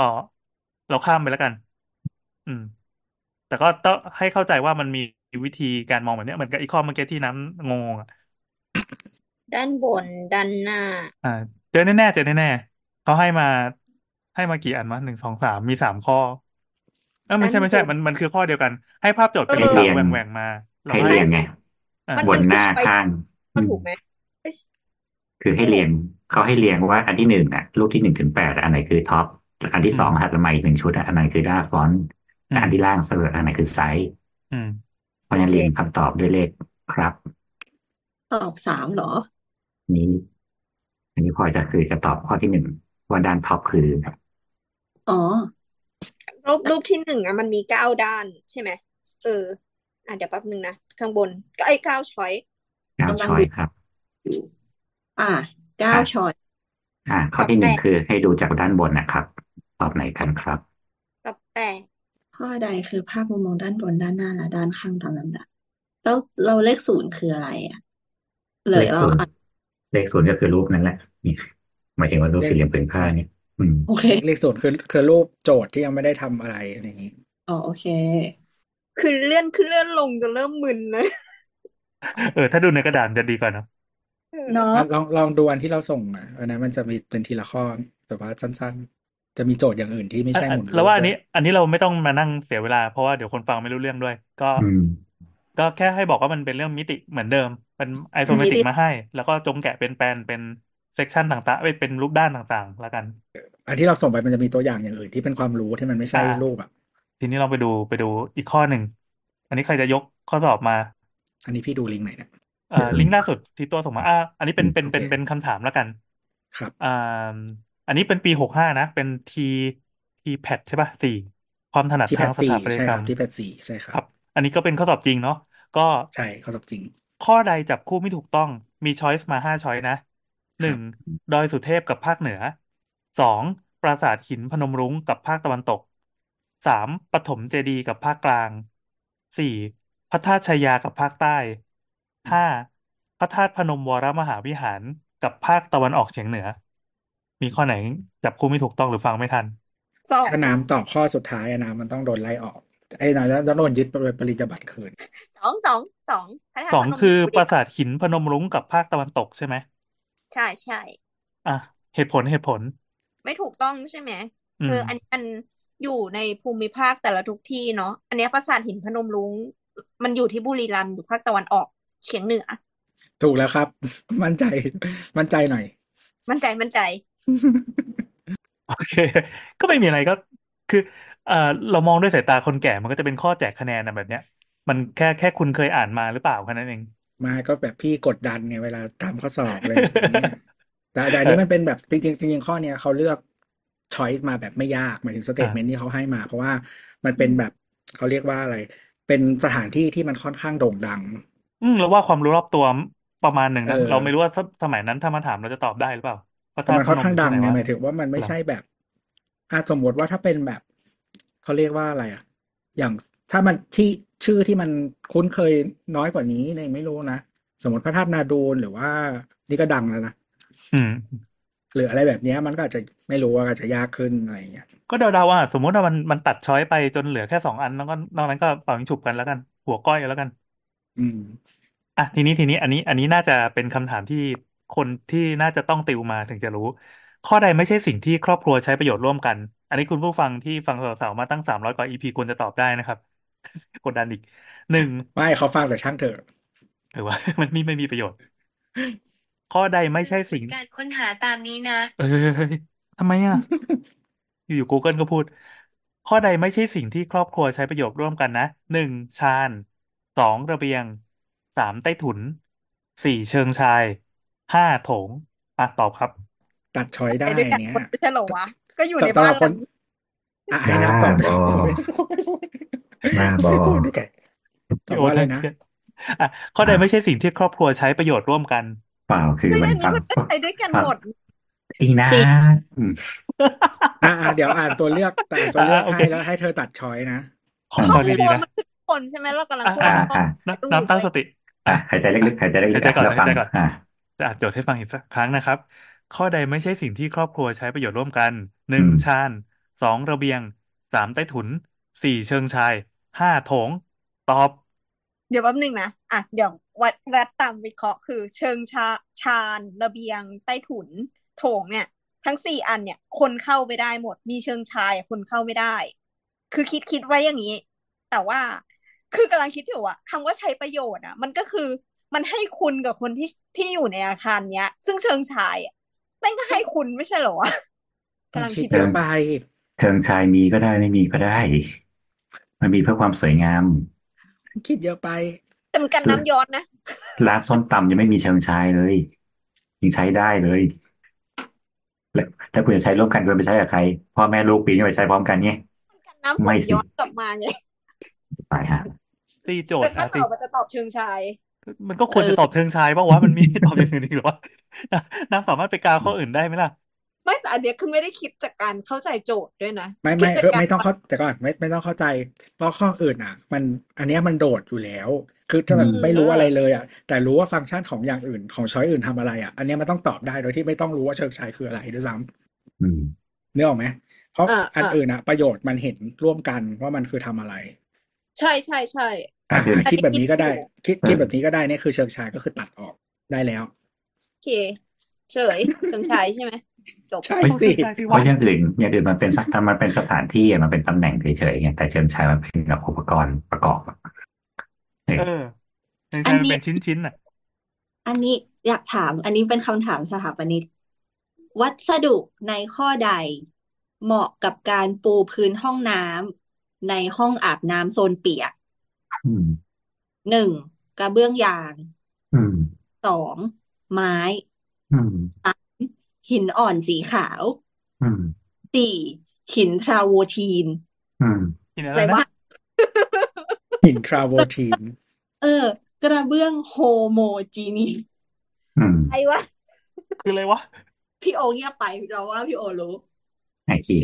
Speaker 4: เราข้ามไปแล้วกัน อืม แต่ก็ต้องให้เข้าใจว่ามันมีวิธีการมองแบบเนี้ยเหมือนกับอีกข้อเมื่อกี้ที่น้ำงงๆอ่ะ
Speaker 2: ด้านบนด้านหน้า
Speaker 4: อ่า เจอแน่ๆเจอแน่ๆเขาให้มาให้มากี่อันวะหนึ่งสองสามมีสามข้อ เออไม่
Speaker 2: ด้าน
Speaker 4: ใช่ไม่
Speaker 2: บ
Speaker 4: ใช่
Speaker 2: น
Speaker 4: มันมันคือข้อเดียวกัน ให้ภาพโจทย์
Speaker 2: เอ
Speaker 4: เป็น
Speaker 2: อ
Speaker 4: ลูก
Speaker 5: ให้เรี
Speaker 4: เต๋าย
Speaker 5: ง
Speaker 4: แหว่งแหว่งมา เรา
Speaker 5: ให้
Speaker 4: ก็ให้
Speaker 5: เรียงไง
Speaker 4: อ่า
Speaker 2: มัน
Speaker 5: บ
Speaker 2: มัน
Speaker 5: ห
Speaker 2: นคือ
Speaker 5: น้า
Speaker 2: ช้อย
Speaker 5: ข้างอื
Speaker 2: ก็
Speaker 5: ม
Speaker 2: ถูกไหมเอ้ย
Speaker 5: คือให้
Speaker 2: ไม่
Speaker 5: เรี
Speaker 2: รู้
Speaker 5: ยงเขาให้เรียงว่าอันที่หนึ่งอ่ะรูปที่หนึ่งถึงแปดอันไหนคือท็อปอันที่
Speaker 4: อื
Speaker 5: สอ
Speaker 4: ม
Speaker 5: งถัดลงมาอีกหนึ่งชุดอะอันไหนคือหน้าฟอนต์
Speaker 4: อื
Speaker 5: และ
Speaker 4: ม
Speaker 5: อันที่ล่างเสลออันไหนคือไซส์
Speaker 4: อืม
Speaker 5: เพ
Speaker 2: โอ
Speaker 5: ราะฉะนั้น
Speaker 2: เค
Speaker 5: เรียงคำตอบด้วยเลขครับ
Speaker 1: ตอบสามเหรอ
Speaker 5: นี้ อันนี้พอจะคือจะตอบข้อที่หนึ่งว่าด้านท็อปคือ
Speaker 1: อ๋อ
Speaker 2: รูปรูปที่หนึ่งอะมันมีเก้าด้านใช่ไหมเออ อ่ะเดี๋ยวแป๊บนึงนะ ข้างบนก็ไอ้เก้าช้อย
Speaker 5: เก้าก
Speaker 1: ำลัง
Speaker 5: ช้อย
Speaker 1: ดู
Speaker 5: ครับ
Speaker 1: อยู่ อ่าเก้า
Speaker 5: อ่ะ
Speaker 1: ช้อย
Speaker 5: อ่ะข้อ
Speaker 2: กับ
Speaker 5: ที่ห
Speaker 2: แป
Speaker 5: นึ่ง
Speaker 2: ด
Speaker 5: คือให้ดูจากด้านบนนะครับ ตอบไหนกันครับ
Speaker 2: กับแปด
Speaker 1: ข้อใดคือภาพมุมมองด้านบนด้านหน้าและด้านข้างตามลำดับแล้วเราเลขศูนย์คืออะไรอ่ะเหลือ
Speaker 5: เลข
Speaker 1: เรา
Speaker 5: ศูนย์
Speaker 1: อ่ะ
Speaker 5: เลขศูนย์ก็คือรูปนั้นแหละนี่หมายถึงว่ารูป
Speaker 3: เลข
Speaker 5: สี่เหลี่ยมผืนผ้า
Speaker 3: ใช่
Speaker 5: เนี่ย อืม
Speaker 1: โอเค
Speaker 3: เลขศูนย์คือคือรูปโจทย์ที่ยังไม่ได้ทำอะไรอะไรอย่างงี้
Speaker 1: อ๋อโอเค
Speaker 2: คือเลื่อนขึ้นเลื่อนลงจนเริ่มมึนเลย
Speaker 4: เออ ถ้าดูในกระดาษจะดีกว่าเนอะ
Speaker 2: เออ
Speaker 1: เนาะ
Speaker 3: อ่ะลองลองดูอันที่เราส่งอ่ะอันนั้นมันจะมีเป็นทีละข้อแบบว่าสั้นๆ จะมีโจทย์อย่างอื่นที่ไม่
Speaker 4: อัน
Speaker 3: ใช่ห
Speaker 4: อัน
Speaker 3: มุน
Speaker 4: เรา
Speaker 3: รูป
Speaker 4: ว่าอัน
Speaker 3: ด้วย
Speaker 4: นี้ อันนี้เราไม่ต้องมานั่งเสียเวลา เพราะว่าเดี๋ยวคนฟังไม่รู้เรื่องด้วย ก็
Speaker 5: อืม
Speaker 4: ก็แค่ให้บอกว่ามันเป็นเรื่องมิติเหมือนเดิม เป็นไอโซ
Speaker 1: เป็น
Speaker 4: เม
Speaker 1: มิ
Speaker 4: ตริก
Speaker 1: ติ
Speaker 4: มาให้ แล้วก็จงแกะเป็นแปลนเป็นเซกชันต่างๆเอ้ยเป็นรูปด้านต่างๆ แล้วกัน
Speaker 3: อันที่เราส่งไปมันจะมีตัวอย่างอย่างอื่นที่เป็นความรู้ที่มันไม่
Speaker 4: อ่า
Speaker 3: ใช่รูปอ่ะ
Speaker 4: ทีนี้เราไปดูไปดูอีกข้อหนึ่ง อันนี้ใครจะยกข้อสอบมา
Speaker 3: อันนี้พี่ดูลิงก์ไหนเนี่ย
Speaker 4: เอ่อลิงก์ล่าสุดที่ตัวส่งมาอ่าอันนี้เป็นเป็น
Speaker 3: โอเค
Speaker 4: เป็นเป็นคำถามแล้วกัน
Speaker 3: ครับ
Speaker 4: อ่าอันนี้เป็นปีหกห้านะ เป็นทีทีแพทใช่ป่ะสี่ความถนัด
Speaker 3: ที่แพ
Speaker 4: ทาง
Speaker 3: ท
Speaker 4: ส
Speaker 3: สี่
Speaker 4: ถาปัตย
Speaker 3: ใช่
Speaker 4: ก
Speaker 3: ค
Speaker 4: ร
Speaker 3: รั
Speaker 4: ร
Speaker 3: บ
Speaker 4: ม
Speaker 3: ที่แพทสี่ใช่ค
Speaker 4: ค
Speaker 3: รั
Speaker 4: รับ บ อันนี้ก็เป็นข้อสอบจริงเนาะก็
Speaker 3: ใช่ข้อสอบจริง
Speaker 4: ข้อใดจับคู่ไม่ถูกต้องมีช้อยส์มาห้าช้อยนะห
Speaker 3: ค
Speaker 4: นึ่
Speaker 3: รั
Speaker 4: ง
Speaker 3: บ
Speaker 4: ดอยสุเทพกับภาคเหนือสองปราสาทหินพนมรุ้งกับภาคตะวันตกสามปฐมเจดีย์กับภาคกลางสี่พระธาตุชัยยากับภาคใต้ห้าพระธาตุพนมวรมหาวิหารกับภาคตะวันออกเฉียงเหนือ มีข้อไหนจับคู่ไม่ถูกต้องหรือฟังไม่ทัน
Speaker 2: สอ
Speaker 3: ถ้าง น้ำตอบข้อสุดท้ายอะน้ำมันต้องโดนไล่ออกไอ้น้ำต้องโดนยึดปริญญาบัตรคืน
Speaker 2: สองสองสองพระธา
Speaker 4: ส
Speaker 2: ตุ
Speaker 4: อ
Speaker 2: พ
Speaker 4: ง
Speaker 2: นม
Speaker 4: คือ
Speaker 2: อยู่
Speaker 4: ป
Speaker 2: ดิ
Speaker 4: ราสาทหินพนมรุ้งกับภาคตะวันตกใช่ไหม
Speaker 2: ใช่ใช่
Speaker 4: อ่ะเหตุผลเหตุผล
Speaker 2: ไม่ถูกต้องใช่ไหม
Speaker 4: อื
Speaker 2: เออ
Speaker 4: ม
Speaker 2: อันนี้มันอยู่ในภูมิภาคแต่ละทุกที่เนาะ อันเนี้ยปราสาทหินพนมรุ้ง มันอยู่ที่บุรีรัมย์อยู่ภาคตะวันออกเฉียงเหนือ
Speaker 3: ถูกแล้วครับ มั่นใจ มั่นใจหน่อย
Speaker 2: มั่นใจมั่นใจ
Speaker 4: โอเค ก็ไม่มีอะไรก็ คือเอ่อเรามองด้วยสายตาคนแก่มันก็จะเป็นข้อแจกคะแนนนะแบบเนี้ย มันแค่แค่คุณเคยอ่านมาหรือเปล่าแค่นั้นเอง
Speaker 3: มาก็แบบพี่กดดันไงเวลาทำข้อสอบอะไรอย่างเงี้ยแต่แต่อันนี้มันเป็นแบบจริงๆจริงๆข้อเนี้ยเขาเลือก ช้อยส์มาแบบไม่ยากหมายถึงสเตทเมนต์ที่เขาให้มา เพราะว่ามันเป็นแบบเขาเรียกว่าอะไร เป็นสถานที่ที่มันค่อนข้างโด่งดัง
Speaker 4: อืมเราว่าความรู้รอบตัวประมาณหนึ่งนะ
Speaker 3: เออ
Speaker 4: เราไม่รู้ว่าสสมัยนั้นถ้ามาถามเราจะตอบได้หรือเปล่าพระ
Speaker 3: แต่
Speaker 4: ธาตุ
Speaker 3: มัน
Speaker 4: พ
Speaker 3: ค่อน
Speaker 4: นม
Speaker 3: ข้าง
Speaker 4: อยู่
Speaker 3: ดั
Speaker 4: ที่
Speaker 3: งไง
Speaker 4: ไหนวะ
Speaker 3: หมายถึงว่ามันไม่ใช่แบบอ่ะสมมติว่าถ้าเป็นแบบเขาเรียกว่าอะไรอ่ะ อย่างถ้ามันที่ชื่อที่มันคุ้นเคยน้อยกว่านี้เนี่ยไม่รู้นะสมมติพระธาตุนาดูนหรือว่านี่ก็ดังแล้วนะ
Speaker 4: อืม
Speaker 3: หรืออะไรแบบเนี้ยมันก็อาจจะไม่รู้ว่าอาจจะยากขึ้นอะไรอย่างเงี้ย
Speaker 4: ก็เดาๆว่าสมมุติว่ามันมันตัดช้อยไปจนเหลือแค่สองอันแล้วก็นอกนั้นก็เป่ายิงฉุบกันแล้วกัน หัวก้อยกันแล้วกัน
Speaker 3: อืม
Speaker 4: อ่ะทีนี้ทีนี้อันนี้อันนี้น่าจะเป็นคำถามที่คนที่น่าจะต้องติวมาถึงจะรู้ ข้อใดไม่ใช่สิ่งที่ครอบครัวใช้ประโยชน์ร่วมกัน อันนี้คุณผู้ฟังที่ฟังสาวๆมาตั้งสามร้อยกว่าอีพีควรจะตอบได้นะครับ กดดันอีกหนึ่ง
Speaker 3: ไม่เขาฟังแต่ช่างเถอะ
Speaker 4: หรือว่า มันนี่ไม่มีประโยชน์ ข้อใดไม่ใช่สิ่ง
Speaker 6: การค้นหาตามนี้นะ
Speaker 4: เอ้ยทำไมอ่ะ อยู่ Google ก็พูด ข้อใดไม่ใช่สิ่งที่ครอบครัวใช้ประโยชน์ร่วมกันนะหนึ่งชานสองระเบียงสามใต้ถุนสี่เชิงชายห้าโถงอ่ะตอบครับ
Speaker 3: ตัดช้อย
Speaker 2: ไป
Speaker 3: ได้
Speaker 2: ด้วยกัน
Speaker 3: เนี่ย
Speaker 2: หมดไม่ใช่เหรอวะ ก็อยู่ใน
Speaker 3: สำห
Speaker 2: บ้า
Speaker 3: รับ
Speaker 2: น
Speaker 3: คน
Speaker 2: ห ลัง
Speaker 3: อ่ะให้นับก่อน
Speaker 5: บ้าบอ
Speaker 3: ไม่พูดไม่พูดไม่พูด
Speaker 5: บ้าบอ
Speaker 3: ดีกว่าตอบ
Speaker 4: โอ้
Speaker 3: ว่าอะไร
Speaker 4: ทั้
Speaker 3: นะ
Speaker 4: งเครียดอ่ะข้อใดไม่ใช่สิ่งที่ครอบครัวใช้ประโยชน์ร่วมกัน
Speaker 5: เปล่าคือ
Speaker 2: เฮ้ย
Speaker 5: มัน
Speaker 2: อันนี้
Speaker 5: ฟัง
Speaker 2: มันก็ใช้ด้วยกัน
Speaker 5: ฟัง
Speaker 2: หมด
Speaker 5: ไอ้นะ
Speaker 1: สี่
Speaker 5: อืม
Speaker 3: อ่าเดี๋ยวอ่านตัวเลือกแต่อ่านตัว
Speaker 4: อ่า
Speaker 3: เลือก
Speaker 4: โอ
Speaker 3: ให้
Speaker 4: เค
Speaker 3: แล้วให้เธอตัดช้อยนะ
Speaker 4: ขอ
Speaker 2: ครอ
Speaker 4: ฟั
Speaker 2: บ
Speaker 4: ง
Speaker 2: ครั
Speaker 4: ดี
Speaker 2: ว
Speaker 4: ๆนะ
Speaker 2: มันคือคนใช่ไหมเรากำลัง
Speaker 4: อ่ะ
Speaker 2: พูด
Speaker 4: อ่ะ
Speaker 5: อ่า
Speaker 2: ถึงค
Speaker 4: น้ำ
Speaker 5: อ่า
Speaker 2: รอบครัว
Speaker 4: น้ำตั้งสติ
Speaker 5: อ่ะ
Speaker 4: อ่ะ
Speaker 5: หายใจลึกๆหายใจลึ
Speaker 4: หาย
Speaker 5: กๆ
Speaker 4: ใจ
Speaker 5: อ่ะ
Speaker 4: ก่อน
Speaker 5: เรา
Speaker 4: หาย
Speaker 5: ฟั
Speaker 4: ใจ
Speaker 5: ง
Speaker 4: ก่อน
Speaker 5: อ่า
Speaker 4: จะอ่านโจทย์ให้ฟังอีกสักครั้งนะครับ ข้อใดไม่ใช่สิ่งที่ครอบครัวใช้ประโยชน์ร่วมกันหนึ่
Speaker 5: อื
Speaker 4: ง
Speaker 5: ม
Speaker 4: ชานสองระเบียงสามใต้ถุนสี่เชิงชายห้าโถง ตอบ
Speaker 2: เดี๋ยวแป๊บหนึงนะ อ่ะ เดี๋ยววัดวัดตามวิเคราะห์คือ เชิงชาชานระเบียง ใต้ถุน โถงเนี่ย ทั้งสี่อันเนี่ย คนเข้าไปได้หมด มีเชิงชายอ่ะคนเข้าไม่ได้ คือคิดคิดไว้อย่างนี้ แต่ว่า คือกำลังคิดอยู่อะคำว่าใช้ประโยชน์อะมันก็คือมันให้คุณกับคนที่ที่อยู่ในอาคารเนี้ย ซึ่งเชิงชายอะแม่งก็ให้คุณไม่ใช่เหรอวะ
Speaker 3: มัน
Speaker 2: กำลัง
Speaker 3: คิด
Speaker 2: คิด
Speaker 3: เย
Speaker 2: อยู่
Speaker 3: อะไป
Speaker 5: เทิงชายมีก็ได้ไม่มีก็ได้ มันมีเพื่อความสวยงาม
Speaker 3: มันคิดเยอะไป
Speaker 2: แต่มันกันน้ำย้อนนะ
Speaker 5: ร้านส้มตำยังไม่มีเชิงชายเลย ยังใช้ได้เลย แล้วถ้าคุณจะใช้ร่วมกันคุณไปใช้กับใคร พ่อแม่ลูกปีนไปใช้พร้อมกันเนี่ย
Speaker 2: กันน้ำฝ
Speaker 5: ไม่
Speaker 2: น
Speaker 5: สิ
Speaker 2: ย้อนกลับมาไง
Speaker 5: ตายฮะ
Speaker 4: ตีโจ
Speaker 2: แต่
Speaker 4: ทย์
Speaker 2: ถ้า
Speaker 4: นะ
Speaker 2: ต
Speaker 4: ตี
Speaker 2: อบมันจะตอบเชิงชาย
Speaker 4: มันก็ควรจะตอบเชิงชายป่าววะมันมี ให้ตอบอย่างอื่นอีกเหรอวะน้ำน้ำสามารถไปกาข้ออื่นได้ไหมล่ะ
Speaker 2: ไม่แต่อันเนี้ยคือไม่ได้คิดจากการเข้าใจโจทย์ด้วยนะ
Speaker 3: ไม่
Speaker 2: คิด
Speaker 3: ไม่
Speaker 2: จาก
Speaker 3: คือ
Speaker 2: การ
Speaker 3: ไม่ต้องเข้าแต่ก่อนไม่ไม่ต้องเข้าใจ เพราะข้ออื่นอ่ะ มันอันเนี้ยมันโดดอยู่แล้ว คือ
Speaker 5: อื
Speaker 3: ถ้าแบ
Speaker 5: ม
Speaker 3: บไม่
Speaker 4: เออ
Speaker 3: รู้อะไรเลยอ่ะ แต่รู้ว่าฟังก์ชันของอย่างอื่นของช้อยอื่นทำอะไรอ่ะ อันเนี้ยมันต้องตอบได้โดยที่ไม่ต้องรู้ว่าเชิงชายคืออะไรด้วยซ้ำ
Speaker 5: อืม
Speaker 3: เนื้อออกไหม เพราะ
Speaker 2: อ่า
Speaker 3: อัน
Speaker 2: อ่า
Speaker 3: อื่นอะประโยชน์มันเห็นร่วมกันว่ามันคือทำอะไร
Speaker 2: ใช่ใช่ใช่
Speaker 3: อ่ะ
Speaker 5: อ่ะคือ
Speaker 3: อ่ะ
Speaker 2: อัน
Speaker 3: คิด
Speaker 2: นี้
Speaker 3: แบบ
Speaker 2: คิ
Speaker 3: นี้
Speaker 2: ด
Speaker 3: ก็
Speaker 2: อ
Speaker 3: ได้
Speaker 2: ยู่
Speaker 3: คิด
Speaker 5: เอ
Speaker 3: คิด
Speaker 5: อ
Speaker 3: แบบนี้ก็ได้เนี่ยคือเชิงชายก็คือตัดออกได้แล้ว
Speaker 2: โอเค เฉลยเชิงชายใช่ไหมจบ
Speaker 3: ใช่
Speaker 5: เฮ้ย
Speaker 4: ตอบ
Speaker 3: สิ
Speaker 4: เชิงชายที่
Speaker 5: เพ
Speaker 4: วะ
Speaker 5: ราะอย่างอื่นอย่างอื่นมันเป็นสักมันเป็นสถานที่อะมันเป็นตำแหน่งเฉยๆไงแต่เชิงชายมันเป็นแบบอุปกรณ์ประกอบอะเอ
Speaker 4: เออ
Speaker 5: อ
Speaker 4: เชิง
Speaker 1: อั
Speaker 4: ชาน ยมัน
Speaker 1: นี้
Speaker 4: เป็นชิ้นๆน่ะ
Speaker 1: อันนี้อยากถาม อันนี้เป็นคำถามสถาปนิก วัสดุในข้อใด เหมาะกับการปูพื้นห้องน้ำในห้องอาบน้ำโซนเปียก
Speaker 5: อืม
Speaker 1: หนึ่งกระเบื้องยาง
Speaker 5: อืม
Speaker 1: สองไม้
Speaker 5: อืม
Speaker 1: หินอ่อนสีขาว
Speaker 5: อืม
Speaker 1: สี่หินทราโวทีน
Speaker 5: อืม
Speaker 4: กินอะ
Speaker 2: อะไร ไร
Speaker 4: นะ
Speaker 2: วะ
Speaker 3: หินทราโวทีน
Speaker 1: เออ กระเบื้องโฮโมจีนี
Speaker 5: อืม
Speaker 2: อะไรวะ
Speaker 4: คืออะไรวะ
Speaker 1: พี่โอเงียบไปเราว่าพี่โอรู้
Speaker 5: ไอ้ขี้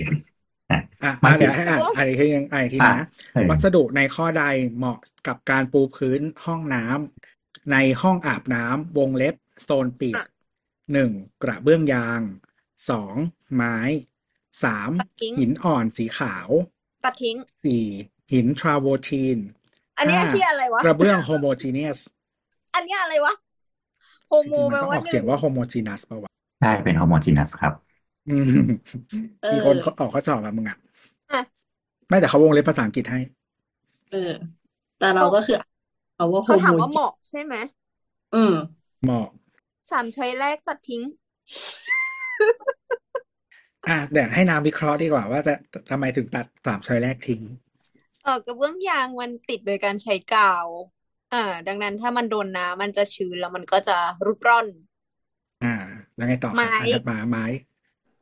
Speaker 5: อ่ะ
Speaker 3: อ่ะ
Speaker 5: ไม่
Speaker 3: อ่ะ
Speaker 5: คื
Speaker 3: เดี๋ย
Speaker 5: อ
Speaker 3: วให้อ่านอ่านอีกทีหนึงอ่านอีกทีห
Speaker 5: อ่ะ
Speaker 3: นึงนะ
Speaker 5: เออ
Speaker 3: วัสดุในข้อใดเหมาะกับการปูพื้นห้องน้ำในห้องอาบน้ำวงเล็บโซนเปียกหนึ่งกระเบื้องยางสองไม้สาม
Speaker 2: ตัดทิ้ง
Speaker 3: หินอ่อนสีขาว
Speaker 2: ตัดทิ้ง
Speaker 3: สี่หินทราโวทีน
Speaker 2: อันเนี้ย
Speaker 3: ห้า
Speaker 2: ที่อะไรวะ
Speaker 3: กระเบื้องโฮโมจีเนียส
Speaker 2: อันเนี้ยอะไรวะโฮ
Speaker 3: จ
Speaker 2: โม
Speaker 3: ริงๆ มันต้องอ
Speaker 2: แปล
Speaker 3: อ
Speaker 2: ว่า
Speaker 3: ก
Speaker 2: หนึ่
Speaker 3: เสียง
Speaker 2: ง
Speaker 3: ว่าโฮโมจีนัสป่าวะ
Speaker 5: ใช่เป็นฮอร์โมนจีนัสครับ
Speaker 3: อืม
Speaker 1: เออ
Speaker 3: มีคนเขาออกข้อสอบอะมึงอะ
Speaker 2: อ่ะ
Speaker 3: ไม่แต่เขาวงเล็บภาษาอังกฤษให้
Speaker 1: เออ แต่เรา
Speaker 2: เขา
Speaker 1: ก็คือเอาว่าโฮ
Speaker 2: เขาถา
Speaker 1: โม
Speaker 2: มว่าเห
Speaker 1: จี
Speaker 2: มาะใช่ไหม
Speaker 1: อืม
Speaker 3: เหมาะ
Speaker 2: สามช้อยแรกตัดทิ้ง
Speaker 3: อ่ะเดี๋ยวให้นามวิเคราะห์ดีกว่าว่าจะทำไมถึงตัดสามช้อยแรกทิ้ง
Speaker 2: เออกระเบื้องยางมันติดโดยการใช้กาว อ่า ดังนั้นถ้ามันโดนน้ำมันจะชื้นแล้วมันก็จะรุดร่อน
Speaker 3: อ่า แล้วไงต่อครับ
Speaker 2: ไม้
Speaker 3: อันถัดมาไม้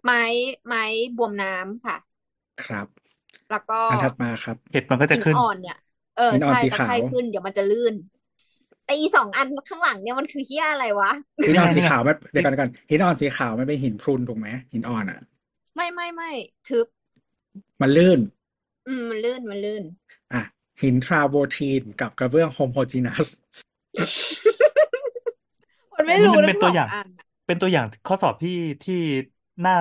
Speaker 2: ไม้ไม้บวมน้ำค่ะ
Speaker 3: ครับ
Speaker 2: แล้วก็
Speaker 3: อันถัดมาครับ
Speaker 4: เห็ดมันก็จะ
Speaker 2: หิน
Speaker 4: ขึ้น
Speaker 2: อ่อนเนี่ย เออ
Speaker 3: หินอ่อน
Speaker 2: ใช่
Speaker 3: สี
Speaker 2: ตะ
Speaker 3: ขาว
Speaker 2: ไคร่ขึ้นเดี๋ยวมันจะลื่น แต่อีสองอันข้างหลังเนี่ยมันคือเฮี้ยอะไรวะ
Speaker 3: หินอ่อน
Speaker 4: นี่ไง
Speaker 3: สีขาวมัน
Speaker 4: นี่
Speaker 3: เดี๋ยว
Speaker 4: ไง
Speaker 3: ก่อนเดี๋ยวก่อนหินอ่อนสีขาวมันเป็นหินพรุนถูกไหมหินอ่อนอ่ะ
Speaker 2: ไม่ไม่ไม่ทึบ
Speaker 3: มันลื่น
Speaker 2: อืมมันลื่นมันลื่น
Speaker 3: อ่ะ หินทราโบทีนกับกระเบื้องโฮมโฮจินัส
Speaker 2: มันไม่รู้
Speaker 4: มัน
Speaker 2: ทั้
Speaker 4: เป็นตั
Speaker 2: งส
Speaker 4: ว
Speaker 2: อง
Speaker 4: อย่าง
Speaker 2: อันอะ
Speaker 4: เป็นตัวอย่างข้อสอบที่ที่หน้า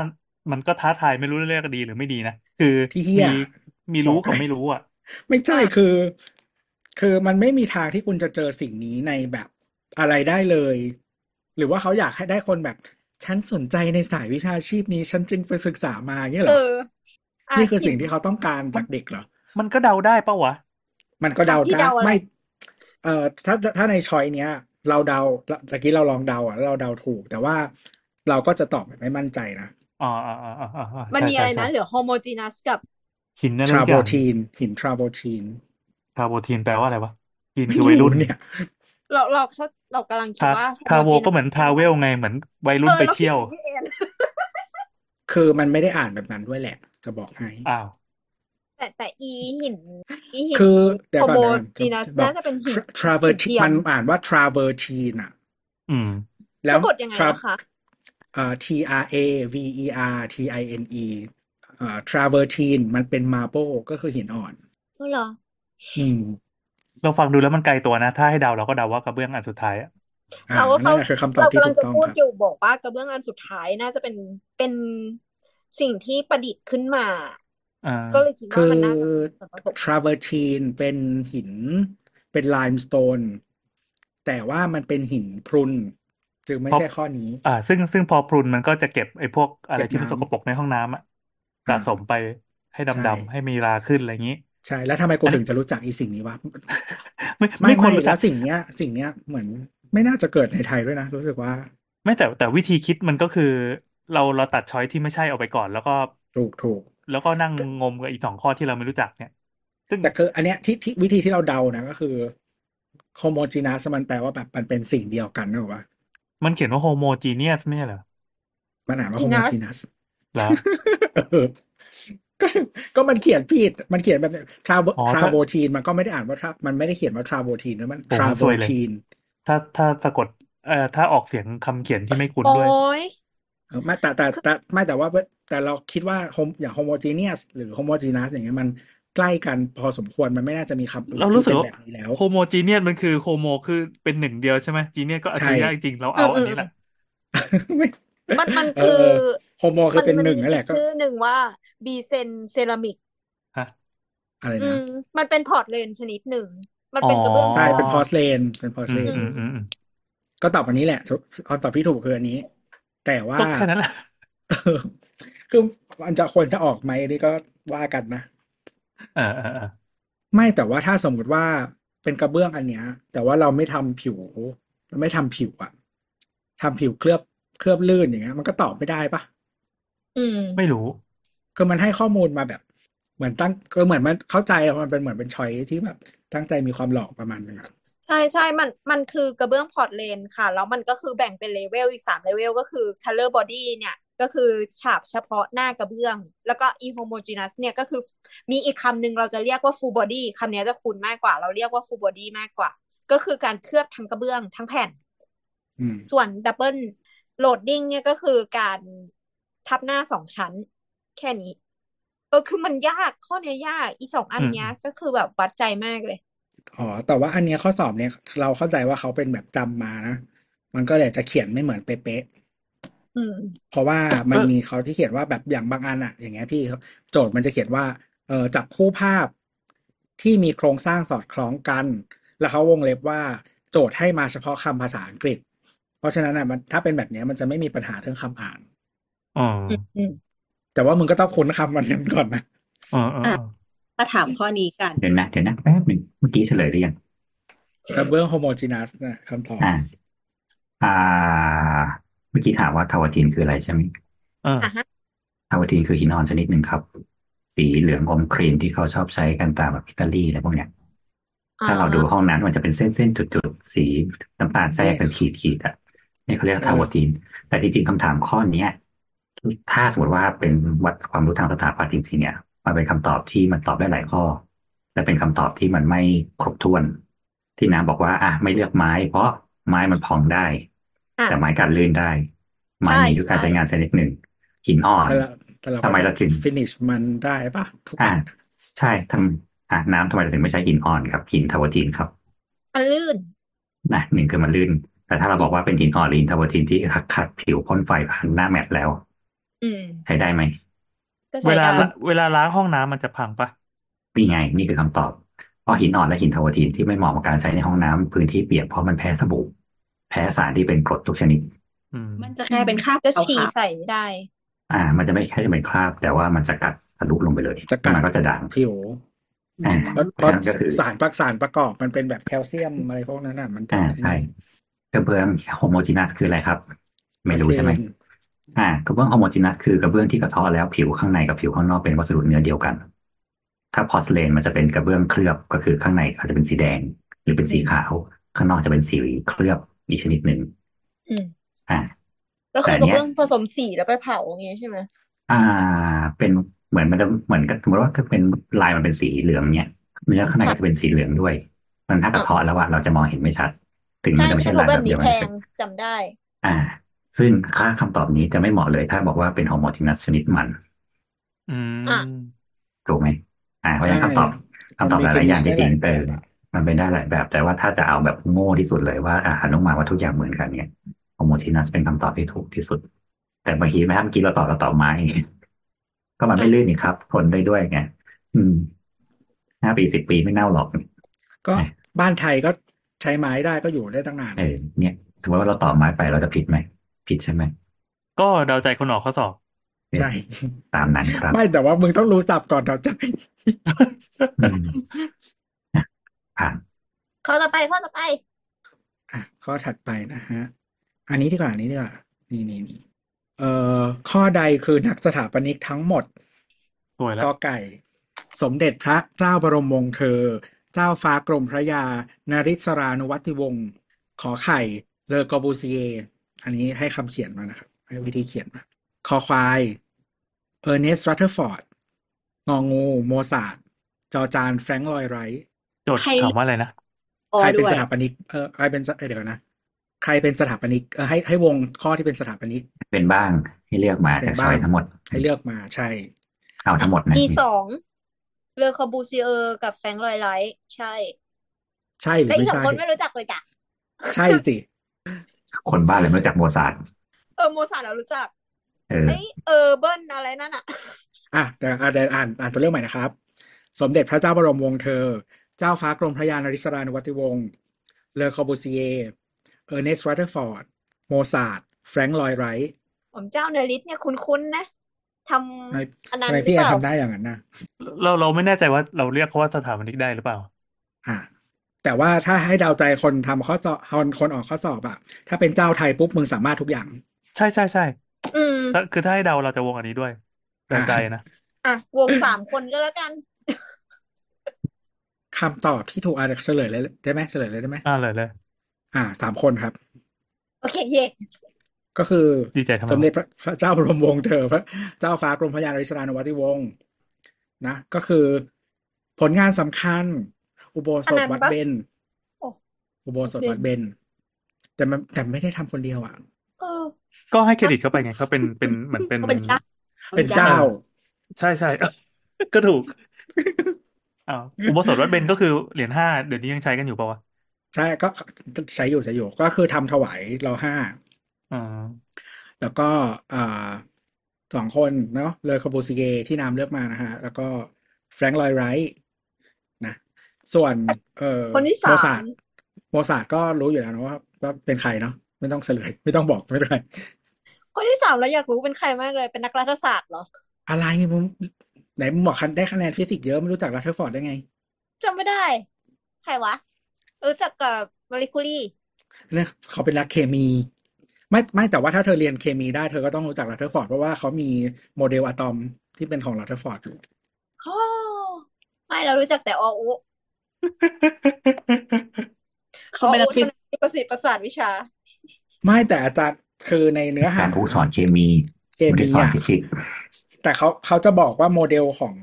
Speaker 4: มันก็ท้าทายไม่รู้เรื่องดีหรือไม่ดีนะ คือ
Speaker 3: ที่เหี้ย
Speaker 4: มีมีรู้
Speaker 3: บอก
Speaker 4: กับ
Speaker 3: ไป
Speaker 4: ไม่รู้อ่ะ
Speaker 3: ไม่ใช่คือ คือมันไม่มีทางที่คุณจะเจอสิ่งนี้ในแบบอะไรได้เลย หรือว่าเขาอยากให้ได้คนแบบ ฉันสนใจในสายวิชาชีพนี้ ฉันจึงไปศึกษามาอย่างเงี้ยเห
Speaker 2: เอ
Speaker 3: รอ
Speaker 2: ออ่ะ
Speaker 3: นี่คือ
Speaker 2: หิ
Speaker 3: สิ่ง
Speaker 2: น
Speaker 3: ที่เขาต้องการจากเด็กเหรอ
Speaker 4: มันก็เดาได้ปะวะ
Speaker 3: มันก็เดา
Speaker 2: อ่ะพี่
Speaker 3: ได้
Speaker 2: เดาอะไร
Speaker 3: ไม่ เอ่อถ้าถ้าในช้อยเนี้ย เราเดาตะกี้เราลองเดาอ่ะแล้วเราเดาถูก แต่ว่าเราก็จะตอบแบบไม่มั่นใจนะ
Speaker 4: อ๋ออ๋ออ๋ออ๋ออ๋อ
Speaker 2: มัน
Speaker 4: ใช่
Speaker 2: มี
Speaker 4: ใช่
Speaker 2: อะไร
Speaker 4: ใช่
Speaker 2: นะเหลือโฮโมจีนัสกับ
Speaker 4: หินอะไร
Speaker 3: ทรา
Speaker 4: สักอ
Speaker 3: โบ
Speaker 4: ย่าง
Speaker 3: ทีน หินทราโบทีน
Speaker 4: ทาโบทีนแปลว่าอะไรวะทีน
Speaker 3: ไม่
Speaker 4: คือวัยรุ่
Speaker 3: รู้
Speaker 4: น
Speaker 3: เนี่ย
Speaker 2: เราเราเขาเรากำลังคิด
Speaker 4: ทา
Speaker 2: ว่าโฮ
Speaker 4: ทา
Speaker 2: โม
Speaker 4: โว
Speaker 2: จี
Speaker 4: ก็
Speaker 2: นั
Speaker 4: เห
Speaker 2: ส
Speaker 4: มือนทา
Speaker 2: เป็น
Speaker 4: เว
Speaker 2: แบบ
Speaker 4: ลไงเหมือนวัย
Speaker 2: เอ
Speaker 4: รุ่น
Speaker 2: อ
Speaker 4: ไป
Speaker 2: เราคิด
Speaker 4: เที่ยว
Speaker 2: ถึงพี่เอ็น
Speaker 3: คือมันไม่ได้อ่านแบบนั้นด้วยแหละ จะบอกให้
Speaker 4: อ้าว
Speaker 2: แต่แต่อีหิน อีหิน
Speaker 3: คือเดี๋ยว
Speaker 2: โฮ
Speaker 3: ก่อ
Speaker 2: โม
Speaker 3: นเดี๋ยวก่อนจะ
Speaker 2: จีนัส
Speaker 3: บอก
Speaker 2: น่าจะเป็นหิน
Speaker 3: tra- travertine
Speaker 2: หินเทียม
Speaker 3: มันอ่านว่า travertine อ่ะ
Speaker 4: อืม
Speaker 3: แล้ว
Speaker 2: สะกดยังไง
Speaker 3: tra
Speaker 2: นะคะ
Speaker 3: เอ่อ T R A V E R T I N E เอ่อ travertine มันเป็น marble ก็คือหินอ่อน
Speaker 2: เหรอ
Speaker 3: อืม
Speaker 4: เราฟังดูแล้วมันไกลตัวนะ ถ้าให้เดาเราก็เดาว่ากระเบื้องอันสุดท้ายอะ
Speaker 3: อ่า
Speaker 2: เราก็
Speaker 3: นั่
Speaker 2: เข้าน
Speaker 3: แหละคือคำตอบ
Speaker 2: เรา
Speaker 3: ที่
Speaker 2: กำลั
Speaker 3: ถู
Speaker 2: ง
Speaker 3: ก
Speaker 2: จะ
Speaker 3: ต้องค
Speaker 2: พูด
Speaker 3: รับ
Speaker 2: อยู่บอกว่ากระเบื้องอันสุดท้ายน่าจะเป็นเป็นสิ่งที่ประดิษฐ์ขึ้นมา
Speaker 4: อ่า
Speaker 2: ก็เลยคิดว่า
Speaker 3: คื
Speaker 2: มัน
Speaker 3: อ
Speaker 2: น่าจะมีส่วนผสม
Speaker 3: travertine เป็นหิน เป็น limestone แต่ว่ามันเป็นหินพรุน จึงไม่
Speaker 4: พอ
Speaker 3: ใช่ข้อนี้
Speaker 4: อ่า ซึ่งซึ่งพอพรุนมันก็จะเก็บไอ้พวกอะไร
Speaker 3: เก็บ
Speaker 4: ที่มัน
Speaker 3: น้
Speaker 4: สกปรกในห้องน้ำ
Speaker 3: ำ
Speaker 4: อะสะ
Speaker 3: อ่า
Speaker 4: สมไปให้
Speaker 3: ใช่
Speaker 4: ดำๆให้มีราขึ้นอะไรอย่างนี้
Speaker 3: ใช่ แล้วทำไมกู
Speaker 4: อัน
Speaker 3: ถึ
Speaker 4: นี้
Speaker 3: งจะรู้จักอีสิ่งนี้วะ
Speaker 4: ไม่
Speaker 3: ไม่
Speaker 4: ไม่ควร
Speaker 3: ไม่
Speaker 4: รู้
Speaker 3: แล้
Speaker 4: จั
Speaker 3: ว
Speaker 4: ก
Speaker 3: สิ่งเนี้ย สิ่งเนี้ยเหมือนไม่น่าจะเกิดในไทยด้วยนะ รู้สึกว่า
Speaker 4: ไม่แต่แต่วิธีคิดมันก็คือ เราเราตัดช้อยที่ไม่ใช่ออกไปก่อน แล้วก็
Speaker 3: ถูกถูก
Speaker 4: แล้วก็นั่งงมกับอีกสองข้อที่เราไม่รู้จักเนี่ย ซึ่ง
Speaker 3: แต่คืออันเนี้ยที่ที่วิธีที่เราเดานะก็คือโฮโมจีนัสมันแปลว่าแบบมันเป็นสิ่งเดียวกันนะวะ
Speaker 4: มันเขียนว่าโฮโมจีเนียสไม่ใช่เหรอ
Speaker 3: มันอ่านว่า
Speaker 2: จี
Speaker 3: โฮโม
Speaker 2: นัส
Speaker 3: จีนัส
Speaker 4: เหรอ
Speaker 3: ก็ก็มันเขียนผิด มันเขียนแบบทรา
Speaker 4: อ๋อ
Speaker 3: ทรา
Speaker 4: ถ้า
Speaker 3: โบทีนมันก็ไม่ได้อ่านว่าทรามันไม่ได้เขียนว่าทราโบทีนนะมัน
Speaker 4: โอ้
Speaker 3: ทรา
Speaker 4: งั้น
Speaker 3: เว
Speaker 4: ซ
Speaker 3: อ
Speaker 4: วย
Speaker 3: ร์
Speaker 4: เลย
Speaker 3: ทีน
Speaker 4: ถ้าถ้าสะกดเอ่อถ้าออกเสียงคำเขียนที่ไม่คุ้น
Speaker 2: โอ้
Speaker 4: ด้วย
Speaker 2: ย
Speaker 3: เออไม่แต่แต่แต่ไม่แต่ว่าแต่เราคิดว่า hom- อย่างโฮโมจีเนียสหรือโฮโมจีนัสอย่างเงี้ยมันใกล้กันพอสมควรมันไม่น่าจะมีคำอื่
Speaker 4: เรา
Speaker 3: น
Speaker 4: รู้
Speaker 3: ที่
Speaker 4: สึก
Speaker 3: เป็น
Speaker 4: ว่า
Speaker 3: แบบนี้แล้ว
Speaker 4: โฮโมจีเนียสมันคือโฮโมคือเป็นหนึ่งเดียวใช่ไหมจีเนียสก็อัจฉ
Speaker 3: ใช่
Speaker 4: ริยะจริงๆเรา
Speaker 2: เอ
Speaker 4: เอา
Speaker 2: อเอ
Speaker 4: อัน
Speaker 2: อ
Speaker 4: นี้แหละ
Speaker 3: ไม่
Speaker 2: มันมัน
Speaker 3: เอ
Speaker 2: คือ
Speaker 3: อโฮโมคื
Speaker 2: มั
Speaker 3: อน เป็น
Speaker 2: มัน
Speaker 3: หนึ่ง
Speaker 2: มี
Speaker 3: นั่น
Speaker 2: อี
Speaker 3: แห
Speaker 2: ก
Speaker 3: ละก็
Speaker 2: ชื่อหนึ่งว่าบีเซนเซรามิก
Speaker 4: ฮะ
Speaker 3: อะไร
Speaker 2: อื
Speaker 3: นะ
Speaker 2: ม มันเป็นพอร์ตแลนด์ชนิดหนึ่ง มัน
Speaker 4: อ๋อ
Speaker 2: เป็นกระเบื้อง
Speaker 3: ใช่
Speaker 2: ก้อ
Speaker 3: เป็นพอน สเลนเป็นพอส
Speaker 4: อื
Speaker 3: เล
Speaker 4: ม
Speaker 3: น
Speaker 4: อื
Speaker 2: อื
Speaker 4: ม
Speaker 2: ม
Speaker 4: อืมอืม
Speaker 3: ก็ตอบอันนี้แหละคำตอบที่ถูกคืออันนี้ แต่ว่า
Speaker 4: ก็แค่นั้นแหละ
Speaker 3: คือมันจะควรจะออกไหมอันนี่ก็ว่ากันนะ
Speaker 4: เออเออเออ
Speaker 3: ไม่แต่ว่าถ้าสมมติว่าเป็นกระเบื้องอันเนี้ย แต่ว่าเราไม่ทำผิวไม่ทำผิวอะทำผิวเคลือบเคลือบลื่นอย่างเงี้ย มันก็ตอบไม่ได้ปะ
Speaker 2: อืม
Speaker 4: ไม่รู้
Speaker 3: คือมันให้ข้อมูลมาแบบ เหมือนตั้งก็เหมือนมันเข้าใจอะมันเป็นเหมือนเป็นชอยที่แบบ ตั้งใจมีความหลอกประมาณนึงอะ
Speaker 2: ใช่ใช่มันมันคือกระเบื้องพอร์ตเลนค่ะ แล้วมันก็คือแบ่งเป็นเลเวลอีกสามเลเวลก็คือ color body เนี่ย ก็คือฉาบเฉพาะหน้ากระเบื้อง แล้วก็ e homogeneous เนี่ยก็คือมีอีกคำหนึ่งเราจะเรียกว่า full body คำเนี้ยจะคุ้นมากกว่า เราเรียกว่า full body มากกว่า ก็คือการเคลือบทั้งกระเบื้องทั้งแผ่น
Speaker 3: อืม
Speaker 2: ส่วน double loading เนี่ยก็คือการทับหน้าสองชั้น แค่นี้ เออคือมันยากข้อเนี้ยยากอีสองอั
Speaker 4: อื
Speaker 2: น
Speaker 4: ม
Speaker 2: เนี้
Speaker 4: อื
Speaker 2: ย
Speaker 4: ม
Speaker 2: ก็คือแบบวัดใจมากเลย
Speaker 3: อ๋อแต่ว่าอันเนี้ยข้อสอบเนี่ยเราเข้าใจว่าเขาเป็นแบบจำมานะมันก็เลยจะเขียนไม่เหมือนเป๊ะ
Speaker 2: อืม
Speaker 3: ๆเพราะว่ามั
Speaker 4: ก็
Speaker 3: นมีเขาที่เขียนว่าแบบอย่างบางอันอะอย่างเงี้ยพี่เขาโจทย์มันจะเขียนว่าเออจับคู่ภาพที่มีโครงสร้างสอดคล้องกัน แล้วเขาวงเล็บว่าโจทย์ให้มาเฉพาะคำภาษาอังกฤษ เพราะฉะนั้นอะมันถ้าเป็นแบบเนี้ยมันจะไม่มีปัญหาเรื่องคำอ่าน
Speaker 4: อ๋อ
Speaker 2: อืมอืม
Speaker 3: แต่ว่ามึงก็ต้องคุ้นคำมันนั้นก่อนนะ
Speaker 4: อ๋ออ๋อ
Speaker 1: อ่ะ
Speaker 4: อ๋อ
Speaker 1: มาถามข้อนี้กัน
Speaker 5: เดี๋ยวนะเดี๋ยวนะแป๊บหนึ่งเมื่อกี้เฉลยหรือยัง
Speaker 3: กระเบื้องโฮโมจีนัสนะคำตอบ
Speaker 5: อ่า อ่า เมื่อกี้ถามว่าทาวาทีนคืออะไรใช่ไหม
Speaker 4: อ่า
Speaker 2: อ่ะฮะ
Speaker 5: ทาวาทีนคือหินอ่อนชนิดหนึ่งครับ สีเหลืองอมครีมที่เขาชอบใช้กันตามแบบอิตาลีอะไรพวกเนี้ย
Speaker 2: อ๋อ
Speaker 5: ถ้าเราดูห้องน้ำมันจะเป็นเส้นเส้นจุดจุดสีน้ำตาลแทร
Speaker 3: นี่
Speaker 5: กเป็นขีดขีดอ่ะนี่เขาเรียก
Speaker 3: เอ
Speaker 5: ทาว
Speaker 3: อ
Speaker 5: ทีน แต่จริงๆคำถามข้อเนี้ย ถ้าสมมติว่าเป็นวัดความรู้ทางสถาปัตย์จริงๆเนี่ย มันเป็นคำตอบที่มันตอบได้หลายข้อ และเป็นคำตอบที่มันไม่ครบถ้วน ที่น้ำบอกว่า อ่ะไม่เลือกไม้ เพราะไม้มันพองได้
Speaker 2: อ่ะ
Speaker 5: แต่ไม้กัดลื่นได้ ไม้
Speaker 2: ใช่
Speaker 5: มีด้วยการ
Speaker 2: ใช่
Speaker 5: ใช้งานชนิดหนึ่งหินอ่อน
Speaker 3: แต่เราแต่เรา
Speaker 5: ทำไมเราถึง
Speaker 3: ฟินิชมันได้ปะทุก
Speaker 5: อ่า
Speaker 3: อัน
Speaker 5: ใช่ทำอ่าน้ำทำไมเราถึงไม่ใช้หินอ่อนครับหินทาวตินครับ
Speaker 2: มันลื่น
Speaker 5: นะหนึ่งคือมันลื่น แต่ถ้าเราบอกว่าเป็นหินอ่อนหรือหินทาวทินที่ขัดขัดผิวพ่นไฟผ่านหน้าแมตแล้ว
Speaker 2: อืม
Speaker 5: ใช้ได้ไหม
Speaker 2: ก็ใช้
Speaker 4: เวลา
Speaker 2: ได้
Speaker 4: ละเวลาล้างห้องน้ำมันจะพังปะ
Speaker 5: นี่ไงนี่คือคำตอบเพราะหินอ่อนและหินทาวทินที่ไม่เหมาะกับการใช้ในห้องน้ำพื้นที่เปียกเพราะมันแพ้สบู่แพ้สารที่เป็นกรดทุกชนิด
Speaker 4: อืม
Speaker 1: มันจะกลายเป็นคราบ
Speaker 2: ก็
Speaker 1: ขาว
Speaker 2: ฉี่ใส่ได้
Speaker 5: อ่า มันจะไม่ใช่เป็นคราบ แต่ว่ามันจะกัดทะลุลงไปเลย
Speaker 3: จะกัด
Speaker 5: มันก็จะด่าง
Speaker 3: ผิว
Speaker 5: อ่า
Speaker 3: เพราะเพราะ
Speaker 5: นั่นก็คือ
Speaker 3: สารประสารประกอบมันเป็นแบบแคลเซียมอะไรพวกนั้นอ่ะมันจะ
Speaker 5: อ่า
Speaker 3: ไอ้
Speaker 5: ใช่
Speaker 3: นี่
Speaker 5: กระเบื้องโฮโมจีนัสคืออะไรครับ ไม่รู้ใช่ไหม
Speaker 3: ก็คือ
Speaker 5: อ่ากระเบื้องโฮโมจินัสคือกระเบื้องที่กระเทาะแล้วผิวข้างในกับผิวข้างนอกเป็นวัสดุเนื้อเดียวกัน ถ้าพอร์สเลนมันจะเป็นกระเบื้องเคลือบก็คือข้างในอาจจะเป็นสีแดง หรือเป็นสีขาว ข้างนอกจะเป็นสีเคลือบอีกชนิดหนึ่ง
Speaker 2: อืม
Speaker 5: อ่า
Speaker 2: ก็
Speaker 5: แต่
Speaker 2: คื
Speaker 5: อั
Speaker 2: อน กระ
Speaker 5: เนี้ย
Speaker 2: เบื้องผสมสีแล้วไปเผาอย่างเงี้ยใช่ไหม
Speaker 5: อ่า เป็นเหมือนมันจะเหมือนกับสมมติว่าถ้าเป็นลายมันเป็นสีเหลืองเนี้ยเนื้อข้างในก็จะเป็นสีเหลืองด้วย มันถ้ากระเทาะแล้วว่าเราจะมองเห็นไม่ชัด ถึง
Speaker 2: ใช่
Speaker 5: มันจะไม่
Speaker 2: ใช่
Speaker 5: ใช่
Speaker 2: เพ
Speaker 5: ลา
Speaker 2: ราะ
Speaker 5: ย
Speaker 2: แบ
Speaker 5: แบบ บ
Speaker 2: นี้
Speaker 5: เดียวกั
Speaker 2: แพ
Speaker 5: นแต่
Speaker 2: งจำได้
Speaker 5: อ่า ซึ่งค่าคำตอบนี้จะไม่เหมาะเลย ถ้าบอกว่าเป็นโฮโมจินัสชนิดมัน
Speaker 4: อื
Speaker 2: อ่ะ
Speaker 4: ม
Speaker 5: ถูกไหมอ่าเพราะฉะนั้น
Speaker 3: ใช่
Speaker 5: คำตอบคำตอบห
Speaker 3: มันมี
Speaker 5: ลายๆอย่างจ
Speaker 3: finish ได้
Speaker 5: ริง
Speaker 3: หลาย
Speaker 5: ๆ
Speaker 3: แบ
Speaker 5: เอบ อ
Speaker 3: อะ
Speaker 5: มันเป็นได้หลายแบบ แต่ว่าถ้าจะเอาแบบโง่ที่สุดเลยว่าอ่าหันออกมาว่าทุกอย่างเหมือนกันเนี่ยโฮโมจินัสเป็นคำตอบที่ถูกที่สุด แต่บางทีไหมครับเมื่อกี้เราตอบเราตอบไม้ ก็มันไม่ลื่นนี่ครับทนได้ด้วยไงอืมห้าปีสิบปีไม่เน่าหรอก
Speaker 3: ก็
Speaker 5: ไง
Speaker 3: บ้านไทยก็ใช้ไม้ได้ก็อยู่ได้ตั้งนาน
Speaker 5: เออเนี่ยถือว่าเราตอบไม้ไปเราจะผิดไหมผิดใช่ไหม
Speaker 4: ก็เดาใจคนออกข้อสอบ
Speaker 5: เออ
Speaker 3: ใช่
Speaker 5: ตามนั้นครับ
Speaker 3: ไม่แต่ว่ามึงต้องรู้สับก่อนเราจะ
Speaker 5: อืมอ่ะผ่าน
Speaker 2: ข้อต่อไปข้อต่อไป
Speaker 3: อ่ะข้อถัดไปนะฮะ อันนี้ดีกว่าอันนี้ดีกว่านี่นี่นี่เอ่อข้อใดคือนักสถาปนิกทั้งหมด
Speaker 4: สวยแล้
Speaker 3: ก
Speaker 4: ว
Speaker 3: อไก่ สมเด็จพระเจ้าบรมวงศ์เธอ เจ้าฟ้ากรมพระยา นาริศรานุวัติวงศ์ขอไข่ เลอกอบูซีเยอันนี้ให้คำเขียนมานะครับ ให้วิธีเขียนมา คอควาย เออร์เนสต์รัตเทอร์ฟอร์ด งองู โมซาร์ทจอจาน แฟรงค์ลอยไรท์
Speaker 4: โจทย์ถามว่าอะไรนะ
Speaker 1: ขาว
Speaker 3: ใครเป็น
Speaker 1: ด้ว
Speaker 3: ส
Speaker 1: ย
Speaker 3: ถาปนิก เออใครเป็นสเอ้ยเดี๋ยวก่อนนะ ใครเป็นสถาปนิก เออให้ให้วงข้อที่เป็นสถาปนิก
Speaker 5: เป็นบ้างให้เลือกมา
Speaker 3: เป็
Speaker 5: จา
Speaker 3: น
Speaker 5: กช้อ
Speaker 3: บ้ายง
Speaker 5: ทั้งหมด
Speaker 3: ให้เลือกมาใช่
Speaker 5: เอาทั้งหมดนะ
Speaker 2: มีสองเลอคอบูซิเออร์กับแฟรงค์ลอยไลท์ใช่
Speaker 3: ใช่หรือ
Speaker 2: และอี
Speaker 3: ไม่
Speaker 2: กสอง
Speaker 3: ใช่
Speaker 2: คนไม่รู้จักเลยจ้ะ
Speaker 3: ใช่สิ
Speaker 5: คนบ้าเลยไม่รู้จักโมซาร์ท
Speaker 2: เออโมซาร์ทเรารู้จัก
Speaker 5: เออ
Speaker 2: เอ้ยเออเบิร์นอะไรนั่นอ่ะ
Speaker 3: อ่ะเดี๋ยวอ่ะเดี๋ยวอ่านอ่านตัวเรื่องใหม่นะครับ สมเด็จพระเจ้าบรมวงศ์เธอ เจ้าฟ้ากรมพระยานาริศรานุวัติวงศ์เลอคอร์บูซีเอเออร์เนสต์รัตเทอร์ฟอร์ด โมซาร์ทแฟรงค์ลอยไรท์
Speaker 2: ผมเจ้าเนริสเนี่ยคุ้นๆนะ
Speaker 3: ท
Speaker 2: ท
Speaker 3: ำไม
Speaker 2: ำอันนั้
Speaker 3: ทำ
Speaker 2: น
Speaker 3: ไม
Speaker 2: หรือ
Speaker 3: พี่
Speaker 2: เป
Speaker 3: แอน
Speaker 2: ล่า
Speaker 3: ทำได้อย่างนั้นนะ
Speaker 4: เราเราไม่แน่ใจว่าเราเรียกเขาว่าสถาปนิกได้หรือเปล่า
Speaker 3: อ่ะแต่ว่าถ้าให้เดาใจคนทำข้อสอบคนคนออกข้อสอบอะถ้าเป็นเจ้าไทยปุ๊บมึงสามารถทุกอย่าง
Speaker 4: ใช่ใช่ใช่
Speaker 2: อืม
Speaker 4: ถ้าคือถ้าให้เดาเราจะวงอันนี้ด้วยเดาใจนะ
Speaker 2: อ่ะ วงสามคนก็แล้วกัน
Speaker 3: คำตอบที่ถูกอาจจะเฉลยเลยได้ไหมเฉลยเลยได้ไหม
Speaker 4: อ่าเลยเลย
Speaker 3: อ่ะสามคนครับ
Speaker 2: โอเคเย่
Speaker 3: ก็คือ
Speaker 4: ดีใจทำไมวะ
Speaker 3: สมเด็จพระเจ้าบรมวงศ์เธอพระเจ้าฟ้ากรมพระยานาริศรานุวัติวงศ์นะ ก็คือผลงานสำคัญ อุโบ
Speaker 2: อั
Speaker 3: ส
Speaker 2: น
Speaker 3: ถ
Speaker 2: นั้น
Speaker 3: วัด
Speaker 2: ปะ
Speaker 3: เบญ
Speaker 2: โอ้
Speaker 3: อุโบสถวัดเบญแต่มันแต่ไม่ได้ทำคนเดียวอ่ะ
Speaker 2: เออ
Speaker 4: ก็ให้เครดิตเขาไปไงเขาเป็นเป็นเหมือนเป็น
Speaker 1: ก็เป็นเจ้า
Speaker 3: เป็นเจ้า
Speaker 4: ใช่ใช่ เออก็ถูก อ้าวอุโบสถวัดเบญก็คือเหรียญห้าเดี๋ยวนี้ยังใช้กันอยู่ปะวะ
Speaker 3: ใช่ก็ใช้อยู่ใช้อยู่ก็คือทำถวายรอห้า
Speaker 4: อ่า
Speaker 3: แล้วก็อ่าสองคนเนาะเลอคาบูซิเกที่นามเลือกมานะฮะ แล้วก็แฟรงค์ลอยไรท์นะ ส่วนเอ่อ
Speaker 2: คนที่สาม
Speaker 3: โมซาร์ทโมซาร์ทก็รู้อยู่แล้วนะว่าว่าเป็นใครเนาะไม่ต้องเฉลย ไม่ต้องบอกไม่เป็นไร
Speaker 2: คนที่สามเราอยากรู้เป็นใครมากเลยเป็นนักรัฐศาสตร์เหรอ
Speaker 3: อะไรมึงไหนมึงบอกคันได้คะแนนฟิสิกส์เยอะไม่รู้จักรัตเทอร์ฟอร์ดได้ไง
Speaker 2: จำไม่ได้ ใครวะ รู้จักกับมาริคูรี
Speaker 3: เนี่ยเขาเป็นนักเคมี ไม่ไม่แต่ว่าถ้าเธอเรียนเคมีได้เธอก็ต้องรู้จักรัตเทอร์ฟอร์ดเพราะว่าเขามีโมเดลอะตอมที่เป็นของรัตเทอร์ฟอร์ดอยู่
Speaker 2: ข้อไม่เรารู้จักแต่อออุ
Speaker 1: เขาเป็นนัก
Speaker 2: ออุ
Speaker 1: ฟิสิกส์
Speaker 2: ท่าที่ประสิทธิ์ประสาทวิชา
Speaker 3: ไม่แต่อาจารย์คือในเนื้อหา
Speaker 5: การผู้สอนเคมี
Speaker 3: เจ
Speaker 5: ไม่ได้
Speaker 3: ดี
Speaker 5: สอน
Speaker 3: อ่ะ
Speaker 5: พิชิต
Speaker 3: แต่เขาเขาจะบอกว่าโมเดลของ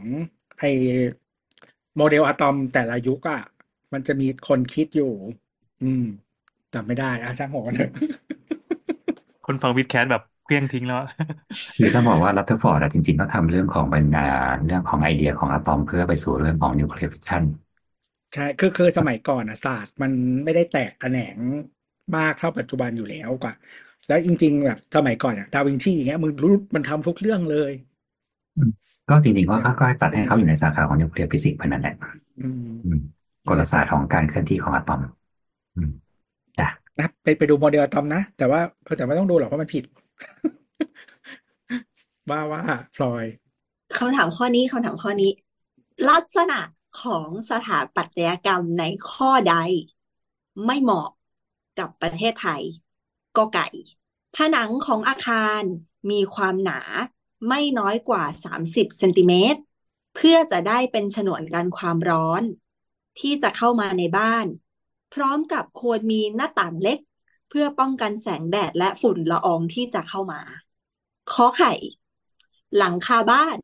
Speaker 3: ไอโมเดลอะตอมแต่ละยุคอ่ะมันจะมีคนคิดอยู่ อืมจำไม่ได้อาช่างหัวมันเถอะ
Speaker 4: คนฟังวิดแคสแบบเคลี้ยงทิ้งแล้วอะ
Speaker 5: คือต้องบอกว่ารัตเทอร์ฟอร์ดอะจริงๆต้องทำเรื่องของบรรดาเรื่องของไอเดียของอะตอมเพื่อไปสู่เรื่องของนิวเคลียร์ฟิชชัน
Speaker 3: ใช่ คือคือสมัยก่อนอ่ะศาสตร์มันไม่ได้แตกแขนงมากเท่าปัจจุบันอยู่แล้วกว่า แล้วจริง ๆ แบบสมัยก่อนอ่ะดาวินชีอย่างเงี้ยมึงรู้มันทำทุกเรื่องเลย
Speaker 5: ก็จริงๆว่าก็ตัดให้เขาอยู่ในสาขาของนิวเคลียร์ฟิสิกส์เท่านั้นแหละ
Speaker 3: อืม
Speaker 5: อืมกลศาสตร์ของการเคลื่อนที่ของอะตอม อืมจ้ะ
Speaker 3: นะไปไปดูโมเดลอะตอมนะ แต่ว่าแต่ไม่ต้องดูหรอกเพราะมันผิด ว่าว่าพลอย
Speaker 1: คำถามข้อนี้คำถามข้อนี้ ลักษณะของสถาปัตยกรรมในข้อใด ไม่เหมาะกับประเทศไทยกอไก่ ผนังของอาคารมีความหนาไม่น้อยกว่า 30เซนติเมตรเพื่อจะได้เป็นฉนวนกันความร้อน ที่จะเข้ามาในบ้าน พร้อมกับควรมีหน้าต่างเล็ก เพื่อป้องกันแสงแดดและฝุ่นละอองที่จะเข้ามาขอไข่ หลังคาบ้าน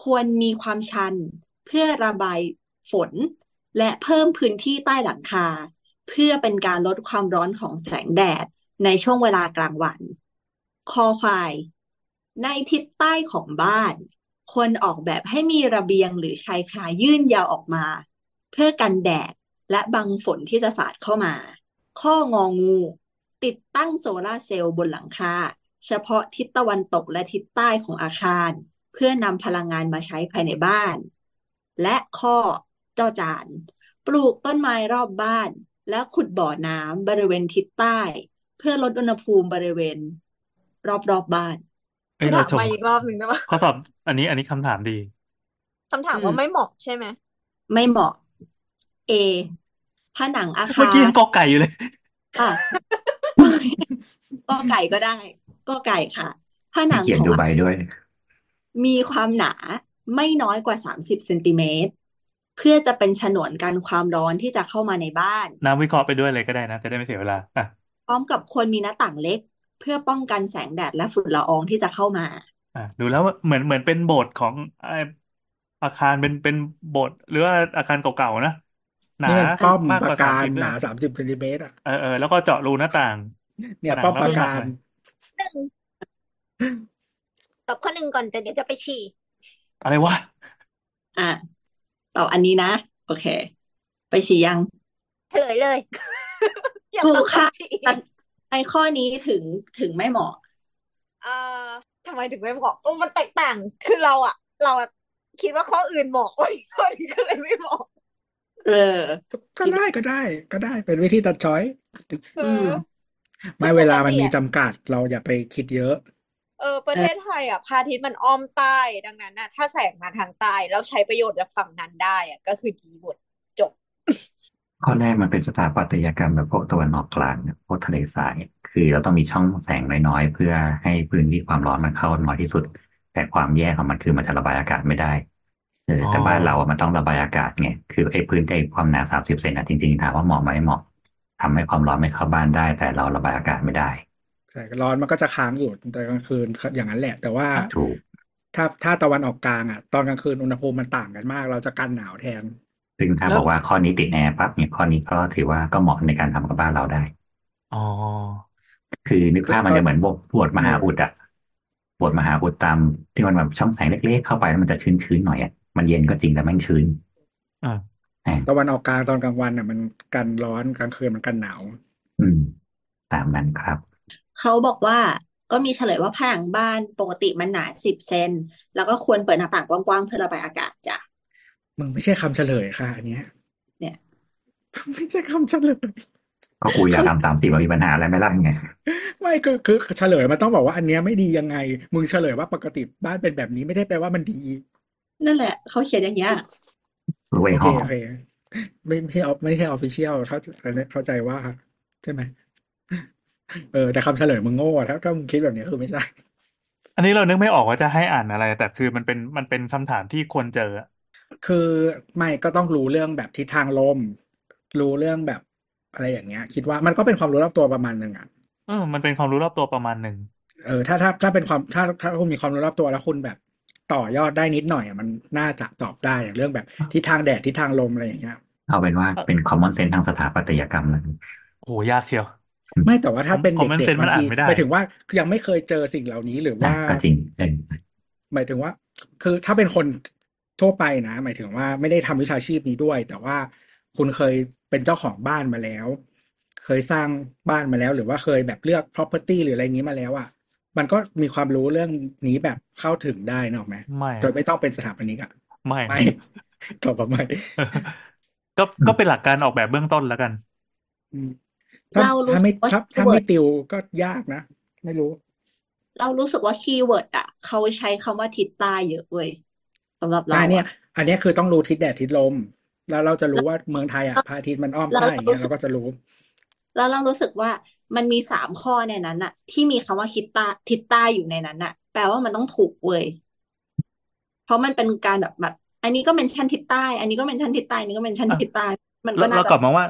Speaker 1: ควรมีความชัน เพื่อระบายฝน และเพิ่มพื้นที่ใต้หลังคา เพื่อเป็นการลดความร้อนของแสงแดดในช่วงเวลากลางวัน คอควาย ในทิศใต้ของบ้าน ควรออกแบบให้มีระเบียงหรือชายคายื่นยาวออกมา เพื่อกันแดดและบังฝนที่จะสาดเข้ามา ข้ององู ติดตั้งโซลาร์เซลล์บนหลังคา เฉพาะทิศตะวันตกและทิศใต้ของอาคาร เพื่อนำพลังงานมาใช้ภายในบ้าน และข้อจอจาน ปลูกต้นไม้รอบบ้าน และขุดบ่อน้ำบริเวณทิศใต้ เพื่อลดอุณหภูมิบริเวณ รอบๆบบ้าน
Speaker 4: เอ้ยเราช
Speaker 2: ถาม
Speaker 4: ม
Speaker 2: มาอีกรอบหนึ่งได้ปะ
Speaker 4: ข้อสอบอันนี้อันนี้คำถามดี
Speaker 2: คำถาม
Speaker 1: อืม
Speaker 2: ว่าไม่เหมาะใช่ไหม
Speaker 1: ไม่เหมาะ A ผนังอา
Speaker 4: เมื่อ
Speaker 1: คา
Speaker 4: กี้ยัง
Speaker 1: ร
Speaker 4: กอไก่อยู่เลย
Speaker 1: อ่ะ ก็ไก่ก็ได้ ก็ไก่ค่ะ ผนั
Speaker 5: มี
Speaker 1: ง
Speaker 5: เขีย
Speaker 1: ข
Speaker 5: น
Speaker 1: อง
Speaker 5: ดู
Speaker 1: อา
Speaker 5: ใบด้วย
Speaker 1: มีความหนาไม่น้อยกว่า 30เซนติเมตรเพื่อจะเป็นฉนวนกันความร้อนที่จะเข้ามาในบ้าน
Speaker 4: น้ำวิเคราะห์ไปด้วยเลยก็ได้นะ จะได้ไม่เสียเวลาอ่ะ
Speaker 1: พร้อมกับควรมีหน้าต่างเล็ก เพื่อป้องกันแสงแดดและฝุ่นละอองที่จะเข้ามา
Speaker 4: อ่ะดูแล้วเหมือนเหมือนเป็นโบสถ์ของไอ้อาคารเป็นเป็นโบสถ์หรือว่าอาคารเก่าๆนะหนา
Speaker 3: นี่มันป้อม
Speaker 4: มาก
Speaker 3: ป
Speaker 4: ก
Speaker 3: ระ
Speaker 4: ว่าสา
Speaker 3: กา
Speaker 4: ม
Speaker 3: ร
Speaker 4: สิบ
Speaker 3: ห
Speaker 4: ด้วย
Speaker 3: นา
Speaker 4: นะ
Speaker 3: สามสิบเซนติเมตรอ่ะ
Speaker 4: เออเออแล้วก็เจาะรูหน้าต่างผ
Speaker 3: เนี่ย
Speaker 4: นัง
Speaker 3: ป้อม
Speaker 4: รับ
Speaker 3: ประ
Speaker 4: น้ำหนัก
Speaker 3: กา
Speaker 4: ห
Speaker 3: ร
Speaker 4: น่อย
Speaker 2: ตอบข้อหนึ่งก่อนแต่เดี๋ยวจะไปฉี่
Speaker 4: อะไรวะ
Speaker 1: อ่ะต่ออันนี้นะ โอเค ไปฉี่ยัง
Speaker 2: เฉลยเลย อย่า
Speaker 1: ถู
Speaker 2: ตอก บ
Speaker 1: ค่ะ
Speaker 2: ฉี่
Speaker 1: แต่ไอข้อนี้ถึงถึงไม่เหมาะ
Speaker 2: เอ่อทำไมถึงไม่เหมาะโอ้มันแตกต่าง คือเราอะเราอะคิดว่าข้ออื่นเหมาะ โอ้ยข้อนี้ก็เลยไม่เหมาะ
Speaker 1: เออ
Speaker 3: ก็ได้ก็ได้ ก็ได้เป็นวิธีตัดช้อย
Speaker 2: เออ
Speaker 1: อืม
Speaker 2: คื
Speaker 3: ไม่
Speaker 2: อป
Speaker 3: เว
Speaker 2: ก
Speaker 3: ลามั
Speaker 2: ติ
Speaker 3: นมี
Speaker 2: อะ
Speaker 3: จำกัดเราอย่าไปคิดเยอะ
Speaker 2: เออประ
Speaker 1: เอ
Speaker 2: เท
Speaker 1: อ
Speaker 2: ศไทยอ่ะพระอาทิตย์มันอ้อมใต้ดังนั้นน่ะ ถ้าแสงมาทางใต้แล้วใช้ประโยชน์จากฝั่งนั้นได้อ่ะก็คือดีหมดจบ
Speaker 5: ข้อแรกมันเป็นสถาปัตยกรรมแบบพวกตะวันออกกลางพวกทะเลทราย คือเราต้องมีช่องแสงน้อยๆ เพื่อให้พื้นที่ความร้อนมันเข้าน้อยที่สุด แต่ความแย่ของมันคือมันจะระบายอากาศไม่ได้เออ
Speaker 4: อ๋อ
Speaker 5: แต่บ้านเราอะมันต้องระบายอากาศไงคือไอ้พื้นที่ความหนาสามสิบเซนอะจริงๆถามว่าเหมาะไหมเหมาะทำให้ความร้อนไม่เข้าบ้านได้ แต่เราระบายอากาศไม่ได้
Speaker 3: ใช่ร้อนมันก็จะค้างอยู่ตอนกลางคืนอย่างนั้นแหละ แต่ว่า
Speaker 5: ถูก
Speaker 3: ถ้าถ้าตะวันออกกลางอ่ะ ตอนกลางคืนอุณหภูมิมันต่างกันมาก เราจะกันหนาวแทน
Speaker 5: ซึ่งถ้า
Speaker 4: แล้ว
Speaker 5: บอกว่าข้อนี้ติดแอร์ปั๊บเนี่ยข้อนี้ก็ถือว่าก็เหมาะในการทำกับบ้านเราได้
Speaker 4: อ๋อ
Speaker 5: คือนึก
Speaker 3: ก็
Speaker 5: ภาพมัน
Speaker 3: ก็
Speaker 5: จะเหมือนบวบวชม
Speaker 3: เอ
Speaker 5: หา
Speaker 3: อ
Speaker 5: อุดอะบวชมหาอุดตามที่มันแบบช่องแสงเล็กๆเข้าไปแล้วมันจะชื้นๆหน่อยอะมันเย็นก็จริงแต่แม่งชื้น
Speaker 4: อ่ะ
Speaker 5: อ่า
Speaker 3: ตะวันออกกลางตอนกลางวันอ่ะ มันกันร้อนกลางคืนมันกันหนาว
Speaker 5: อืม ตามนั้นครับ
Speaker 1: เขาบอกว่าก็มีเฉลยว่าผนังบ้านปกติมันหนาสิบเซนแล้วก็ควรเปิดหน้าต่างกว้างๆเพื่อระบายอากาศจ้ะ
Speaker 3: มึงไม่ใช่คำเฉลยค่ะอันเนี้ย
Speaker 1: เนี่ย
Speaker 3: ไม่ใช่คำเฉลย
Speaker 5: ก็กูอยากทำตามสิมันมีปัญหาอะไรไหม่ล่ะไง
Speaker 3: ไม่คือคือเฉลยมันต้องบอกว่าอันเนี้ยไม่ดียังไง มึงเฉลยว่าปกติบ้านเป็นแบบนี้ไม่ได้แปลว่ามันดี
Speaker 1: นั่นแหละ เขาเขียนอย่างเงี้ย
Speaker 5: รวย
Speaker 3: โอ
Speaker 5: ห
Speaker 3: เค
Speaker 5: อ
Speaker 3: โอเค ไม่ไม่ใช่ออฟไม่ใช่ออฟฟิเชียลเข้าเข้าใจว่า ใช่ไหมเออ แต่คำเฉลยมึงโง่อะถ้าถ้ามึงคิดแบบเนี้ยคือไม่ใช่
Speaker 4: อันนี้เรานึกไม่ออกว่าจะให้อ่านอะไร แต่คือมันเป็นมันเป็นคำถามที่ควรเจออะ
Speaker 3: คือไม่ก็ต้องรู้เรื่องแบบทิศทางลม รู้เรื่องแบบอะไรอย่างเงี้ย คิดว่ามันก็เป็นความรู้รอบตัวประมาณหนึ่งอ่ะ
Speaker 4: เออมันเป็นความรู้รอบตัวประมาณหนึ่ง
Speaker 3: เอ เออถ้าถ้าถ้าเป็นความถ้าถ้าคุณมีความรู้รอบตัวแล้วคุณแบบต่อยอดได้นิดหน่อยอะมันน่าจะตอบได้อย่างเรื่องแบบทิศทางแดดทิศทางลมอะไรอย่างเงี้ย
Speaker 5: เอาเป็นว่าเป็น common sense ทางสถาปัตยกรรมแล้วกัน
Speaker 4: โอ้โหยากเชียว
Speaker 3: ไม่แต่ว่าถ้าเป็นเด็
Speaker 4: common
Speaker 3: ก
Speaker 4: sense
Speaker 3: ๆ
Speaker 4: มั
Speaker 3: บาน ง
Speaker 4: อ่าน
Speaker 3: ที
Speaker 4: ไม่ได้
Speaker 3: หมายถึงว่ายังไม่เคยเจอสิ่งเหล่านี้หรือ
Speaker 5: นะ
Speaker 3: ว่า
Speaker 5: ก็จริงเออ
Speaker 3: หมายถึงว่า คือถ้าเป็นคนทั่วไปนะ หมายถึงว่าไม่ได้ทำวิชาชีพนี้ด้วย แต่ว่าคุณเคยเป็นเจ้าของบ้านมาแล้ว เคยสร้างบ้านมาแล้ว หรือว่าเคยแบบเลือก property หรืออะไรอย่างนี้มาแล้วอ่ะ มันก็มีความรู้เรื่องนี้แบบเข้าถึงได้นะหรอกไหม
Speaker 4: ไม่
Speaker 3: โดยไม่ต้องเป็นสถาปนิกอ่ะ
Speaker 4: ไม่
Speaker 3: ไม่ ตอบว่าไม่
Speaker 4: ก็ก็เป็นหลักการออกแบบเบื้องต้นแล้วกัน
Speaker 3: อืมถ้า
Speaker 1: เรารู้
Speaker 3: ถ้าไม่
Speaker 1: สึกว่า
Speaker 3: ถ้าถ้า
Speaker 1: keyword
Speaker 3: ไม่ติวก็ยากนะ ไม่รู้
Speaker 1: เรารู้สึกว่าคีย์เวิร์ดอ่ะ เขาใช้คำว่าทิศใต้เยอะเว้ยสำหรับเรา
Speaker 3: อันเนี้ย
Speaker 1: อะ
Speaker 3: อันเนี้ยคือต้องรู้ทิศแดดทิศลม แล้วเราจะรู้ว่าเมืองไทยอ่ะพระอาทิตย์มันอ้อม
Speaker 1: แล้ว
Speaker 3: ใต้อ
Speaker 1: เรา
Speaker 3: ย่าง
Speaker 1: รู้
Speaker 3: เงี้ย
Speaker 1: สึก
Speaker 3: เราก็จะรู้
Speaker 1: แล้วเรารู้สึกว่ามันมีสามข้อในนั้นอ่ะ ที่มีคำว่าทิศใต้ทิศใต้อยู่ในนั้นอ่ะ แปลว่ามันต้องถูกเว้ยเพราะมันเป็นการแบบแบบ อันนี้ก็เมนชั่นทิศใต้ อันนี้ก็เมนชั่นทิศใต้อันนี้ก็เมนชั่นทิศใต้ มัน
Speaker 4: แล้
Speaker 1: ก็
Speaker 4: ว
Speaker 1: น่า
Speaker 4: เรา
Speaker 1: จะ
Speaker 4: กลับมาว่า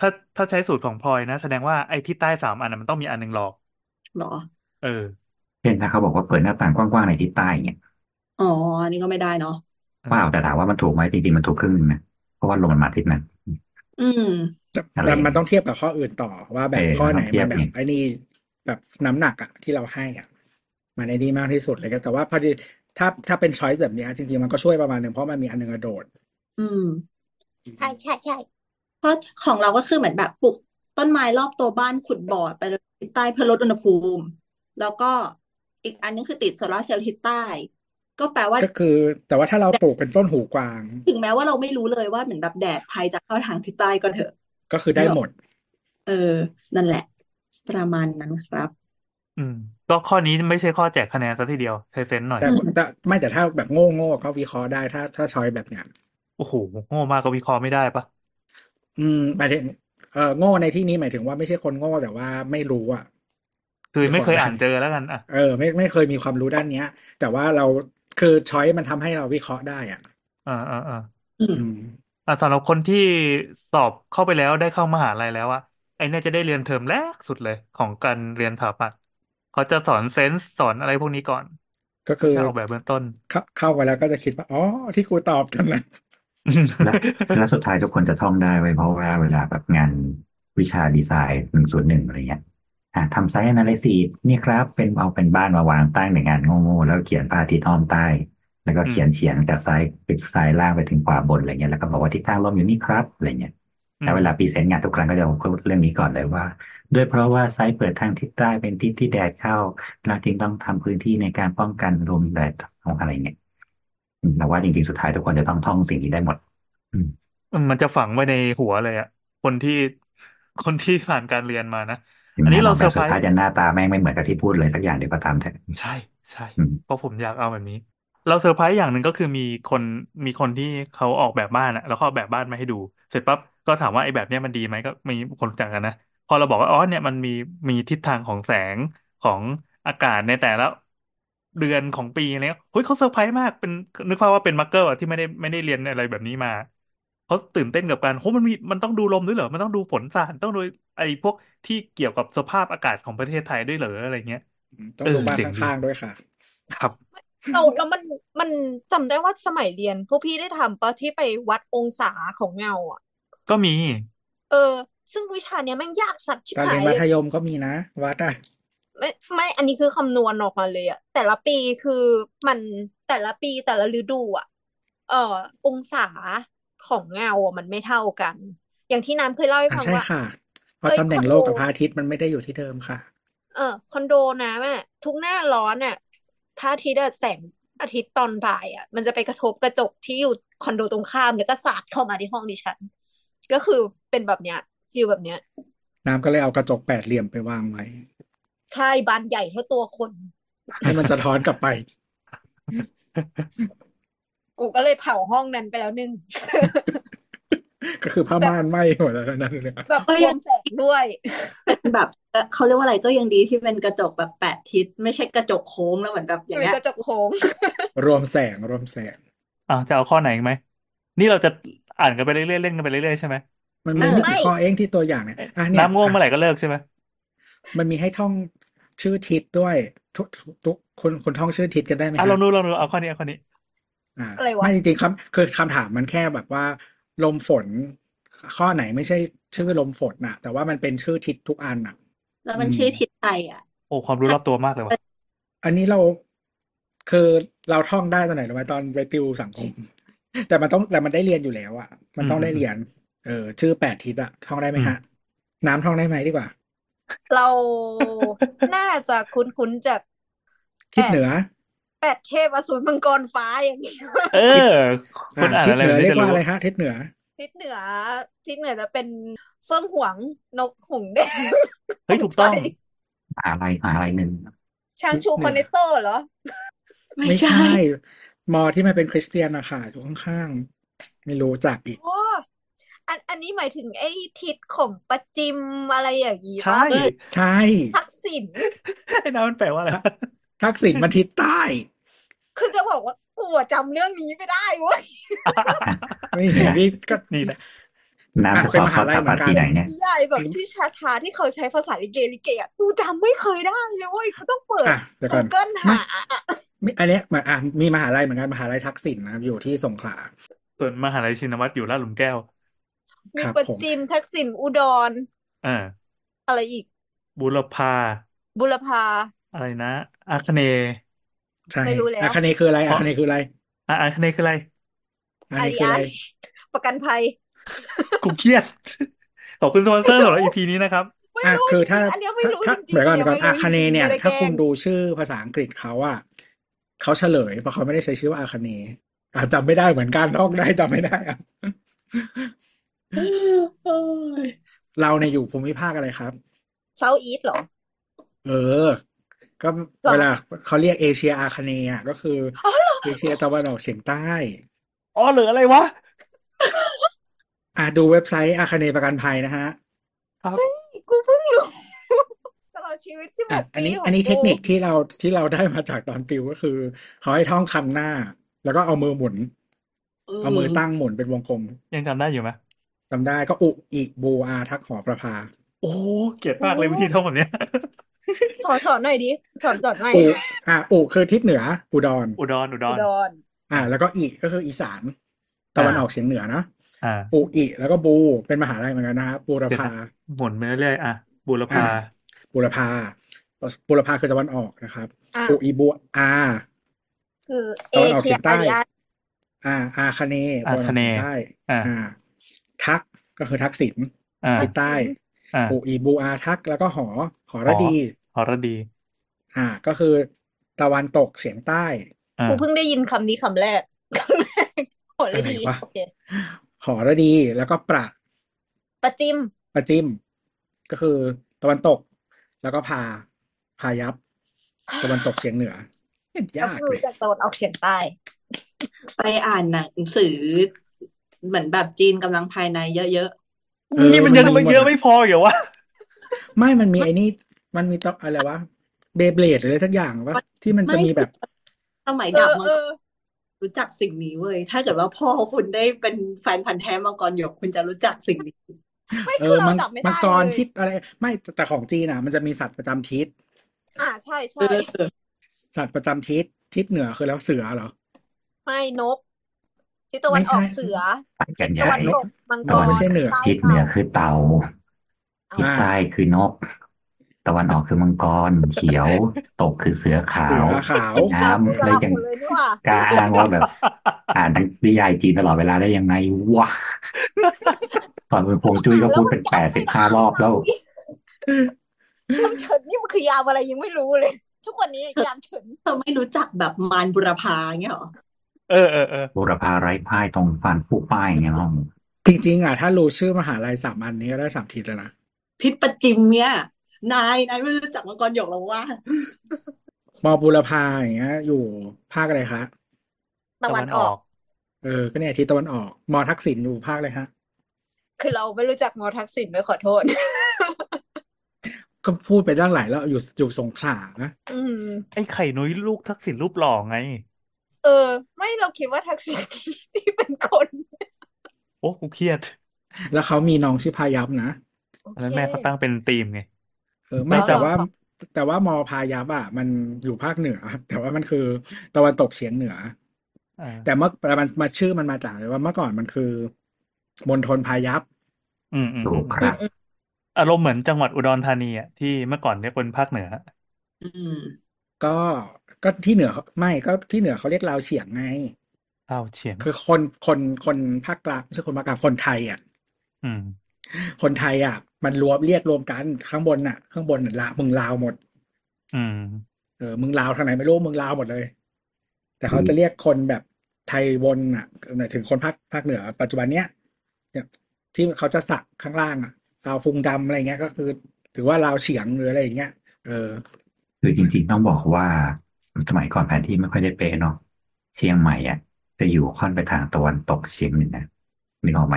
Speaker 4: ถ้าถ้าใช้สูตรของพลอยนะ แสดงว่าไอ้ที่ใต้สามอันน่ะมันต้องมีอันหนึ่งหลอก
Speaker 1: หรอ
Speaker 4: เออ
Speaker 5: เช่นถ้าเขาบอกว่าเปิดหน้าต่างกว้างๆในทิศใต้เนี่ย
Speaker 1: อ๋ออันนี้ก็ไม่ได้เนาะ
Speaker 5: ว้าวแต่ถามว่ามันถูกไหมจริงๆมันถูกครึ่งหนึงนะเพราะว่าลมมันมาทิศนั้น
Speaker 1: อืม
Speaker 3: แต่
Speaker 5: อะไรอย่างเงี้ย
Speaker 3: มันต้องเทียบกับข้ออื่นต่อว่าแบบ
Speaker 5: เออ
Speaker 3: ข้อไหน
Speaker 5: มันต้องเทีย
Speaker 3: มั
Speaker 5: บ
Speaker 3: นแบ
Speaker 5: ไง
Speaker 3: บไอ้นี่แบบน้ำหนักอะที่เราให้อะมันไอ้นี่มากที่สุดเลยก็แต่ว่าพอดีถ้าถ้าเป็นช้อยส์แบบเนี้ยจริงๆมันก็ช่วยประมาณหนึ่งเพราะมันมีอันหนึงกระโดด
Speaker 1: อืม
Speaker 2: ใช่ใช่ใช่
Speaker 1: เพราะของเราก็คือเหมือนแบบปลูกต้นไม้รอบตัวบ้านขุดบ่อไปเลยทิศใต้เพื่อลดอุณหภูมิ แล้วก็อีกอันนึงคือติดโซลาร์เซลล์ทิศใต้ ก็แปลว่า
Speaker 3: ก็คือ แต่ว่าถ้าเราปลูกเป็นต้นหูกวาง
Speaker 1: ถึงแม้ว่าเราไม่รู้เลยว่าเหมือนแบบแดดไทยจะเข้าทางทิศใต้ก็เถอะ
Speaker 3: ก็คือได้หมด
Speaker 1: เออ นั่นแหละ ประมาณนั้นครับ
Speaker 4: อืม ก็ข้อนี้ไม่ใช่ข้อแจกคะแนนซะทีเดียวใช้เซนส์หน่อย
Speaker 3: แต่
Speaker 1: อืม
Speaker 3: แต่ไม่แต่ถ้าแบบโง่โง่ก็วิเคราะห์ได้ถ้าถ้าช้อยส์แบบเนี้ย
Speaker 4: โอ้โหโง่มากก็วิเคราะห์ไม่ได้ปะ
Speaker 3: อืมหมายถึงเออโง่ในที่นี้หมายถึงว่าไม่ใช่คนโง่แต่ว่าไม่รู้อ่ะ
Speaker 4: คือไม่เคย
Speaker 3: ด้
Speaker 4: อ่านเจอแล้วกันอ่ะ
Speaker 3: เออ ไม่ไม่เคยมีความรู้ด้านเนี้ย แต่ว่าเราคือช้อยมันทำให้เราวิเคราะห์ได้อ่ะ
Speaker 4: อ่าอ่าอ่า
Speaker 1: อืม
Speaker 3: อืม
Speaker 4: อ่ะสำหรับคนที่สอบเข้าไปแล้วได้เข้ามหาลัยแล้วอะไอเนี่ยจะได้เรียนเทอมแรกสุดเลยของการเรียนสถาปัตย์เขาจะสอนเซนส์สอนอะไรพวกนี้ก่อน
Speaker 3: ก็คือ
Speaker 4: วิชาออกแบบเบื้องต้น
Speaker 3: เข้าเข้าไปแล้วก็จะคิดว่าอ๋อที่กูตอบกันนะ
Speaker 5: และ และสุดท้ายทุกคนจะท่องได้ไว้เพราะว่าเวลาแบบงานวิชาดีไซน์หนึ่งศูนย์หนึ่งอะไรเงี้ยอ่ะทำไซส์อนาลิซิสนี่ครับ เป็นเอาเป็นบ้านมาวางตั้งในงานโง่ๆแล้วเขียนพระอาทิตย์อ้อมใต้ แล้วก็เขียนเฉียงจากซ้ายไปซ้ายล่างไปถึงขวาบนอะไรเงี้ยแล้วก็บอกว่าทิศทางลมอยู่นี่ครับอะไรเงี้ย
Speaker 4: อืม
Speaker 5: แต่เวลาพรีเซนต์งานทุกครั้งก็จะพูดเรื่องนี้ก่อนเลยว่า ด้วยเพราะว่าไซส์เปิดทางทิศใต้เป็นทิศที่แดดเข้าเราจึงต้องทำพื้นที่ในการป้องกันลมแดดของอะไรเงี้ยอืมแต่ว่าจริงๆสุดท้ายทุกคนจะต้องท่องสิ่งนี้ได้หมด
Speaker 4: อืมมันจะฝังไว้ในหัวเลยอะคนที่คนที่ผ่านการเรียนมานะ
Speaker 5: ถึง
Speaker 4: อันนี้
Speaker 5: งานอ
Speaker 4: เรา
Speaker 5: อกแบ
Speaker 4: เซอบ ร์ไพ
Speaker 5: สุ
Speaker 4: ร
Speaker 5: ด
Speaker 4: ส์
Speaker 5: ท้ายจะหน้าตาแม่งไม่เหมือนกับที่พูดเลยสักอย่างเดียวก็ตามเถอะ
Speaker 4: ใช่ใช่
Speaker 5: อืม
Speaker 4: เพราะผมอยากเอาแบบนี้ เราเซอร์ไพรส์อย่างหนึ่งก็คือมีคนมีคนที่เขาออกแบบบ้านอะแล้วเขาออกแบบบ้านมาให้ดู เสร็จปั๊บก็ถามว่าไอ้แบบเนี้ยมันดีไหมก็มีคนรู้จักกันนะพอเราบอกว่าอ๋อเนี่ยมันมีมีทิศทางของแสงของอากาศในแต่ละเดือนของปีอะไรเงี้ยเฮ้ยเขาเซอร์ไพรส์มากเป็นนึกภาพว่าเป็นมักเกอร์อะที่ไม่ได้ไม่ได้เรียนอะไรแบบนี้มาเขาตื่นเต้นกับการโหมันมีมันต้องดูลมด้วยเหรอมันต้องดูฝนสาดต้องดูไอ้พวกที่เกี่ยวกับสภาพอากาศของประเทศไทยด้วยเหรออะไรเงี้ย
Speaker 3: ต้อง
Speaker 4: เออ
Speaker 3: ดูบ้าน
Speaker 4: เจ๋งดี
Speaker 3: ข้างๆด้วยค่ะ
Speaker 4: ครับ
Speaker 2: เราแล้วมันมันจำได้ว่าสมัยเรียน พวกพี่ได้ทำปะที่ไปวัดองศาของเงาอ่ะ
Speaker 4: ก็มี
Speaker 2: เออ ซึ่งวิชาเนี้ยแม่งยากสัตว์ชิบ
Speaker 3: ตอน
Speaker 2: หา
Speaker 3: เรียน
Speaker 2: ย
Speaker 3: มั
Speaker 2: เล
Speaker 3: ธ
Speaker 2: ย
Speaker 3: ยมก็มีนะวัดอ่ะ
Speaker 2: ไม่ไม่อันนี้คือคำนวณออกมาเลยอะแต่ละปีคือมันแต่ละปีแต่ละฤดูอะเอ่อ องศาของเงาอะมันไม่เท่ากัน อย่างที่น้ำเคยเล่าให้
Speaker 3: อ่ะ
Speaker 2: ฟัง
Speaker 3: ใช่
Speaker 2: ว่า
Speaker 3: ค่ะ เพ
Speaker 2: เอ้
Speaker 3: ราะ
Speaker 2: ย
Speaker 3: ตำแห
Speaker 2: ค
Speaker 3: น่
Speaker 2: อง น
Speaker 3: โล
Speaker 2: โด
Speaker 3: กกับพระอาทิตย์มันไม่ได้อยู่ที่เดิมค่ะ
Speaker 2: เออคอนโดน้ำอะทุกหน้าร้อนอะพระอาทิตย์อะแสงอาทิตย์ตอนบ่ายอะมันจะไปกระทบกระจกที่อยู่คอนโดตรงข้ามแล้วก็สาดเข้ามาที่ห้องดิฉัน ก็คือเป็นแบบเนี้ยฟีลแบบเนี้ย
Speaker 3: น้ำก็เลยเอากระจกแปดเหลี่ยมไปวางไว้
Speaker 2: ใช่บานใหญ่เท่าตัวคน
Speaker 3: ให้มันสะท้อนกลับไป
Speaker 2: กูก็เลยเผาห้องนั้นไปแล้วหนึ่ง
Speaker 3: ก็คือผ้าม่านไหม้หมดแล้วนั่นเลยนะ
Speaker 2: แบบรวมแสงด้วย
Speaker 1: เป็นแบบเอ่อเขาเรียกว่าอะไรก็ยังดีที่เป็นกระจกแบบแปดทิศไม่ใช่กระจกโค้งแล้วเหมือนแบบอย่าง
Speaker 2: เป็น
Speaker 1: เงี้ย
Speaker 2: กระจกโค้ง
Speaker 3: รวมแสงรวมแสง
Speaker 4: อ่ะจะเอาข้อไหนอีกไหม นี่เราจะอ่านกันไปเรื่อยๆเล่นกันไปเรื่อยๆใช่ไหม
Speaker 3: มัน
Speaker 1: เอ
Speaker 3: มี
Speaker 1: อ
Speaker 3: ไม่
Speaker 2: ไม่
Speaker 3: กี่ข้อเองที่ตัวอย่างเนี่ยอ่ะเนี่ย
Speaker 4: น้ำง่วง
Speaker 3: อ่ะ
Speaker 4: เมื่อไหร่ก็เลิกใช่ไหม
Speaker 3: มันมีให้ท่องชื่อทิศด้วย ทุกทุกทุกคนคนท่องชื่อทิศกันได้ไหม
Speaker 4: อ่ะ
Speaker 3: ฮะ
Speaker 4: ลองดูลองดูเอาข้อนี้เอาข้อนี้
Speaker 3: อ่า
Speaker 2: อะไรวะ
Speaker 3: ไม่จริงๆครับคือคำถามมันแค่แบบว่า ลมฝน ข้อไหนไม่ใช่ชื่อลมฝนน่ะ แต่ว่ามันเป็นชื่อทิศทุกอันน่ะ
Speaker 1: แล้วมัน
Speaker 3: อืม
Speaker 1: ชื่อทิศไทยอ่ะ
Speaker 4: โอ้ความรู้รอบตัวมากเลยว่ะ
Speaker 3: อันนี้เราคือเราท่องได้ตอนไหนรู้ไหมตอนไปติวสัง คม แต่มันต้องแต่มันได้เรียนอยู่แล้วอ่ะ มันต้องได้เรียน เออชื่อแปดทิศอ่ะท่องได้ไหมฮะ น้ำท่องได้ไหมดีกว่า
Speaker 2: เรา น่าจะคุ้นๆจาก
Speaker 3: ทิศเหนือ
Speaker 2: แปดเทพอสูรมังกรฟ้าอย่างนี้
Speaker 4: เออคนอ่าน
Speaker 3: ทิศ
Speaker 4: อะไร
Speaker 3: เหนื
Speaker 4: มัน
Speaker 3: เรีย
Speaker 4: ก็
Speaker 3: ก
Speaker 4: จะ
Speaker 3: ว่า
Speaker 4: รู้
Speaker 3: อะไรฮะทิศเหนือ
Speaker 2: ทิศเหนือทิศเหนือจะเป็นเฟื่องหวงนกหงส์แดง
Speaker 4: เฮ้ยถูกต้อง
Speaker 5: หาอะไรหาอะไรหนึ่ง
Speaker 2: ช้างชู
Speaker 3: ทิศเหนือ
Speaker 2: คอนเนตโต้เหรอ
Speaker 1: ไม่
Speaker 3: ไม่
Speaker 1: ใช่
Speaker 3: ใช่ มอที่มันเป็นคริสเตียนอะค่ะอยู่ข้างๆไม่รู้จักอีก
Speaker 2: อ๋ออันอันนี้หมายถึงไอ้ทิศของประจิมอะไรอย่างนี้
Speaker 4: ใช่
Speaker 2: ปะเออ
Speaker 3: ใช่
Speaker 2: ทักษิณ
Speaker 4: ไอ้น้ำมันแปลว่าอะไร
Speaker 3: ทักษิณมาทิศใต้
Speaker 2: คือจะบอกว่ากูอะจำเรื่องนี้ไม่ได้เว้ย
Speaker 3: ไม่เห็นนี่ก็
Speaker 4: นี่แหละ
Speaker 5: น้ำ
Speaker 3: อ่ะ
Speaker 5: จะ
Speaker 3: เป็น
Speaker 5: สอบ
Speaker 3: มหา
Speaker 5: เข้
Speaker 3: ลัย
Speaker 5: ส
Speaker 3: เหมือ
Speaker 5: ถาปัต
Speaker 3: น
Speaker 5: ย์
Speaker 3: กัน
Speaker 5: ที่ไหนเนี่ย
Speaker 2: นิยายแบบที่ชาชาๆที่เขาใช้ภาษาลิเกลิเกอะกูจำไม่เคยได้เลยเว้ยกูต้องเปิด
Speaker 3: อ่ะเดี๋ยวก่อน
Speaker 2: Google หา
Speaker 3: มีอันเนี้ยมันอ่ะมีมหาลัยเหมือนกันมหาลัยทักษิณนะครับอยู่ที่สงขลา
Speaker 4: ส่วนมหาลัยชินวัตรอยู่ลาดหลุมแก้ว
Speaker 2: มี
Speaker 3: ครับ
Speaker 2: ประ
Speaker 3: ผม
Speaker 2: จิมทักษิณอุดร
Speaker 4: อ่า
Speaker 2: อะไรอีก
Speaker 4: บุรพา
Speaker 2: บุรพา
Speaker 4: อะไรนะ อาคเนย์
Speaker 3: ใช่
Speaker 2: ไม่รู้แล้ว
Speaker 3: อาคเนย์คืออะไร
Speaker 4: เพ
Speaker 3: อา
Speaker 4: ราะ
Speaker 3: คเนย์คืออะไร
Speaker 4: อ่ะอาคเนย์คืออะไร
Speaker 3: อาค
Speaker 2: อา
Speaker 3: เน
Speaker 2: ริ
Speaker 3: ย์คือ
Speaker 2: อั
Speaker 3: อะไร
Speaker 2: นประกันภัย
Speaker 4: กูเครียดขอบคุณสปอนเซอร์สำหรับ EP นี้นะครับ
Speaker 2: ไม่
Speaker 3: อ่ะ
Speaker 2: รู้
Speaker 3: คือ
Speaker 2: จริ
Speaker 3: ถ้าง
Speaker 2: ๆอันเนี้ยไม่
Speaker 3: ถ้า
Speaker 2: รู้
Speaker 3: ถ้า
Speaker 2: จริง
Speaker 3: เดี๋ยว
Speaker 2: ๆ
Speaker 3: ก่
Speaker 2: อั
Speaker 3: อน น
Speaker 2: เนี้
Speaker 3: เดี๋
Speaker 2: ย
Speaker 3: ยวก่อนอาคเนย์เนี่
Speaker 2: ไม่รู้จริงๆ
Speaker 3: ย
Speaker 2: ไม่ได้
Speaker 3: ถ้า
Speaker 2: แก
Speaker 3: คุณ
Speaker 2: ล้ง
Speaker 3: ดูชื่อภาษาอังกฤษเขาอ่ะเขาเฉลยเพราะเขาไม่ได้ใช้ชื่อว่าอาคเนย์อาจจำไม่ได้เหมือนกันท่องได้จำไม่ได้อ่ะ
Speaker 1: โอ้ย
Speaker 3: เราเนี่ยอยู่ภูมิภาคอะไรครับ
Speaker 2: เซาท์อีสเหรอ
Speaker 3: เออ ก็
Speaker 2: หรอ
Speaker 3: เวลาเขาเรียกเอเชียอาคเนย์อ่ะก็คือเอเชียตะวันออกเฉียงใต้
Speaker 4: อ๋อเหลืออะไรวะ
Speaker 3: อ่ะดูเว็บไซต์อาคเนย์ประกันภัยนะฮะ
Speaker 4: ครับ
Speaker 2: กูเพิ่งรู้ ตลอดชีวิตสิบ
Speaker 3: อ่ะ
Speaker 2: หก
Speaker 3: อัน
Speaker 2: ปี
Speaker 3: นี้
Speaker 2: ขอ
Speaker 3: อัน
Speaker 2: ง
Speaker 3: นี้เท
Speaker 2: กู
Speaker 3: คนิคที่เราที่เราได้มาจากตอนติวก็คือเขาให้ท่องคำหน้า แล้วก็เอามือหมุน เอามือตั้งหมุนเป็นวงกลม
Speaker 4: ยังจำได้อยู่ไหม
Speaker 3: จำได้ก็อุอิบูอาทักหอประภา
Speaker 4: โอ้เกลียดมากเลยวิธีท่องแบบเนี้ย
Speaker 2: สอนสอนหน่อยดิ สอนสอนหน่อย
Speaker 3: อุอ่ะอุคือทิศเหนือ อุดร
Speaker 4: อุดรอุด
Speaker 2: อุ
Speaker 4: ร
Speaker 2: ดร
Speaker 3: อ่ะแล้วก็อิก็คืออีสาน ตะวัน
Speaker 4: อ่า
Speaker 3: ออกเฉียงเหนือนะ
Speaker 4: อ่า
Speaker 3: อุอิแล้วก็บูเป็นมหาลัยเหมือนกันนะครับบูร
Speaker 4: เดี๋ยว
Speaker 3: พา
Speaker 4: นะหมุนไปเรื่อยๆอ่ะบุร
Speaker 3: อ่ะ
Speaker 4: พา
Speaker 3: บูรพาบูรพาคือตะวันออกนะครับ
Speaker 2: อ่ะ
Speaker 3: อุอิบูอา
Speaker 2: คือเอ
Speaker 3: ตะวันออก
Speaker 2: เชี
Speaker 3: เฉี
Speaker 2: ย
Speaker 3: ยง
Speaker 2: อา
Speaker 3: ใต้
Speaker 2: ริอัน
Speaker 3: อ่า อาคเนย์
Speaker 4: อา
Speaker 3: ตะวันออ
Speaker 4: ค
Speaker 3: ก
Speaker 4: เน
Speaker 3: เฉียง
Speaker 4: ย์
Speaker 3: ใต้
Speaker 4: อ่า
Speaker 3: อ่า ทักก็คือทักษิณ
Speaker 4: อ่า
Speaker 3: ทิศใต้
Speaker 4: อ่า
Speaker 3: อูอีบูอาทักแล้วก็หอ หอ
Speaker 4: ห
Speaker 3: ระ
Speaker 4: อ
Speaker 3: ดี
Speaker 4: หอระดี
Speaker 3: อ่า ก็คือ ตะวันตกเฉียงใต้
Speaker 4: อ่า
Speaker 2: กูเพิ่งได้ยินคำนี้คำแรก คำแรกโหเล
Speaker 3: อะ
Speaker 2: ย
Speaker 3: ไร
Speaker 2: ดี
Speaker 3: วะ
Speaker 2: โอเค
Speaker 3: หอระดีแล้วก็ประ
Speaker 2: ประจิม
Speaker 3: ประจิม ก็คือ ตะวันตก แล้วก็พา พายัพตะวันตกเฉียงเหนือเนี่ย
Speaker 2: เรา
Speaker 3: ยากเล
Speaker 2: เพิ่งรู้
Speaker 3: ย
Speaker 2: จักตะวันออกเฉียงใต้
Speaker 1: ไปอ่านหนังสือ เหมือนแบบจีนกำลังภายในเยอะ
Speaker 3: เออ
Speaker 4: นี่มันยัง
Speaker 3: มันมีหมด
Speaker 4: เยอะ
Speaker 3: อะ
Speaker 4: ไม่พอเหรอวะ
Speaker 3: ไม่มันมีไอ้นี่ มันมีตะอะไรวะเบเบลดหรืออะไรสักอย่างวะที่มัน
Speaker 1: ๆ
Speaker 3: จะ
Speaker 1: ไม่
Speaker 3: มีแบบ
Speaker 1: สมัย
Speaker 2: เอ
Speaker 1: ดาบ
Speaker 2: อ
Speaker 1: มัง
Speaker 2: เอก
Speaker 1: ร
Speaker 2: อ
Speaker 1: รู้จักสิ่งนี้เว้ย ถ้าเกิดว่าพ่อคุณได้เป็นแฟนพันธ์แท้มังกรหยกคุณจะรู้จักสิ่งนี้
Speaker 2: ไม่
Speaker 3: เอ
Speaker 2: คือ
Speaker 3: อ
Speaker 2: เรา
Speaker 3: มัง
Speaker 2: จำไม่
Speaker 3: มัง
Speaker 2: ได้
Speaker 3: กร
Speaker 2: เลย
Speaker 3: ทิศอะไร ไม่แต่ของจีนอ่ะ มันจะมีสัตว์ประจำทิศ
Speaker 2: อ่าใช่
Speaker 1: เอ
Speaker 2: ใช่
Speaker 1: อ
Speaker 3: สัตว์ประจำทิศทิศเหนือคือแล้วเสือเหรอ
Speaker 2: ไม่นกทิศตะวั
Speaker 3: ไม่
Speaker 2: นอ
Speaker 3: ใช่
Speaker 2: อกเสือ
Speaker 5: ไป
Speaker 2: ทิ
Speaker 5: กัน
Speaker 2: ศ
Speaker 5: ให
Speaker 2: ตะ
Speaker 5: ญ่
Speaker 2: วันตกมัง
Speaker 3: น
Speaker 2: ก
Speaker 3: กไม่
Speaker 2: ร
Speaker 3: ใช่เหนือ
Speaker 2: ใต้
Speaker 5: ทิศเหนื
Speaker 2: เต่า
Speaker 5: อคือเต่าทิศ
Speaker 3: อ่า
Speaker 5: ใต้คือนก ตะวันออกคือมังกร เขียว ตกคือเสือขา
Speaker 3: เสื
Speaker 5: ว
Speaker 3: อขาว
Speaker 5: น้
Speaker 2: เต่ากู
Speaker 5: ำ
Speaker 2: ส
Speaker 5: แล้ว
Speaker 2: ลับ
Speaker 5: ยัง
Speaker 2: หมดเลยนี่หว่าก
Speaker 5: ล้าอ้างว่าแบบ อ่านทั้งนิยายจีนตลอดเวลาได้ยังไงวะตอนเป็นพวงจุ้ย
Speaker 2: อ่าน
Speaker 5: ก็
Speaker 2: แล้ว
Speaker 5: พูด
Speaker 2: มั
Speaker 5: เป็น นแปด
Speaker 2: จำ
Speaker 5: สิบ
Speaker 2: ไม่ได้
Speaker 5: ห้ารอบแล้ว
Speaker 2: ยามเฉินนี่มันคือยามอะไรยังไม่รู้เลย ทุกวันนี้ยามเฉิน
Speaker 1: เธอไม่รู้จักแบบมารบุรพาอย่างเงี้ยเหรอ
Speaker 4: เออเออเออ
Speaker 5: บุรพาไร้พ่ายตรงฟันผู้ป้ายเนี่ยเน้อง
Speaker 3: จริงๆอ่ะถ้ารู้ชื่อมหาลัยสามอันนี้ก็ได้สามทิศแล้วนะ
Speaker 1: พิษประจิมเนี่ย นายนายไม่รู้จักมังกรหยกหรอวะ
Speaker 3: มอบุรพาอย่างเงี้ย อยู่ภาคอะไรคะ
Speaker 2: ตะ
Speaker 4: ตะ
Speaker 2: วั
Speaker 4: วัน น
Speaker 2: อ
Speaker 4: อ
Speaker 2: อ
Speaker 4: อก ก
Speaker 3: เออก็เนี่ยทิศตะวันออกมอทักษิณอยู่ภาคเลยฮะ
Speaker 2: คือเราไม่รู้จักมอทักษิณไม่ขอโทษ
Speaker 3: ก็พูดไปตั้งหลายแล้วอยู่อยู่สงขลานะ
Speaker 2: อืม
Speaker 4: ไอ้ไข่นุ้ยลูกทักษิณรูปหล่อไง
Speaker 2: เออ ไม่เราคิดว่าทักษิณ ที่เป็นคน
Speaker 4: โอ้กูเครียด
Speaker 3: แล้วเขามีน้องชื่อพายัพนะ
Speaker 2: โอ
Speaker 4: อัน
Speaker 2: เค
Speaker 4: นั้นแม่เขาตั้งเป็นธีมไง
Speaker 3: เออไม่
Speaker 4: ไม่
Speaker 3: แต่
Speaker 4: จำ
Speaker 3: ว่า แต่ว่ามอพายัพอ่ะมันอยู่ภาคเหนือ แต่ว่ามันคือตะวันตกเฉียงเหนือ
Speaker 4: อ่า
Speaker 3: แต่เมื่อแต่มันมาชื่อมันมาจากเลยว่าเมื่อก่อนมันคือมณฑลพายัพ
Speaker 4: อืมอืม
Speaker 5: ถู
Speaker 4: อื
Speaker 5: ก
Speaker 4: ม
Speaker 5: ค
Speaker 4: อืม
Speaker 5: รับ
Speaker 4: อารมณ์เหมือนจังหวัดอุดรธานีอ่ะที่เมื่อก่อนเรียกเป็นภาคเหนือ
Speaker 1: อืม
Speaker 3: ก็ก็ที่เหนือเขาไม่ก็ที่เหนือเขาเรียกลาวเฉียงไง
Speaker 4: เล่าวเฉียง
Speaker 3: คือคนคนคนภาคกลางไม่ใช่คนภาคกลางคนไทยอ่ะ
Speaker 4: อืม
Speaker 3: คนไทยอ่ะ มันรวมเรียกรวมกันข้างบนน่ะ ข้างบนน่ะละมึงลาวหมด
Speaker 4: อืม
Speaker 3: เออมึงลาวทางไหนไม่รู้มึงลาวหมดเลย แต่เขาจะเรียกคนแบบไทยวนอ่ะหมายถึงคนภาคภาคเหนือ ปัจจุบันเนี้ยเนี่ยที่เขาจะสักข้างล่างอ่ะลาวฟุงดำอะไรเงี้ยก็คือหรือว่าลาวเฉียงหรืออะไรอย่างเงี้ยเออ
Speaker 5: คือจริงๆต้องบอกว่าสมัยก่อนแผนที่ไม่ค่อยได้เป๊ะเนาะเชียงใหม่อ่ะจะอยู่ค่อนไปทางตะวันตกเฉียงเหนือนึกออกไหม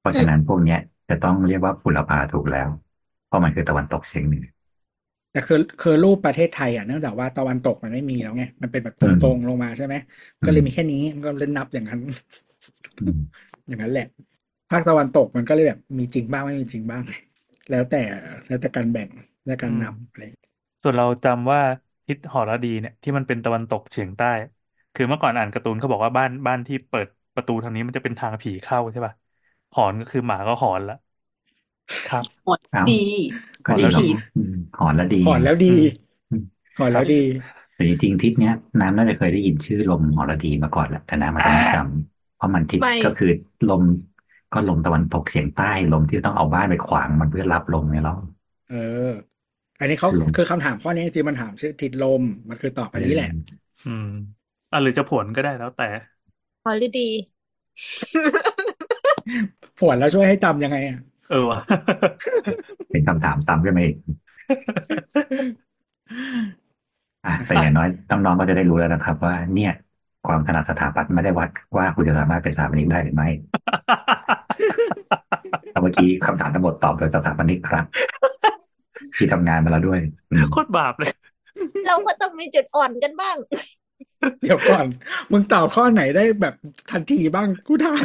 Speaker 5: เพราะฉะนั้นพวกเนี้ยจะต้องเรียกว่าบุรพาถูกแล้ว เพราะมันคือตะวันตกเฉียงเหนือ
Speaker 3: แต่คือคือรูปประเทศไทยอ่ะเนื่องจากว่าตะวันตกมันไม่มีแล้วไงมันเป็นแบบต
Speaker 5: อืม
Speaker 3: รงๆลงมาใช่ไหมก็เลยมีแค่นี้มันก็เลยนับอย่างนั้น
Speaker 5: อืม
Speaker 3: อย่างนั้นแหละ ภาคตะวันตกมันก็เลยแบบมีจริงบ้างไม่มีจริงบ้าง แล้วแต่แล้วแต่การแบ่งและการ
Speaker 4: อืม
Speaker 3: นับอะไร
Speaker 4: ส่วนเราจำว่าทิศหรดีเนี่ยที่มันเป็นตะวันตกเฉียงใต้ คือเมื่อก่อนอ่านการ์ตูนเขาบอกว่าบ้านบ้านที่เปิดประตูทางนี้มันจะเป็นทางผีเข้าใช่ป่ะหอนก็คือหมาก็หอนละครับ
Speaker 1: หมด
Speaker 5: เอ้า
Speaker 1: ดี
Speaker 5: ก็
Speaker 4: หอน
Speaker 5: ดี
Speaker 4: แล้ว
Speaker 5: หรอ
Speaker 4: ดี
Speaker 5: กอืมหอนแล้วดี
Speaker 3: หอน
Speaker 5: ไง
Speaker 3: แล้วดี
Speaker 4: อืม
Speaker 5: อืม
Speaker 3: หอน
Speaker 4: ครั
Speaker 3: แล้
Speaker 4: บ
Speaker 3: วดี
Speaker 5: แต่จริงๆทริศเนี้ยน้ำน่าจะเคยได้ยินชื่อลมหอนแล้วดีมาก่อนแหละแต่น้ำอาจจะไม่จำเพราะมันทิศ
Speaker 2: ไม่
Speaker 5: ก็คือลมก็ลมตะวันตกเฉียงใต้ลมที่ต้องเอาบ้านไปขวางมันเพื่อรับลมไงแล้ว
Speaker 3: เออ อันนี้เขา
Speaker 5: ลม
Speaker 3: คือคำถามข้อนี้จริงๆมันถามชื่อทิศลมมันคือตอบ
Speaker 5: เอ
Speaker 3: อั
Speaker 5: อน
Speaker 3: นี้แหละ
Speaker 4: อืมอ่ะหรือจะผวนก็ได้แล้วแต่
Speaker 2: ฮอลลิดี
Speaker 3: ผวนแล้วช่วยให้จำยังไงอ่ะ
Speaker 4: เออว่ะ
Speaker 5: เป็นคำถามซ้ำขึ้นมาอีกอ่ะแต่อย่างน้อยน้องๆก็จะได้รู้แล้วนะครับ ว่าเนี่ย ความถนัดสถาปัตย์ไม่ได้วัดว่าคุณจะสามารถเป็นสถาปนิกได้หรือไม่แต่เมื่อกี้คำถามทั้งหมดตอบโดยสถาปนิกครับ ที่ทำงานมาแล้วด้วย อืม
Speaker 4: โคตรบาปเลย
Speaker 2: เราก็ต้องมีจุดอ่อนกันบ้าง
Speaker 3: เดี๋ยวก่อน มึงตอบข้อไหนได้แบบทันทีบ้างกูถาม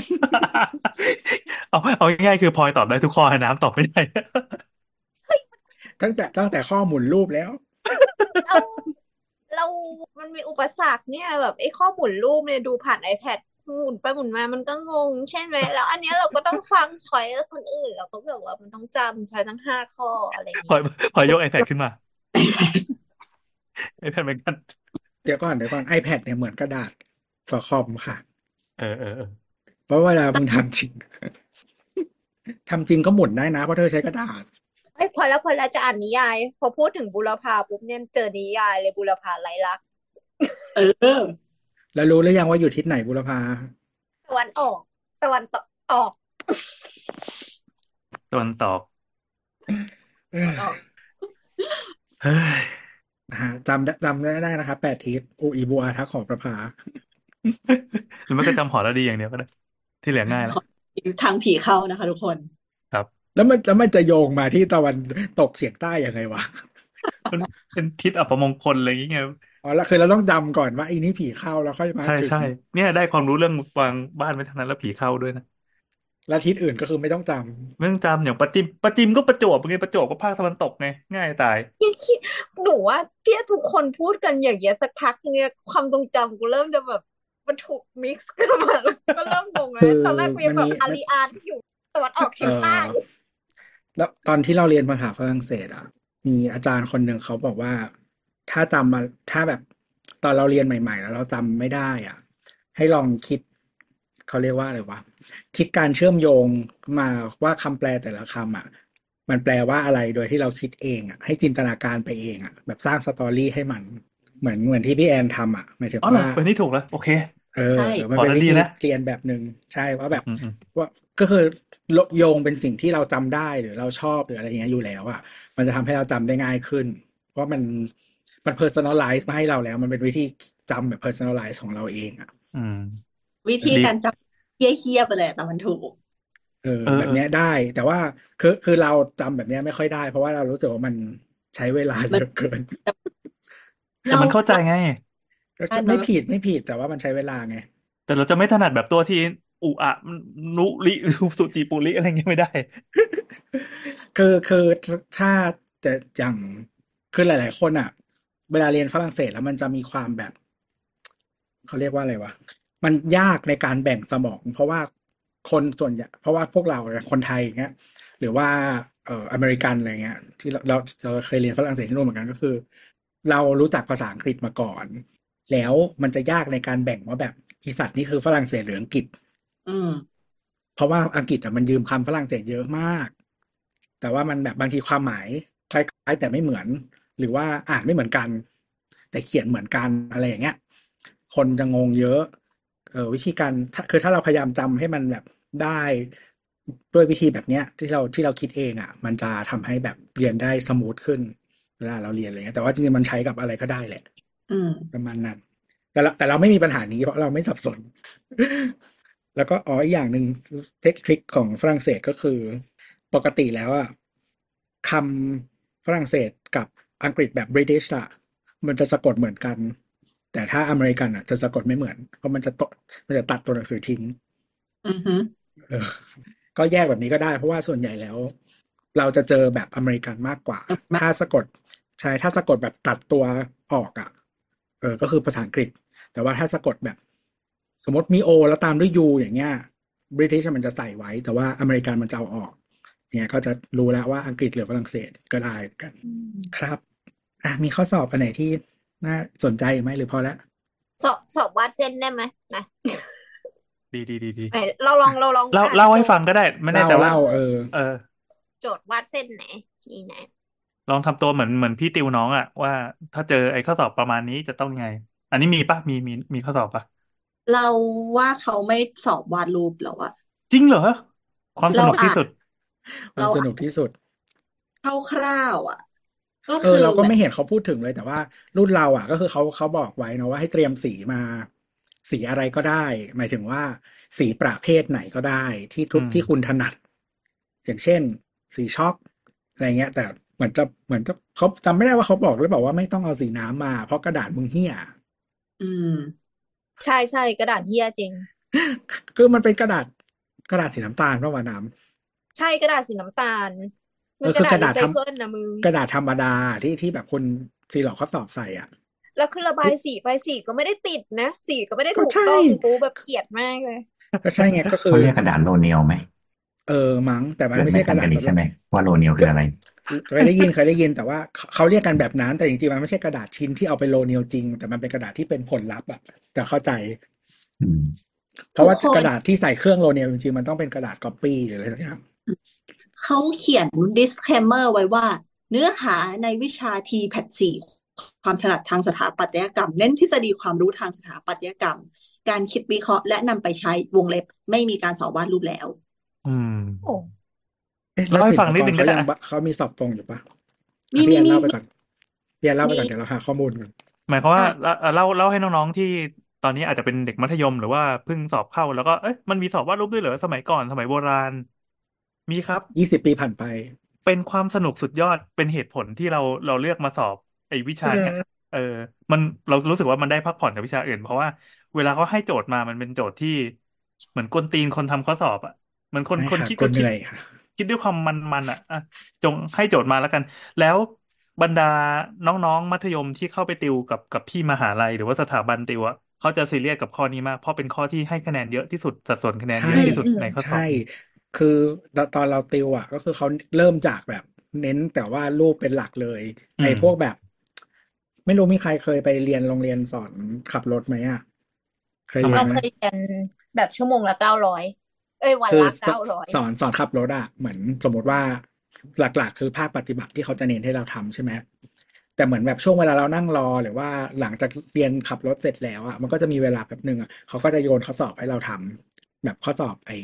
Speaker 4: เอาเอาง่ายๆคือพลอยตอบได้ทุกข้อน้ำตอบไม่ได้
Speaker 3: ตั้งแต่ตั้งแต่ข้อมูลรูปแล้ว
Speaker 2: เราเรามันมีอุปสรรคเนี่ย แบบไอ้ข้อหมุนรูปเนี่ยดูผ่าน iPad หมุนไปหมุนมามันก็งง ใช่ไหมแล้วอันเนี้ยเราก็ต้องฟังช้อยคนอื่นเราก็แบบว่ามันต้องจำช้อยทั้งห้าข้ออะไรอย่าง
Speaker 4: พล
Speaker 2: เงี้
Speaker 4: อย ยพลอยยก iPad ขึ้นมา iPad เหมือนกัน
Speaker 3: เดี๋ยวก่อนเดี๋ยวก่อน iPad เนี่ยเหมือนกระดาษฝาคอมค่ะ
Speaker 4: เออเออเออ
Speaker 3: เพราะเวลามึงทำจริง ทำจริงก็หมุนได้นะ เพราะเธอใช้กระดาษ
Speaker 2: ไอ้ยพอแล้วพอแล้วจะอ่านนิยาย พอพูดถึงบุรพาปุ๊บเนี่ยเจอนิยายเลยบุรพาไร้ลักษณ์
Speaker 1: เออ
Speaker 3: แล้วรู้หรือยังว่าอยู่ทิศไหนบุรพา
Speaker 2: ตะวันออก ตะวันตกออก
Speaker 4: ตะวันตอบ
Speaker 3: เออ
Speaker 2: ออก
Speaker 4: เฮ้ย
Speaker 3: นะฮะจำได้จำได้ได้นะครับแปดทิศอูอีบัวทักขอประภา
Speaker 4: หรือไม่ก็จำหอระดีอย่างเดียวก็ได้ ที่เหลือง่ายแล้ว
Speaker 1: ทางผีเข้านะคะทุกคน
Speaker 4: ครับ
Speaker 3: แล้วมันแล้วมันจะโยงมาที่ตะวันตกเฉียงใต้ยังไงวะ
Speaker 4: มันเป็นทิศอัปมงคลอะไรอย่างเงี้ย
Speaker 3: อ๋อแล้วคือเราต้องจำก่อนว่าไอ้นี่ผีเข้าแล้วค่อยมา
Speaker 4: ใช่
Speaker 3: ถึง
Speaker 4: ใช่เนี่ยได้ความรู้เรื่องวางบ้านไว้ทั้งนั้นแล้วผีเข้าด้วยนะ
Speaker 3: แล้วทิศอื่นก็คือไม่ต้องจ
Speaker 4: เรื่องจำอย่างประจิมประจิมก็ประจวบไงประจวบก็ภาคตะวันตกไงง่ายตาย
Speaker 2: ยังคิดหนูว่าที่ทุกคนพูดกันอย่างเงี้ยสักพักเนี่ยความทรงจำกูเริ่มจะแบบมันถูกมิกซ์กันมาแล้วก็เริ่มง
Speaker 3: ำ
Speaker 2: งแล้ว
Speaker 3: คือ
Speaker 2: ตอนแรกกูยั
Speaker 3: มั
Speaker 2: ง
Speaker 3: น
Speaker 2: แบ
Speaker 3: มี
Speaker 2: บอา
Speaker 3: มัน
Speaker 2: รีอาร์อยู่ตะวันออกเฉี
Speaker 3: เอย
Speaker 2: งใต้
Speaker 3: อแล้วตอนที่เราเรียนภาษาฝรั่งเศสอ่ะ มีอาจารย์คนหนึ่งเขาบอกว่า ถ้าจำมาถ้าแบบตอนเราเรียนใหม่ ๆ แล้วเราจำไม่ได้อ่ะ ให้ลองคิดเขาเรียกว่าอะไรวะคิดการเชื่อมโยงมาว่าคำแปลแต่ละคำอ่ะ มันแปลว่าอะไรโดยที่เราคิดเองอ่ะให้จินตนาการไปเองอ่ะ แบบสร้างสตอรี่ให้มัน เหมือนเหมือนที่พี่แอนทำอ่ะหมายถึง
Speaker 4: อ๋อเหรอ
Speaker 3: ว่า
Speaker 4: เออนี่ถูกแล้วโอเค
Speaker 3: เออ
Speaker 1: ใช่
Speaker 3: เออ
Speaker 4: พ
Speaker 3: มัน
Speaker 4: อ
Speaker 3: เป็น
Speaker 4: แล้ว
Speaker 3: วิ
Speaker 4: ดี
Speaker 3: ธี
Speaker 4: นะ
Speaker 3: เรียนแบบหนึ่งใช่ว่าแบบ
Speaker 4: อืมอืม
Speaker 3: ว่าก็คือโยงเป็นสิ่งที่เราจำได้หรือเราชอบหรืออะไรอย่างเงี้ยอยู่แล้วอ่ะมันจะทำให้เราจำได้ง่ายขึ้น เพราะมันมัน personalize มาให้เราแล้ว มันเป็นวิธีจำแบบ personalize ของเราเองอ่ะ
Speaker 4: อืม
Speaker 1: วิธี
Speaker 4: ดี
Speaker 1: การจับเฮี้ยๆไปเลยแต่มันถูก
Speaker 3: เออ
Speaker 4: เออ
Speaker 3: แบ
Speaker 4: เอบ อ
Speaker 3: เนี้ยได้ แต่ว่าคือคือเราจำแบบเนี้ยไม่ค่อยได้ เพราะว่าเรารู้สึกว่ามันใช้เวลาเย
Speaker 1: มัน
Speaker 3: อะเกิน
Speaker 4: แต่
Speaker 1: เรา
Speaker 4: มันเข้าใจ
Speaker 1: เรา
Speaker 4: ไง
Speaker 3: ก็
Speaker 1: ได้
Speaker 3: จะ
Speaker 1: เน
Speaker 3: ไม่
Speaker 1: อะ
Speaker 3: ผิดไม่ผิดแต่ว่ามันใช้เวลาไง
Speaker 4: แต่เราจะไม่ถนัดแบบตัวที่อุอะนุลิ สุจิปุริอะไรเงี้ยไม่ได้
Speaker 3: คือคือถ้าจะอย่าง คือหลาย ๆ คนอ่ะ เวลาเรียนฝรั่งเศสแล้วมันจะมีความแบบ เขาเรียกว่าอะไรวะ มันยากในการแบ่งสมอง เพราะว่าคนส่วนใหญ่เพราะว่าพวกเราเนี่ยคนไทยอย่างเงี้ย หรือว่าเอ่ออเมริกันอะไรเงี้ย ที่เราเราเราเคยเรียนฝรั่งเศสที่นู่นเหมือนกันก็คือ เรารู้จักภาษาอังกฤษมาก่อน แล้วมันจะยากในการแบ่งว่าแบบอีสัตว์นี่คือฝรั่งเศสหรืออังกฤษ
Speaker 1: อืม
Speaker 3: เพราะว่าอังกฤษอ่ะมันยืมคำฝรั่งเศสเยอะมาก แต่ว่ามันแบบบางทีความหมายคล้ายๆแต่ไม่เหมือน หรือว่าอ่านไม่เหมือนกัน แต่เขียนเหมือนกันอะไรอย่างเงี้ย คนจะงงเยอะ เออวิธีการถ้าคือถ้าเราพยายามจำให้มันแบบได้ด้วยวิธีแบบเนี้ย ที่เราที่เราคิดเองอ่ะ มันจะทำให้แบบเรียนได้สมูทขึ้นเวลาเราเรียนอะไรเงี้ยแต่ว่าจริงๆมันใช้กับอะไรก็ได้แหละ
Speaker 1: อืม
Speaker 3: ประมาณนั้น แต่เราแต่เราไม่มีปัญหานี้เพราะเราไม่สับสน แล้วก็อ๋ออีกอย่างหนึ่งเทคนิคของฝรั่งเศสก็คือ ปกติแล้วอะคำฝรั่งเศสกับอังกฤษแบบ British อะมันจะสะกดเหมือนกัน แต่ถ้าอเมริกันอะจะสะกดไม่เหมือน เพราะมันจะตมันจะตัดตัวหนังสือทิ้ง
Speaker 1: อือฮึ
Speaker 3: เออ ก็แยกแบบนี้ก็ได้ เพราะว่าส่วนใหญ่แล้ว เราจะเจอแบบอเมริกันมากก ว่า ถ้าสะกดใช่ถ้าสะกดแบบตัดตัวออกอ่ะ เออ ก็คือภาษาอังกฤษ แต่ว่าถ้าสะกดแบบ สมมติมีโอ แล้วตามด้วยยูอย่างเงี้ยบริติชมันจะใส่ไว้ แต่ว่าอเมริกันมันจะเอาออกเนี่ยก็จะรู้แล้วว่าอังกฤษหรือฝรั่งเศสก็ได้กัน ครับ อ่ะมีข้อสอบอันไหนที่น่าสนใจไหมหรือพอแล้ว
Speaker 2: สอบสอบวาดเส้นได้ไหมนะ
Speaker 4: ดีดีดีดี
Speaker 2: ไหนเราลองเราลอง
Speaker 4: เล่า
Speaker 2: อ่น
Speaker 4: เล่าให้ฟังก็ได้ ไม่แน่
Speaker 3: เล่า
Speaker 4: แต่ว่า
Speaker 3: เล่าเออ
Speaker 4: เออ
Speaker 2: โจทย์วาดเส้นไหนนี่นะ
Speaker 4: ลองทำตัวเหมือนเหมือนพี่ติวน้องอะว่าถ้าเจอไอ้ข้อสอบประมาณนี้จะต้องยังไง อันนี้มีปะมีมีมีข้อสอบปะ
Speaker 1: เราว่าเขาไม่สอบวาดรูปหรอกอะ
Speaker 4: จริงเหรอ ความส
Speaker 1: เรา
Speaker 4: นุกที่
Speaker 1: อ่าน
Speaker 4: สุด
Speaker 3: ความสนุกที่สุด
Speaker 1: คร่าวๆอ่ะ ก็
Speaker 3: เอ
Speaker 1: คือ
Speaker 3: เราก็
Speaker 1: แบบ
Speaker 3: ไม่เห็นเขาพูดถึงเลยแต่ว่ารุ่นเราอ่ะ ก็คือเขาเขาบอกไว้นะว่าให้เตรียมสีมา สีอะไรก็ได้ หมายถึงว่า สีประเภทไหนก็ได้ที่ทุก
Speaker 4: อืม
Speaker 3: ที่คุณถนัด อย่างเช่น สีช็อกอะไรเงี้ย แต่เหมือนจะเหมือนจะเขาจำไม่ได้ว่าเขาบอกหรือเปล่าว่าไม่ต้องเอาสีน้ำมา เพราะกระดาษมึงเหี้ย
Speaker 1: อืม
Speaker 2: ใช่ใช่กระดาษเหี้ยจริง
Speaker 3: คือมันเป็นกระดาษกระดาษสีน้ำตาลเพราะว่าน้ำ
Speaker 2: ใช่กระดาษสีน้ำตาล
Speaker 3: เอ
Speaker 2: มัน
Speaker 3: อก คื
Speaker 2: ระ
Speaker 3: อ
Speaker 2: ดาษ
Speaker 3: กระ
Speaker 2: รี
Speaker 3: ดาษ
Speaker 2: ไซ
Speaker 3: ท
Speaker 2: เคิลนะมึง
Speaker 3: ำกระดาษธรรมดาที่ที่แบบคนซีหลอกเขาสอบใส่อ่ะ
Speaker 2: แล้วคือระบายสีไปสีก็ไม่ได้ติดนะ สีก็ไม่ได้
Speaker 3: ก็
Speaker 2: ถูก
Speaker 3: ใช่
Speaker 2: ต้องกูแบบเกลียดมากเลย
Speaker 3: ก็ใช่ไงก็คือ
Speaker 5: เขาเรียกกระดาษโลเนลไหม
Speaker 3: เออมั้งแต่มัน
Speaker 5: เกิด
Speaker 3: ไม่
Speaker 5: ไม่
Speaker 3: ใช่ก
Speaker 5: ทัน
Speaker 3: ระดา
Speaker 5: กั
Speaker 3: ษ
Speaker 5: นอีก
Speaker 3: สำห
Speaker 5: ใช่
Speaker 3: รับ
Speaker 5: ไหมว่าโลเนลคืออะไร
Speaker 3: เคยได้ยินเคยได้ยินแต่ว่าเขาเขาเรียกกันแบบนั้นแต่จริงๆมันไม่ใช่กระดาษชิ้นที่เอาไปโรเนียลจริง แต่มันเป็นกระดาษที่เป็นผลลัพธ์อะแต่เข้าใจ
Speaker 5: อืม
Speaker 3: เพราะว่า
Speaker 1: ทุกคน
Speaker 3: กระดาษที่ใส่เครื่องโรเนียลจริงๆมันต้องเป็นกระดาษก๊อปปี้หรืออะไรสักอย่าง
Speaker 1: เขาเขียน disclaimer ไว้ว่า เนื้อหาในวิชาทีแพทสี่ความถนัดทางสถาปัตยกรรม เน้นทฤษฎีความรู้ทางสถาปัตยกรรม การคิดวิเคราะห์และนำไปใช้วงเล็บไม่มีการสอบวาดรูปแล้ว
Speaker 4: อืม
Speaker 2: โอ้
Speaker 3: เอ๊ะ
Speaker 4: เล่าให้ฟังนิดนึงก็
Speaker 3: เขา
Speaker 4: ได้
Speaker 3: ยั
Speaker 4: อะ
Speaker 3: บเขามีสอบตรงอยู่ปะ
Speaker 1: มี
Speaker 3: อ่ะ
Speaker 1: มี
Speaker 3: พี่แอนเล่าไป
Speaker 1: มี
Speaker 3: ก่อนพี่แอนเล่าไป
Speaker 1: มี
Speaker 3: ก่อนเดี๋ยวเราหาข้อมูลกัน
Speaker 4: หมายความว่า
Speaker 1: อ่ะ
Speaker 4: เล่าเอ่อเล่าเล่าให้น้องๆที่ตอนนี้อาจจะเป็นเด็กมัธยมหรือว่าเพิ่งสอบเข้าแล้วก็เอ๊ะมันมีสอบวาดรูปด้วยเหรอสมัยก่อนสมัยโบราณ มีครับ
Speaker 3: ยี่สิบปีผ่านไป
Speaker 4: เป็นความสนุกสุดยอดเป็นเหตุผลที่เราเราเลือกมาสอบไอ้วิ
Speaker 2: อื
Speaker 4: ชามเนี้ยเออ มันเรารู้สึกว่ามันได้พักผ่อนจากวิชาอื่น เพราะว่าเวลาเขาให้โจทย์มามันเป็นโจทย์ที่ เหมือนกวนตีนคนทำข้อสอบอ่ะเหมือนคน
Speaker 3: ไม่
Speaker 4: คน
Speaker 3: ค่ะ
Speaker 4: คิด
Speaker 3: กลั
Speaker 4: ก็
Speaker 3: วเห
Speaker 4: คิ
Speaker 3: นื่
Speaker 4: ด
Speaker 3: อยค่ะ
Speaker 4: คิดด้วยความมันมันอ่ะอ่ะจงให้โจทย์มาแล้วกัน แล้วบรรดาน้องๆมัธยมที่เข้าไปติวกับกับพี่มหาลัย หรือว่าสถาบันติวอ่ะเขาจะซีเรียสกับข้อนี้มากเพราะเป็นข้อที่ให้คะแนนเยอะที่สุดสัดส่วนคะแนนเย
Speaker 3: ใช่
Speaker 4: อะที่สุด
Speaker 1: อืม
Speaker 4: ในข้อสอ
Speaker 3: ใช่
Speaker 4: บ
Speaker 3: คือตอนเราติวอ่ะ ก็คือเขาเริ่มจากแบบเน้นแต่ว่ารูปเป็นหลักเลย
Speaker 4: อื
Speaker 3: ไอ้
Speaker 4: ม
Speaker 3: พวกแบบ ไม่รู้มีใครเคยไปเรียนโรงเรียนสอนขับรถไหมอ่ะ เคยเรียน
Speaker 2: เรา
Speaker 3: ไหม
Speaker 2: เคยเรียนแบบชั่วโมงละเก้าร้อยเอ้ยวัน
Speaker 3: คือ
Speaker 2: ละ
Speaker 3: ส
Speaker 2: เก้าร้อย
Speaker 3: สอนสอนขับรถอ่ะเหมือนสมมติว่าหลักๆ คือภาคปฏิบัติที่เขาจะเน้นให้เราทำใช่ไหมแต่เหมือนแบบช่วงเวลาเรานั่งรอหรือว่าหลังจากเรียนขับรถเสร็จแล้วอ่ะมันก็จะมีเวลาแป๊บหนึ่งอ่ะเขาก็จะโยนข้อสอบให้เราทำแบบข้อสอบไอ้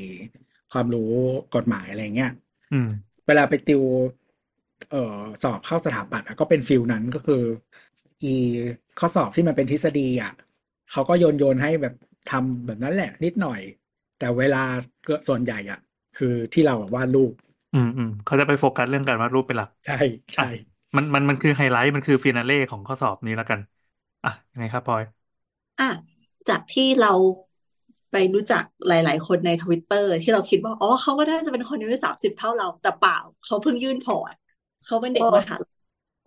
Speaker 3: ความรู้กฎหมายอะไรเงี้ย
Speaker 4: อืม
Speaker 3: เวลาไปติว เอ่อ สอบเข้าสถาปัตย์อะก็เป็นฟิลนั้นก็คือ อีข้อสอบที่มันเป็นทฤษฎีอ่ะเขาก็โยนโยนให้แบบทำแบบนั้นแหละนิดหน่อย แต่เวลาเกือบส่วนใหญ่อ่ะ คือที่เราอะวาดรูป
Speaker 4: อืมอืมเขาจะไปโฟกัสเรื่องการวาดรูปเป็นหลัก
Speaker 3: ใช่
Speaker 4: อ่ะ
Speaker 3: ใช่
Speaker 4: มันมันมันคือไฮไลท์มันคือฟินาเล่ของข้อสอบนี้แล้วกัน อ่ะยังไงครับพลอย
Speaker 1: อ่ะจากที่เราไปรู้จักหลาย ๆ คนในทวิตเตอร์ที่เราคิดว่า อ๋อเขาก็น่าจะเป็นคนอายุสามสิบเท่าเรา แต่เปล่า เขาเพิ่งยื่นพอร์ตเขาเป็นเด็ก
Speaker 2: โอ้
Speaker 1: มหาลัย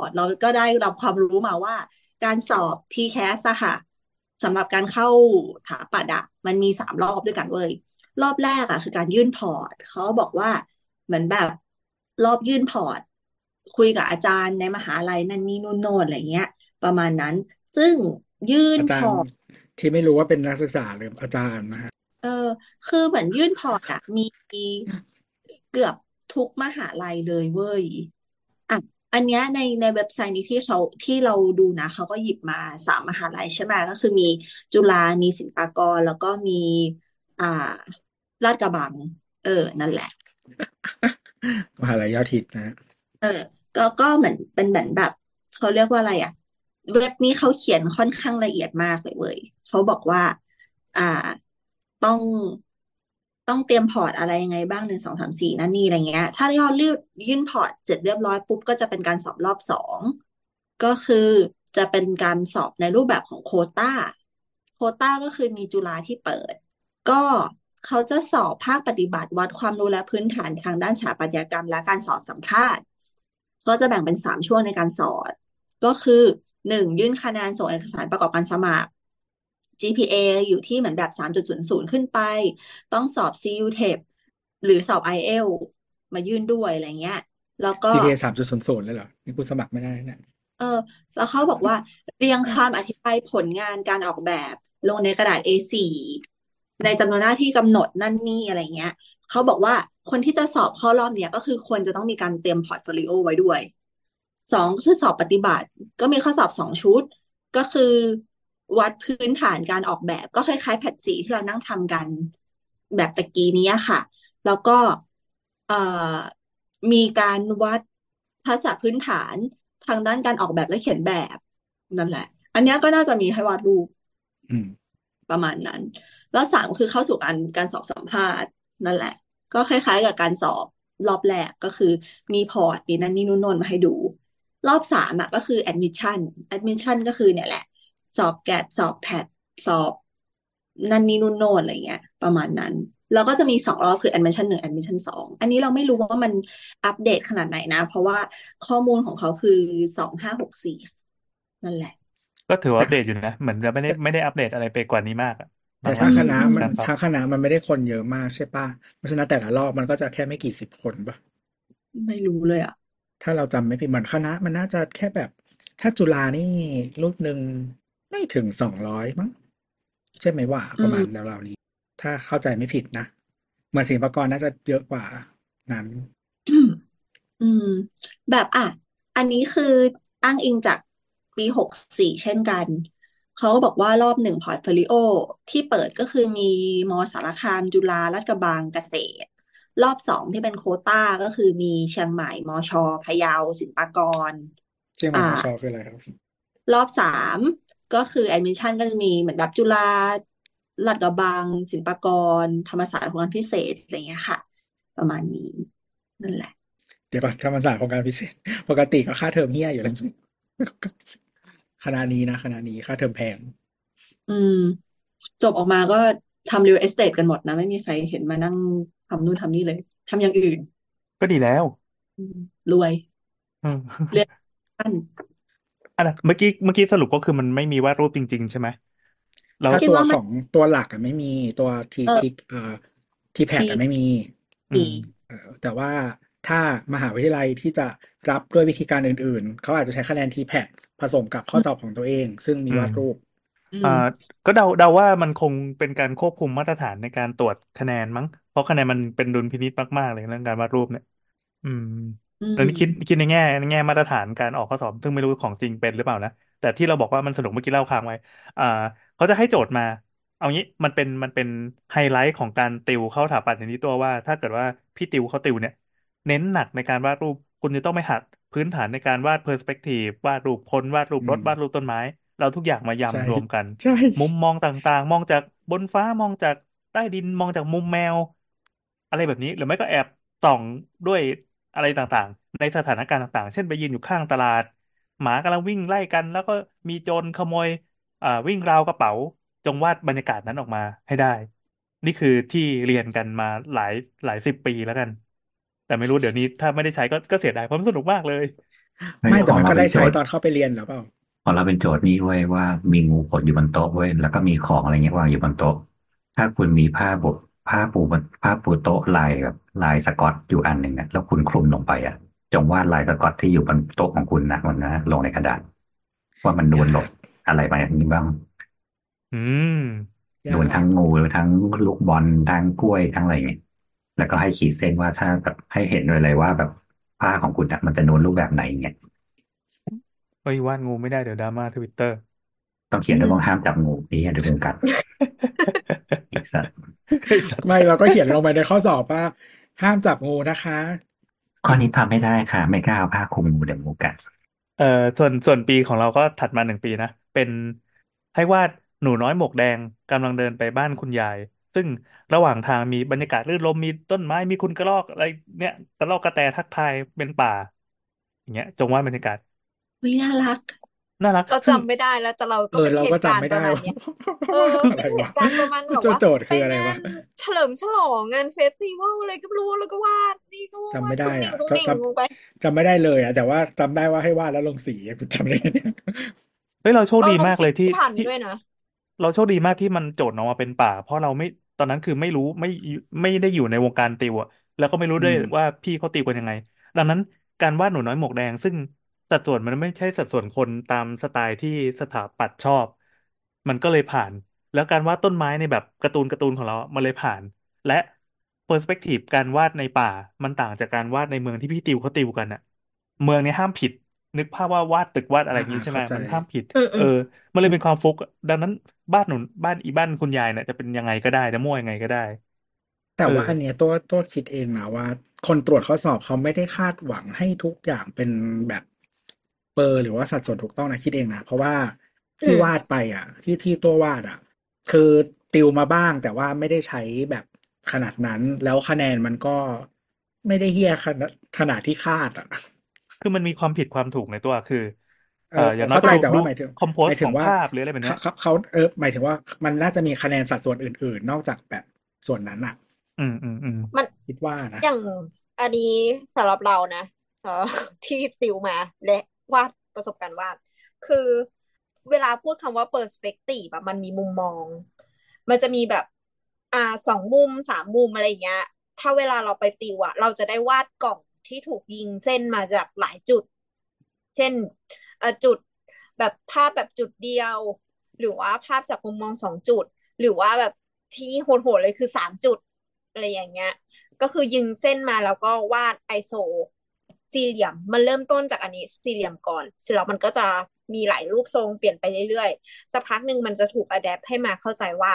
Speaker 1: อร์ตเราก็ได้รับความรู้มาว่า การสอบ TCAS อะค่ะสำหรับการเข้าถาปัดอะมันมีสามรอบด้วยกันเว้ย รอบแรกอะคือการยื่นพอร์ตเขาบอกว่าเหมือนแบบรอบยื่นพอร์ต คุยกับอาจารย์ในมหาลัยนั่นนี่นู่นโน่นอะไรเงี้ย ประมาณนั้น ซึ่งยื่น
Speaker 3: อา
Speaker 1: พ
Speaker 3: จาร
Speaker 1: อร์ต
Speaker 3: ย์ที่ไม่รู้ว่าเป็นนักศึกษาหรืออาจารย์นะฮะ
Speaker 1: เออคือเหมือนยื่นพอร์ตอะมีเกือบทุกมหาลัยเลยเว้ยอ่ะอันเนี้ยในในเว็บไซต์นี้ที่เขาที่เราดูนะเขาก็หยิบมาสามมหาลัยใช่ไหมก็คือมีจุฬามีศิลปากร แล้วก็มี อ่าลาดกระบัง เออ นั่นแหละ
Speaker 3: มหาลัยยอดฮิตนะฮะ
Speaker 1: เออ ก็ก็เหมือนเป็นเหมือนแบบเขาเรียกว่าอะไรอ่ะ เว็บนี้เขาเขียนค่อนข้างละเอียดมากเลยเว้ยเขาบอกว่า อ่าต้องต้องเตรียมพอร์ตอะไรยังไงบ้างหนึ่งสองสามสี่นั่นนี่อะไรเงี้ย ถ้าเราเลือกยื่นพอร์ตเสร็จเรียบร้อยปุ๊บก็จะเป็นการสอบรอบสองก็คือจะเป็นการสอบในรูปแบบของโควต้าโควต้าก็คือมีจุฬาที่เปิด ก็เขาจะสอบภาคปฏิบัติวัดความรู้และพื้นฐานทางด้านสถาปัตยกรรม และการสอนสัมภาษณ์ ก็จะแบ่งเป็นสามช่วงในการสอน ก็คือหนึ่งยื่นคะแนนส่งเอกสารประกอบการสมัคร GPA อยู่ที่เหมือนแบบสามจุดศูนย์ศูนย์ขึ้นไป ต้องสอบ CUTEP หรือสอบ IELTS มายื่นด้วยอะไรเงี้ย แล้วก็
Speaker 3: จีพีเอสามจุดศูนย์ศูนย์เลยเหรอนี่กูสมัครไม่ได้นะ
Speaker 1: เออแล้วเขาบอกว่าเรียงความอธิบายผลงานการออกแบบลงในกระดาษ A4 ในจำนวนหน้าที่กำหนดนั่นนี่อะไรเงี้ยเขาบอกว่าคนที่จะสอบเข้ารอบเนี้ยก็คือควรจะต้องมีการเตรียมพอร์ตโฟลิโอไว้ด้วยสองก็คือสอบปฏิบัติ ก็มีข้อสอบสองชุด ก็คือวัดพื้นฐานการออกแบบ ก็คล้ายๆแผทสีที่เรานั่งทำกันแบบตะกี้เนี้ยค่ะ แล้วก็เอ่อมีการวัดทักษะพื้นฐาน ทางด้านการออกแบบและเขียนแบบนั่นแหละ อันเนี้ยก็น่าจะมีให้วาดรูป
Speaker 3: อืม
Speaker 1: ประมาณนั้น แล้วสามคือเข้าสู่การการสอบสัมภาษณ์นั่นแหละ ก็คล้ายๆกับการสอบรอบแรกก็คือมีพอร์ตมีนั่นนี่นู่นโนนมาให้ดู รอบสามอ่ะก็คือ admission admission ก็คือเนี่ยแหละ สอบแกดสอบแพทสอบนั่นนี่นู่นโน่นอะไรเงี้ย ประมาณนั้น แล้วก็จะมีสองรอบคือ admission หนึ่ง admission สองอันนี้เราไม่รู้ว่ามันอัปเดตขนาดไหนนะ เพราะว่าข้อมูลของเขาคือสองห้าหกสี่นั่นแหละ
Speaker 4: ก็ถือว่าอัปเดตอยู่นะ เหมือนจะไม่ได้ไม่ได้อัปเดตอะไรไปกว่านี้มากอะบา
Speaker 3: แต่
Speaker 4: ง
Speaker 3: ถ้า
Speaker 4: อัน
Speaker 3: คณะมัน
Speaker 4: ครับ
Speaker 3: ถ้าคณะมันไม่ได้คนเยอะมากใช่ป่ะ เพราะฉะนั้นแต่ละรอบมันก็จะแค่ไม่กี่สิบคนป่ะ
Speaker 1: ไม่รู้เลยอ่ะ
Speaker 3: ถ้าเราจำไม่ผิดเหมือนคณะ มันน่าจะแค่แบบ ถ้าจุฬานี่รูปหนึ่งไม่ถึงสองร้อยมั้งใช่ไหมว่า
Speaker 1: อื
Speaker 3: ประ
Speaker 1: ม
Speaker 3: มาณราวๆนี้ ถ้าเข้าใจไม่ผิดนะเหมือนศิลปากรน่าจะเยอะกว่านั้น
Speaker 1: อืม แบบอ่ะ อันนี้คืออ้างอิงจากปีหกสี่เช่นกัน เขาก็บอกว่ารอบหนึ่งพอร์ตโฟลิโอ ที่เปิดก็คือมีมสารคามจุฬาลาดกระบังเกษตร รอบสองที่เป็นโควต้าก็คือมีเชียงใหม่มชพะเยาศิลปากร
Speaker 3: เชียงใหม่
Speaker 1: อ่า
Speaker 3: มชคืออะไรครับ
Speaker 1: รอบสามก็คือ admission ก็จะมีเหมือนแบบจุฬาลาดกระบัง ศิลปากร ธรรมศาสตร์โครงการพิเศษอะไรเงี้ยค่ะ ประมาณนี้ นั่นแหละ
Speaker 3: เดี๋ยวก่อนธรรมศาสตร์โครงการพิเศษ ปกติก็ค่าเทอมเฮี้ยอยู่แล้ว คณะนี้นะคณะนี้ค่าเทอมแพง
Speaker 1: อืม จบออกมาก็ทำ real estate กันหมดนะ ไม่มีใครเห็นมานั่งทำนู่นทำนี่เลยทำอย่างอื่น
Speaker 4: ก็ดีแล้ว
Speaker 1: อืมรวย
Speaker 4: อืม
Speaker 1: เรียนสั้น
Speaker 4: อันนั้นเมื่อกี้เมื่อกี้สรุปก็คือมันไม่มีวาดรูปจริง ๆ ใช่ไหมแล้ว
Speaker 3: ถ้า
Speaker 1: คิด
Speaker 3: ตัว
Speaker 1: ว่า
Speaker 3: ข
Speaker 1: มัน
Speaker 3: องตัวหลักอะไม่มีตัวที
Speaker 1: เออ
Speaker 3: ทิกเอ่อทีแพด
Speaker 1: ที
Speaker 3: อะไม่มี
Speaker 4: อื
Speaker 1: ดี
Speaker 4: ม
Speaker 3: เอ่อแต่ว่าถ้ามหาวิทยาลัยที่จะรับด้วยวิธีการอื่นๆ เขาอาจจะใช้คะแนนทีแพดผสมกับข้อสอบของตัวเอง ซึ่งมี
Speaker 4: อืม
Speaker 3: วาดรูป
Speaker 1: อื
Speaker 4: อ่าม ก็เดาเดาว่ามันคงเป็นการควบคุมมาตรฐานในการตรวจคะแนนมั้ง เพราะคะแนนมันเป็นดุลพินิจมากๆเลยเรื่องการวาดรูปเนี่ย อืม
Speaker 1: อื
Speaker 4: แล้ว
Speaker 1: ม
Speaker 4: นี่คิดคิดในแง่ในแง่มาตรฐานการออกข้อสอบ ซึ่งไม่รู้ของจริงเป็นหรือเปล่านะ แต่ที่เราบอกว่ามันสนุกเมื่อกี้เล่าค้างไว้ อ่าเขาจะให้โจทย์มา เอางี้มันเป็นมันเป็นไฮไลท์ของการติวเข้าสถาปัตย์อย่างนี้ตัวว่า ถ้าเกิดว่าพี่ติวเขาติวเนี่ย เน้นหนักในการวาดรูป คุณจะต้องไปหัดพื้นฐานในการวาดเพอร์สเปกทีฟวาดรูปคนวาดรูป
Speaker 3: อื
Speaker 4: รถ
Speaker 3: ม
Speaker 4: วาดรูปต้นไม้ เราทุกอย่างมายำ
Speaker 3: ใช่
Speaker 4: รวมกัน
Speaker 3: ใช่
Speaker 4: มุมมองต่างๆ มองจากบนฟ้ามองจากใต้ดินมองจากมุมแมว อะไรแบบนี้ หรือไม่ก็แอบส่องด้วยอะไรต่างๆ ในสถานการณ์ต่างๆ เช่นไปยืนอยู่ข้างตลาด หมากำลังวิ่งไล่กัน แล้วก็มีโจรขโมยอ่าวิ่งราวกระเป๋า จงวาดบรรยากาศนั้นออกมาให้ได้ นี่คือที่เรียนกันมาหลายหลายสิบปีแล้วกัน แต่ไม่รู้เดี๋ยวนี้ถ้าไม่ได้ใช้ก็ก็เสียดายเพราะมันสนุกมากเลย
Speaker 5: ไม่
Speaker 3: ไม่แต่มัน
Speaker 5: ของเรา
Speaker 3: ก็ได้
Speaker 5: เป็นโจ
Speaker 3: ใช้
Speaker 5: ทย์
Speaker 3: ตอนเข้าไปเรียนหรือเปล่า
Speaker 5: ของเราเป็นโจทย์นี้เว้ยว่ามีงูขดอยู่บนโต๊ะเว้ยแล้วก็มีของอะไรเงี้ยวางอยู่บนโต๊ะ ถ้าคุณมีผ้าบดผ้าปูบนผ้าปูโต๊ะลายแบบลายสกอตอยู่อันหนึ่งนะแล้วคุณคลุมลงไปอ่ะ จงวาดลายสกอตที่อยู่บนโต๊ะของคุณนะวันนะลงในกระดาษ ว่ามันโดนหลบอะไรไปอย่างนี้บ้าง
Speaker 4: อืม
Speaker 5: โดนทั้งงูทั้งลูกบอลทั้งกล้วยทั้งอะไรเงี้ยแล้วก็ให้ขีดเส้นว่าถ้าแบบให้เห็นเลยเลยว่าแบบผ้าของคุณนะมันจะโดนรูปแบบไหนเงี้ย
Speaker 4: เอ้ยวาดงูไม่ได้เดี๋ยวดราม่าทวิตเตอร์
Speaker 5: ต้องเขียนด้วยว่าห้ามจับงูนี่เดี๋ยวงูกัดอีกสัตว์
Speaker 3: ไม่เราก็เขียนลงไปในข้อสอบว่าห้ามจับงูนะคะ
Speaker 5: ข้อนี้ทำไม่ได้ค่ะ ไม่กล้าเอาผ้าคลุมงูเดี๋ยวงูกัด
Speaker 4: เอ่อส่วนส่วนปีของเราก็ถัดมาหนึ่งปีนะ เป็นให้วาดหนูน้อยหมวกแดงกำลังเดินไปบ้านคุณยาย ซึ่งระหว่างทางมีบรรยากาศรื่นรมย์มีต้นไม้มีคุณกระรอกอะไรเนี่ยกระรอกกระแตทักทายเป็นป่า อย่างเงี้ย จงวาดบรรยากาศ
Speaker 1: ไม่น่ารัก
Speaker 4: น่ารัก
Speaker 2: เรา
Speaker 4: ซึ่ง
Speaker 2: จำไม่ได้แล้วแต่เรา
Speaker 3: เออ
Speaker 2: ก็เป็น
Speaker 3: เรา
Speaker 2: เห
Speaker 3: ก็
Speaker 2: ตุการ
Speaker 3: จำ
Speaker 2: ณ์
Speaker 3: ไม่
Speaker 2: ป
Speaker 3: ได้
Speaker 2: ระมาณ
Speaker 3: ว่า
Speaker 2: เนี้ย เออ
Speaker 3: อะ
Speaker 2: เป็
Speaker 3: ไร
Speaker 2: นเห
Speaker 3: วะ
Speaker 2: ตุการณ์ประมาณแบบ
Speaker 3: โจ
Speaker 2: ว่า
Speaker 3: โจทย์
Speaker 2: ไป
Speaker 3: คืออะ
Speaker 2: งาว
Speaker 3: ไระ
Speaker 2: นเฉลิมฉลองงานเฟสติวัลอะไรก็ไม่รู้แล้วก็วาดนี่ก็
Speaker 3: จำ
Speaker 2: วา
Speaker 3: ไม่
Speaker 2: ด
Speaker 3: ได้
Speaker 2: ตุ้งนิ่ง
Speaker 3: อ่ะจะจ
Speaker 2: ตุ้งนิ่งลงไป
Speaker 3: ำจำไม่ได้เลยอ่ะแต่ว่าจำได้ว่าให้วาดแล้วลงสีอะคุณจำได้ไงเนี่ย
Speaker 4: เฮ้ยเราโชค
Speaker 2: เรา
Speaker 4: ดี
Speaker 2: ลง
Speaker 4: มาก
Speaker 2: สี
Speaker 4: เลยที่
Speaker 2: ทัน
Speaker 4: ที่
Speaker 2: ด้วยนะ
Speaker 4: เราโชคดีมากที่มันโจทย์ออกมาเป็นป่า เพราะเราไม่ตอนนั้นคือไม่รู้ไม่ไม่ได้อยู่ในวงการติวอะแล้วก็ไม่รู้
Speaker 5: อื
Speaker 4: ด้วย
Speaker 5: ม
Speaker 4: ว่าพี่เขาติวกันยังไง ดังนั้นการวาดหนูน้อยหมวกแดง ซึ่งสัดส่วนมันไม่ใช่สัดส่วนคนตามสไตล์ที่สถาปัตย์ชอบ มันก็เลยผ่าน แล้วการวาดต้นไม้ในแบบการ์ตูนการ์ตูนของเราอะมันเลยผ่าน และเปอร์สเปกทีฟการวาดในป่า มันต่างจากการวาดในเมืองที่พี่ติวเขาติวกันอะเมืองเนี้ห้ามผิด นึกภาพว่าวาดตึกวาดอะไร
Speaker 3: อ่า
Speaker 4: อย่างนี้
Speaker 3: อ่า
Speaker 4: ใช่ไหม
Speaker 3: เข้าใจ
Speaker 4: มันห้ามผิด
Speaker 2: อืมอื
Speaker 4: เออ
Speaker 2: ม
Speaker 4: มันเลยเป็นความฟุก ดังนั้นบ้านหนุนบ้านอีบ้านคุณยายเนี่ยจะเป็นยังไงก็ได้จะมั่วยังไงก็ได้
Speaker 3: แต่
Speaker 4: เออ
Speaker 3: ว่าอันเนี้ยตัวตัวคิดเองนะว่า คนตรวจข้อสอบเขาไม่ได้คาดหวังให้ทุกอย่างเป็นแบบเปอร์หรือว่าสัดส่วนถูกต้องนะคิดเองนะเพราะว่า
Speaker 2: อื
Speaker 3: ที่
Speaker 2: ม
Speaker 3: วาดไปอ่ะ ที่ที่ตัววาดอ่ะ คือติวมาบ้างแต่ว่าไม่ได้ใช้แบบขนาดนั้น แล้วคะแนนมันก็ไม่ได้เฮี้ยขนาดขนาดที่คาดอ่ะ
Speaker 4: คือมันมีความผิดความถูกในตัวคือ
Speaker 3: เอ
Speaker 4: เอ่อ
Speaker 3: อ
Speaker 4: อ
Speaker 3: ผ
Speaker 4: ย่าง
Speaker 3: ม
Speaker 4: น้อย
Speaker 3: เข้า
Speaker 4: ก็
Speaker 3: ใจ
Speaker 4: ดู
Speaker 3: แต่
Speaker 4: ดู
Speaker 3: ว่าหมายถึง
Speaker 4: คอมโพ
Speaker 3: ห
Speaker 4: ส
Speaker 3: มาย
Speaker 4: ข
Speaker 3: ถึ
Speaker 4: อง ง
Speaker 3: ว่า
Speaker 4: ภาพหรืออะไรแบบ
Speaker 3: เขา
Speaker 4: เนี้ย
Speaker 3: เขาเขาเออหมายถึงว่ามันน่าจะมีคะแนนสัดส่วนอื่น ๆ นอกจากแบบส่วนนั้นอ่ะ
Speaker 4: อืมอืมอืม
Speaker 2: มัน
Speaker 3: คิดว่านะ
Speaker 2: อย่างอันนี้สำหรับเรานะเอ่อ ที่ติวมาและวาดประสบการณ์วาด คือเวลาพูดคำว่า perspective อะมันมีมุมมอง มันจะมีแบบ อ่าสองมุมสามมุมอะไรอย่างเงี้ย ถ้าเวลาเราไปติวอะเราจะได้วาดกล่องที่ถูกยิงเส้นมาจากหลายจุด เช่นเอ่อจุดแบบภาพแบบจุดเดียว หรือว่าภาพจากมุมมองสองจุด หรือว่าแบบที่โหดๆเลยคือสามจุดอะไรอย่างเงี้ย ก็คือยิงเส้นมาแล้วก็วาดไอโซสี่เหลี่ยม มันเริ่มต้นจากอันนี้สี่เหลี่ยมก่อนเสร็จแล้วมันก็จะมีหลายรูปทรงเปลี่ยนไปเรื่อยๆสักพักหนึ่งมันจะถูกอะแดปให้มาเข้าใจว่า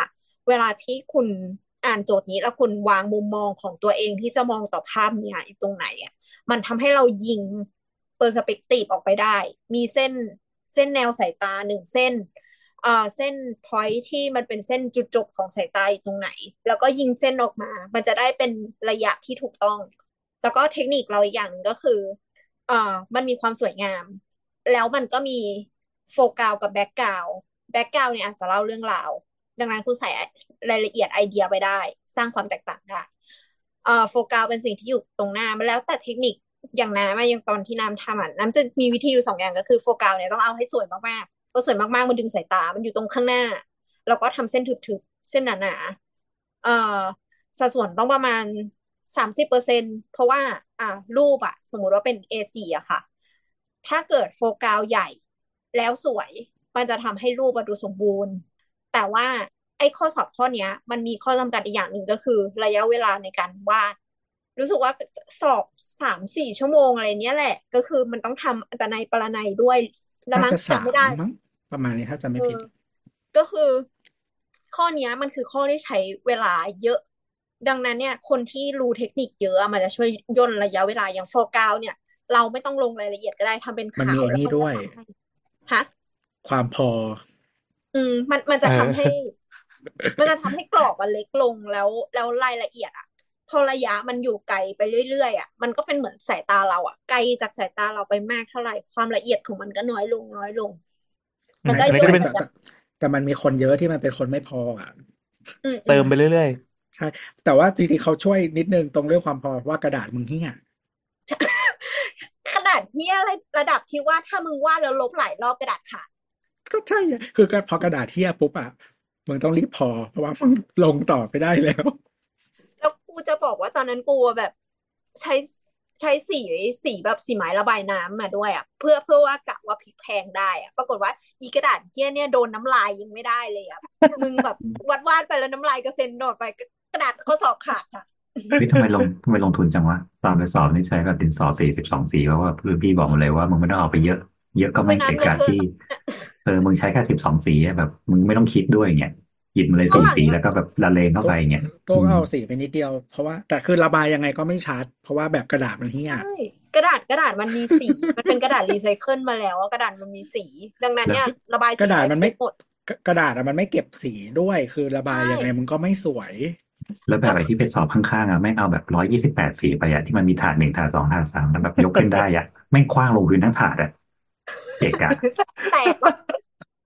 Speaker 2: เวลาที่คุณอ่านโจทย์นี้แล้วคุณวางมุมมองของตัวเองที่จะมองต่อภาพเนี่ยอยู่ตรงไหนอ่ะมันทำให้เรายิงเปอร์สเปกทีฟออกไปได้ มีเส้นเส้นแนวสายตาหนึ่งเส้น เอ่อเส้นพอยที่มันเป็นเส้นจุดจบของสายตาอยู่ตรงไหน แล้วก็ยิงเส้นออกมา มันจะได้เป็นระยะที่ถูกต้อง แล้วก็เทคนิคเราอีกอย่างหนึ่งก็คือเอ่อมันมีความสวยงาม แล้วมันก็มีโฟกาวกับแบ็กกราวแบ็กกราวเนี่ยอาจจะเล่าเรื่องราว ดังนั้นคุณใส่รายละเอียดไอเดียไปได้ สร้างความแตกต่างได้เอ่อโฟกาวเป็นสิ่งที่อยู่ตรงหน้ามันแล้วแต่เทคนิคอย่างน้ำอะอย่างตอนที่น้ำทำอ่ะน้ำจะมีวิธีอยู่สองอย่างก็คือโฟกาวเนี่ยต้องเอาให้สวยมากๆ พอสวยมากๆ มันดึงสายตา มันอยู่ตรงข้างหน้า แล้วก็ทำเส้นทึบๆ เส้นหนาๆ เอ่อ สัดส่วนต้องประมาณสามสิบเปอร์เซ็นต์เพราะว่า อ่า รูปอะสมมุติว่าเป็น A4 อะค่ะ ถ้าเกิดโฟกัสใหญ่ แล้วสวย มันจะทำให้รูปมันดูสมบูรณ์ แต่ว่าไอ้ข้อสอบข้อเนี้ย มันมีข้อจำกัดอีกอย่างหนึ่งก็คือ ระยะเวลาในการวาด รู้สึกว่าสอบสามสี่ชั่วโมงอะไรเนี้ยแหละ ก็คือมันต้องทำอัตนัยปรนัยด้วยละ
Speaker 3: น่า
Speaker 2: มั้ง
Speaker 3: จะสา
Speaker 2: จำไม่
Speaker 3: ม
Speaker 2: ได้
Speaker 3: มั้งประมาณนี้ถ้าจะไม่
Speaker 2: เอ
Speaker 3: ผิด
Speaker 2: อก็คือข้อเนี้ยมันคือข้อที่ใช้เวลาเยอะ ดังนั้นเนี่ย คนที่รู้เทคนิคเยอะอะมันจะช่วยย่นระยะเวลาอย่างโฟกัสเนี่ย เราไม่ต้องลงรายละเอียดก็ได้ทำเป็น
Speaker 3: มัน
Speaker 2: ขา
Speaker 3: มี
Speaker 2: ว
Speaker 3: ไอ้
Speaker 2: แล้ว
Speaker 3: นี่
Speaker 2: มัน
Speaker 3: ด้
Speaker 2: จะ
Speaker 3: วย
Speaker 2: ทำให้ฮะ
Speaker 3: ความพอ
Speaker 2: อืมมันมัน
Speaker 4: เอ
Speaker 2: จะ
Speaker 4: อ
Speaker 2: ทำให้ มันจะทำให้กรอบมันเล็กลงแล้วแล้วรายละเอียดอ่ะ พอระยะมันอยู่ไกลไปเรื่อยๆอ่ะมันก็เป็นเหมือนสายตาเราอ่ะไกลจากสายตาเราไปมากเท่าไหร่ความละเอียดของมันก็น้อยลงน้อยลง
Speaker 4: อื
Speaker 2: มัน
Speaker 4: ม
Speaker 2: ก็
Speaker 3: แต่
Speaker 4: อันนี้
Speaker 2: ย่
Speaker 4: ก็จะ
Speaker 2: น
Speaker 4: เป็น
Speaker 2: ระ
Speaker 3: แต่
Speaker 2: ยะ
Speaker 3: แต่แต่มันมีคนเยอะที่มันเป็นคนไม่พออ่ะ
Speaker 2: อืมอื
Speaker 4: เติ
Speaker 2: ม
Speaker 4: มไปเรื่อย
Speaker 3: ใช่ แต่ว่าจริงๆเขาช่วยนิดนึงตรงเรื่องความพอว่ากระดาษมึงเหี้ย
Speaker 2: ขนาด เฮียอะไรระดับที่ว่าถ้ามึงวาดแล้วลบหลายรอบกระดาษขาด
Speaker 3: ก็ใช่ไงคือก็พอกระดาษเทียบปุ๊บอ่ะมึงต้องรีบพอ เพราะว่ามึงลงต่อไปได้แล้ว
Speaker 2: แล้วกูจะบอกว่าตอนนั้นกูแบบ ใช้ใช้สีสีแบบสีไม้ระบายน้ำมาด้วยอ่ะ เพื่อเพื่อว่ากะว่าพลิกแพลงได้อ่ะ ปรากฏว่าอีกระดาษเฮียเนี่ยโดนน้ำลายยังไม่ได้เลยอ่ะ มึงแบบ วาดวาดไปแล้วน้ำลายกระเซ็นโดดไปก็กระดาษข้อสอบขาดค่ะ
Speaker 5: เฮ้ยทำไมลงทำไมลงทุนจังวะตอนไปสอบนี่ใช้แบบดินสอสีสิบสองสีเพราะว่าเพื่อนพี่บอกหมาเลยว่ามึงไม่ต้องเอาไปเยอะ เยอะก็ไม่เกะกะที่เออมึงใช้แค่สิบสองสีแบบ มึงไม่ต้องคิดด้วยอย่างเงี้ยหยิบมาเลยสี่สีแล้วก็แบบละเลงเข้าไปอย่างเงี้ย
Speaker 3: ต้องเอาสีไปนิดเดียว เพราะว่าแต่คือระบายยังไงก็ไม่ชัด เพราะว่าแบบกระดาษมันเหี้ย
Speaker 2: ใช่กระดาษกระดาษมันมีสี มันเป็นกระดาษรีไซเคิลมาแล้วอะกระดาษมันมีสี ดังนั้นเนี่ยระบายสี
Speaker 3: กระดาษมันไม่
Speaker 2: ปหมด
Speaker 3: กระกระดาษอะมันไม่เก็บสีด้วย คือระบาย
Speaker 2: ใช่
Speaker 3: ยังไงมันก็ไม่สวย
Speaker 5: แล้วแบบไอ้ที่ไปสอบข้างๆอ่ะไม่งเอาแบบร้อยยี่สิบแปดสีไปอ่ะที่มันมีถาดหนึ่งถาดสองถาดสามแล้วแบบยกขึ้นได้อ่ะไม่งคว้างลงพื้นทั้งถาดอ่ะเกะกะ
Speaker 2: แตกอะ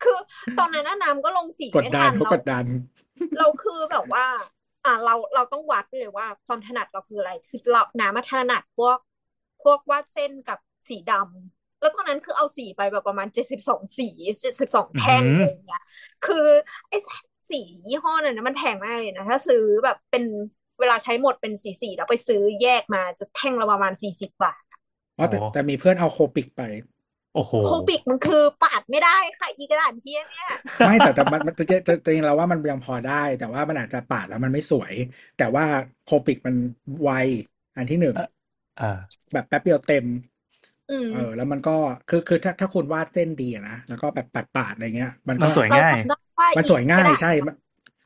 Speaker 2: คือตอนนั้นน่ะน้ำก็ลงสี
Speaker 3: กด
Speaker 2: ไม่
Speaker 3: ดั
Speaker 2: ทั
Speaker 3: น
Speaker 2: น
Speaker 3: เขา
Speaker 2: เรา
Speaker 3: กดดัน
Speaker 2: เราคือแบบว่า อ่ะเราเราต้องวัดเลยว่าความถนัดเราคืออะไร คือเราน้ำมาถนัดพวกพวกวาดเส้นกับสีดำแล้วตอนนั้นคือเอาสีไปแบบประมาณเจ็ดสิบสองสีเจ็ดสิบสองแท่ง
Speaker 4: อื้อหืออ
Speaker 2: อะไรอย่างเงี้ย คือไอ้สียี่ห้อนั้นนะมันแพงมากเลยนะ ถ้าซื้อแบบเป็นเวลาใช้หมดเป็นสีสีแล้วไปซื้อแยกมาจะแท่งละประมาณสี่สิบบาท
Speaker 3: อ๋อแต่
Speaker 4: โอ้
Speaker 3: แต่มีเพื่อนเอาโคปิกไป
Speaker 4: โอ้โห
Speaker 2: โคปิกมันคือปาดไม่ได้ค่ะ อีกระดาษเทียเนี่ย
Speaker 3: ไม่แต่แต่มันมันจะจะจริงๆเราว่ามันยังพอได้ แต่ว่ามันอาจจะปาดแล้วมันไม่สวย แต่ว่าโคปิกมันไวอันที่หนึ่ง
Speaker 4: เอ่อ อ่า
Speaker 3: แบบแป๊บเดียวเต็ม
Speaker 2: อืม
Speaker 3: เออ แล้วมันก็คือคือถ้าถ้าคุณวาดเส้นดีอะนะแล้วก็แบบปาดปาดอะไรเงี้ย มัน
Speaker 4: มั
Speaker 3: ก็
Speaker 4: นสวย
Speaker 2: เรา
Speaker 4: ง่าย
Speaker 2: จำได้ว่า
Speaker 3: มันสวยง่าย
Speaker 2: อีกระดาษ
Speaker 3: ใช่มัน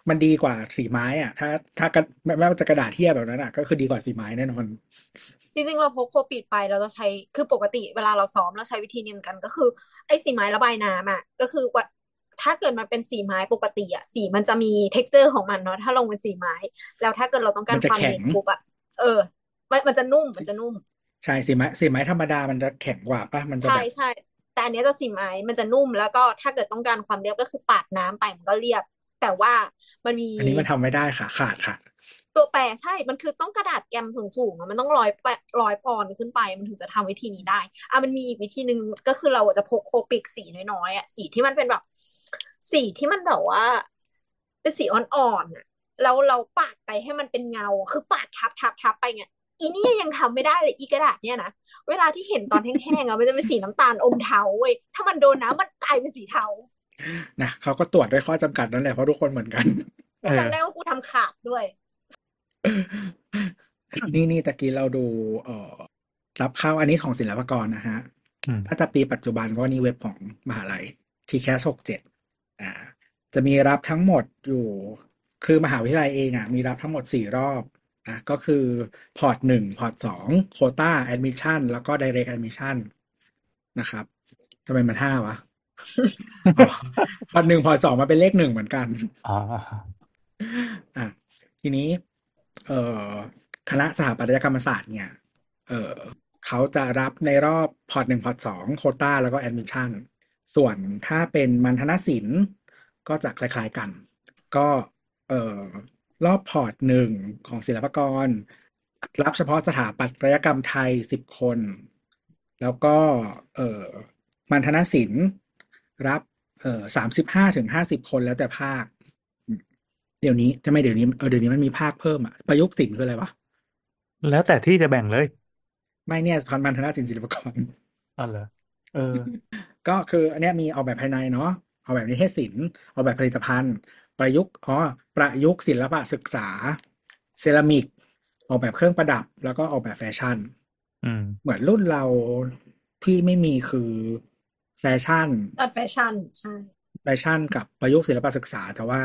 Speaker 3: มันดีกว่าสีไม้อ่ะ ถ้าถ้ากระไม่ไม่ว่าจะกระดาษเทียบแบบนั้นอ่ะก็คือดีกว่าสีไม้แน่นอน
Speaker 2: จริงๆเราพกโคปิกไปเราจะใช้คือปกติเวลาเราซ้อมเราใช้วิธีนี้เหมือนกันก็คือ ไอ้สีไม้ระบายน้ำอ่ะก็คือว่าถ้าเกิดมันเป็นสีไม้ปกติอ่ะสีมันจะมีเท็กเจอร์ของมันเนาะถ้าลงเป็นสีไม้ แล้วถ้าเกิดเราต้องการ
Speaker 3: มันจะ
Speaker 2: ความ
Speaker 3: แข็
Speaker 2: เนีย
Speaker 3: ง
Speaker 2: นปุ๊บอ่ะเออมันมันจะนุ่มมันจะนุ่ม
Speaker 3: ใช่สีไม้สีไม้ธรรมดามันจะแข็งกว่าป่ะมันจะ
Speaker 2: ใช่
Speaker 3: แบบ
Speaker 2: ใช่ แต่อันเนี้ยจะสีไม้มันจะนุ่มแล้วก็ถ้าเกิดต้องการความเรียบก็คือปาดน้ำไปมันก็เรียบ แต่ว่ามันมี
Speaker 3: อันนี้มันทำไม่ได้ค่ะขาดค่ะ
Speaker 2: ตัวแปรใช่ มันคือต้องกระดาษแกมสูงๆอะมันต้องร้อยแปะร้อยปอนด์ขึ้นไป มันถึงจะทำวิธีนี้ได้อ่ะมันมีอีกวิธีหนึ่งก็คือเราอาจจะพกโคปิกสีน้อยๆอ่ะสีที่มันเป็นแบบ สีที่มันแบบว่าเป็นสีอ่อนๆอ่ะแล้วเราปาดไปให้มันเป็นเงา คือปาดทับทับทับไปเนี่ยอีนี่ยังทำไม่ได้เลยอีกระดาษเนี่ยนะ เวลาที่เห็นตอนแห้งๆอะมันจะเป็นสีน้ำตาลอมเทาเว้ย ถ้ามันโดนน้ำมันกลายเป็นสีเทา
Speaker 3: นะเขาก็ตรวจด้วยข้อจำกัดนั่นแหละเพราะทุกคนเหมือนกัน
Speaker 2: กู
Speaker 4: เออ
Speaker 2: จำได้ว่ากูทำขาดด้วย
Speaker 3: นี่นี่ตะกี้เราดูเอ่อรับเข้าอันนี้ของศิลปากรนะฮะ
Speaker 4: อืม
Speaker 3: ถ้าจะปีปัจจุบันเพราะว่านี่เว็บของมหาลัยทีแคสหกเจ็ดอ่า จะมีรับทั้งหมดอยู่ คือมหาวิทยาลัยเองอ่ะมีรับทั้งหมดสี่รอบนะก็คือพอร์ตหนึ่งพอร์ตสองโคต้าแอดมิชชั่นแล้วก็ดิเรกแอดมิชชั่นนะครับทำไมมันห้าวะ อ๋อพอร์ตหนึ่งพอร์ตสองมันเป็นเลขหนึ่งเหมือนกัน
Speaker 4: อ่า
Speaker 3: อ่ะทีนี้ เอ่อคณะสถาปัตยกรรมศาสตร์เนี่ย เอ่อเขาจะรับในรอบพอร์ตหนึ่งพอร์ตสองโคต้าแล้วก็แอดมิชชั่น ส่วนถ้าเป็นมัณฑนศิลป์ก็จะคล้ายๆกัน ก็เอ่อรอบพอร์ตหนึ่งของศิลปากร รับเฉพาะสถาปัตยกรรมไทยสิบคน แล้วก็เอ่อมัณฑนศิลป์รับเอ่อสามสิบห้าถึงห้าสิบคนแล้วแต่ภาคอืมเดี๋ยวนี้ทำไมเดี๋ยวนี้เออเดี๋ยวนี้มันมีภาคเพิ่มอะประยุกต์ศิลป์คืออะไรวะ
Speaker 4: แล้วแต่ที่จะแบ่งเลย
Speaker 3: ไม่เนี่ยพันธุ์มันธ นาสินศิลปากร
Speaker 4: อ๋อเหรอเออ
Speaker 3: ก็คืออันเนี้ยมีออกแบบภายในเนาะออกแบบนิเทศศิลป์ออกแบบผลิตภัณฑ์ ประยุกต์อ๋อประยุกต์ศิลปะศึกษา เซรามิก ออกแบบเครื่องประดับ แล้วก็ออกแบบแฟชั่น
Speaker 4: อืม
Speaker 3: เหมือนรุ่นเราที่ไม่มีคือแฟชั่น
Speaker 2: ตัดแฟชั่น ใช่
Speaker 3: แฟชั่นกับประยุกต์ศิลปะศึกษา แต่ว่า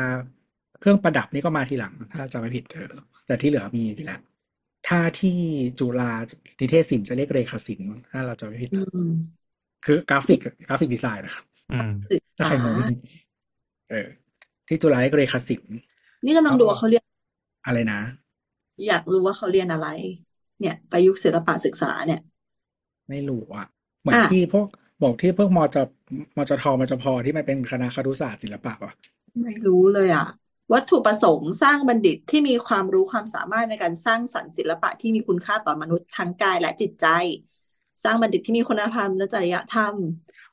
Speaker 3: เครื่องประดับนี่ก็มาทีหลัง ถ้าจะไม่ผิดเออแต่ที่เหลือมีอยู่แล้วถ้าที่จุฬานิเทศศิลป์จะเรียกเรขาศิลป์ถ้าเราจะไม่ผิด
Speaker 1: อื
Speaker 3: นะ
Speaker 1: ม
Speaker 3: คือกราฟิกกราฟิกดีไซน์นะครับ
Speaker 4: อื ม
Speaker 3: ถ้าใครงงเออ ที่จุฬาเรียกเรขาศิลป์
Speaker 1: นี่กำลังดูว่าเขาเรียน
Speaker 3: อะไรนะ
Speaker 1: อยากรู้ว่าเขาเรียนอะไร เนี่ย ประยุกต์ศิลปะศึกษาเนี่ย
Speaker 3: ไม่รู้อ่ะ เหมือน
Speaker 1: อ่ะ
Speaker 3: ที่พวกบอกที่พวกมจมจทมจพที่มันเป็นคณะครุศาสตร์ศิลปะวะ
Speaker 1: ไม่รู้เลยอ่ะ วัตถุประสงค์สร้างบัณฑิตที่มีความรู้ความสามารถในการสร้างสรรค์ศิลปะที่มีคุณค่าต่อมนุษย์ทั้งกายและจิตใจ สร้างบัณฑิตที่มีคุณธรรมและจริยธรรม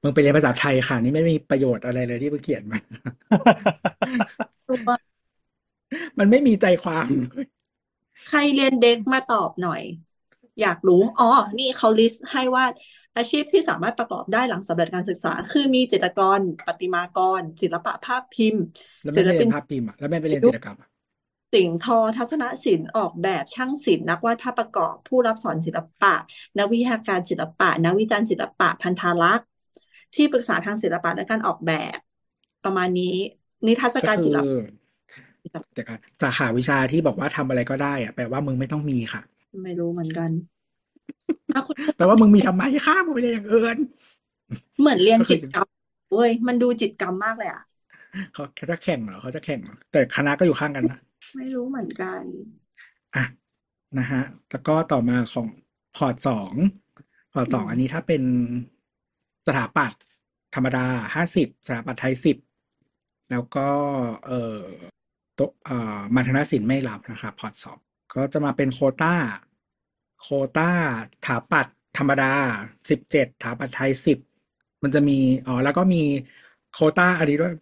Speaker 3: มึงไปเรียนภาษาไทยค่ะ นี่ไม่มีประโยชน์อะไรเลยที่มึงเขียนมา
Speaker 1: ตัว
Speaker 3: มันไม่มีใจความ
Speaker 1: ใครเรียนเด็กมาตอบหน่อย อยากรู้อ๋อนี่เขาลิสต์ให้ว่าอาชีพที่สามารถประกอบได้หลังสำเร็จการศึกษา คือมีจิตรกรประติมากร ศิลปะภาพพิมพ์
Speaker 3: แล้ว
Speaker 1: ศิล
Speaker 3: ไม่ไปเรี
Speaker 1: ปิน
Speaker 3: ยนภาพพิมพ์อะแล้วไม่ไปเรียนศิลปกรรมอะ
Speaker 1: สิ่งทอทัศนศิลป์ออกแบบช่างศิลป์นักวาดภาพประกอบ ผู้รับสอนศิลปะ นักวิชาการศิลปะ นักวิจารณ์ศิลปะพันธารักษ์ที่ปรึกษาทางศิลปะและการออกแบบ ประมาณนี้ นิทรรศ
Speaker 3: ก็
Speaker 1: การ
Speaker 3: คื
Speaker 1: ศิ
Speaker 3: อ
Speaker 1: ลปะ
Speaker 3: เดี๋ยวก่อนสาขาวิชาที่บอกว่าทำอะไรก็ได้อะแปลว่ามึงไม่ต้องมีค่ะ
Speaker 1: ไม่รู้เหมือนกัน อ่ะคุณ
Speaker 3: แปลว่ามึงมีทำไมค่ะมึงไปเรียนอย่างอื่น
Speaker 1: เหมือนเรียน
Speaker 3: ก็คือ
Speaker 1: จิตกรรมเว้ยมันดูจิตกรรมมากเลยอ่ะ
Speaker 3: เขาเขาจะแข่งเหรอเขาจะแข่งเหรอแต่คณะก็อยู่ข้างกันนะ
Speaker 1: ไม่รู้เหมือนกัน
Speaker 3: อ่ะนะฮะ แล้วก็ต่อมาของพอร์ตสองพอร์ตสอง
Speaker 1: อืม
Speaker 3: อันนี้ถ้าเป็นสถาปัตย์ธรรมดาห้าสิบสถาปัตย์ไทยสิบแล้วก็เอ่อโตะเอ่อมัณฑนศิลป์ไม่รับนะครับพอร์ตสองก็จะมาเป็นโควต้า โควต้าสถาปัตย์ธรรมดาสิบเจ็ดสถาปัตย์ไทยสิบมันจะมีอ๋อแล้วก็มีโควต้าอันนี้ด้วย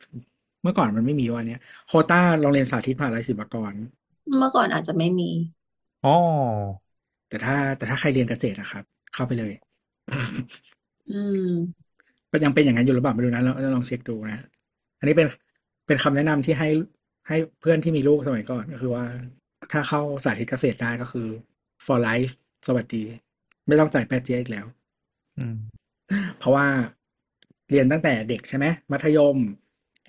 Speaker 3: เมื่อก่อนมันไม่มีวันเนี้ยโควต้าโรงเรียนสาธิตมหาลัยศิลปากร
Speaker 1: เมื่อก่อนอาจจะไม่มี
Speaker 4: อ๋อ
Speaker 3: แต่ถ้าแต่ถ้าใครเรียนเกษตรนะครับ เข้าไปเลย
Speaker 1: อืม
Speaker 3: มันยังเป็นอย่างนั้นอยู่หรือเปล่าไม่รู้นะเราเราลองเช็คดูนะอันนี้เป็นเป็นคำแนะนำที่ให้ให้เพื่อนที่มีลูกสมัยก่อนก็คือว่า ถ้าเข้าสาธิตเกษตรได้ก็คือ for life สวัสดี ไม่ต้องจ่ายแปดเจ๊ยอีกแล้ว
Speaker 4: อืม
Speaker 3: เพราะว่าเรียนตั้งแต่เด็กใช่ไหมมัธยม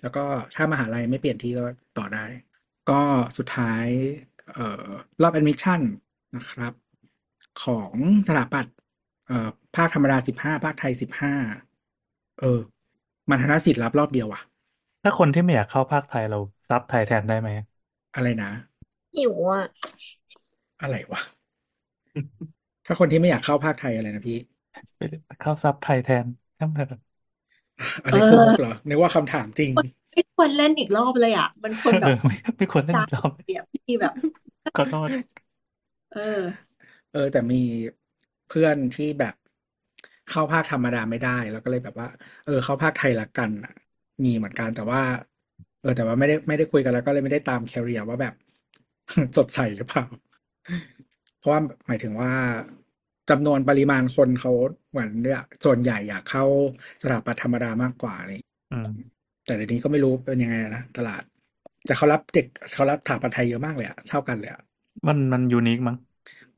Speaker 3: แล้วก็ถ้ามหาลัยไม่เปลี่ยนที่ก็ต่อได้ ก็สุดท้าย เอ่อรอบแอดมิชชั่นนะครับ ของสถาปัตย์เอ่อภาคธรรมดาสิบห้าภาคไทยสิบห้าเออ มันธนสิทธิ์รับรอบเดียวว่ะ
Speaker 4: ถ้าคนที่ไม่อยากเข้าภาคไทยเราซับไทยแทนได้ไหม
Speaker 3: อะไรนะ
Speaker 2: หิวอ่ะ
Speaker 3: อะไร วะ ถ้าคนที่ไม่อยากเข้าภาคไทยอะไรนะพี่
Speaker 4: เข้าซับไทยแทนช่างเถอะ
Speaker 3: อันนี้คือมุกเหรอนึกว่าคำถามจริง
Speaker 1: ไม่ควรเล่นอีกรอบเลยอ่ะ มันควรแบ
Speaker 4: เออบ ไม่ไม่ควรเล่น
Speaker 1: จา
Speaker 4: อีกรอบ
Speaker 1: เปรียบที่แบบ
Speaker 4: ขอโทษ
Speaker 1: เออ
Speaker 3: เออแต่มีเพื่อนที่แบบเข้าภาคธรรมดาไม่ได้ แล้วก็เลยแบบว่า เออ เข้าภาคไทยละกันอะมีเหมือนกันแต่ว่า เออ แต่ว่าไม่ได้ไม่ได้คุยกันแล้วก็เลยไม่ได้ตามแคเรียว่าแบบ สดใสหรือเปล่า เพราะว่าหมายถึงว่าจำนวนปริมาณคนเขาเหมือนเนี่ยส่วนใหญ่อยากเข้าสถาปัตย์ธรรมดามากกว่าอะไรอย่างเงี้ย
Speaker 4: อืม
Speaker 3: แต่เดี๋ยวนี้ก็ไม่รู้เป็นยังไงนะตลาด แต่เขารับเด็กเขารับสถาปัตย์ไทยเยอะมากเลยอะเท่ากันเลยอะ
Speaker 4: มันมันยูนิคมั้ง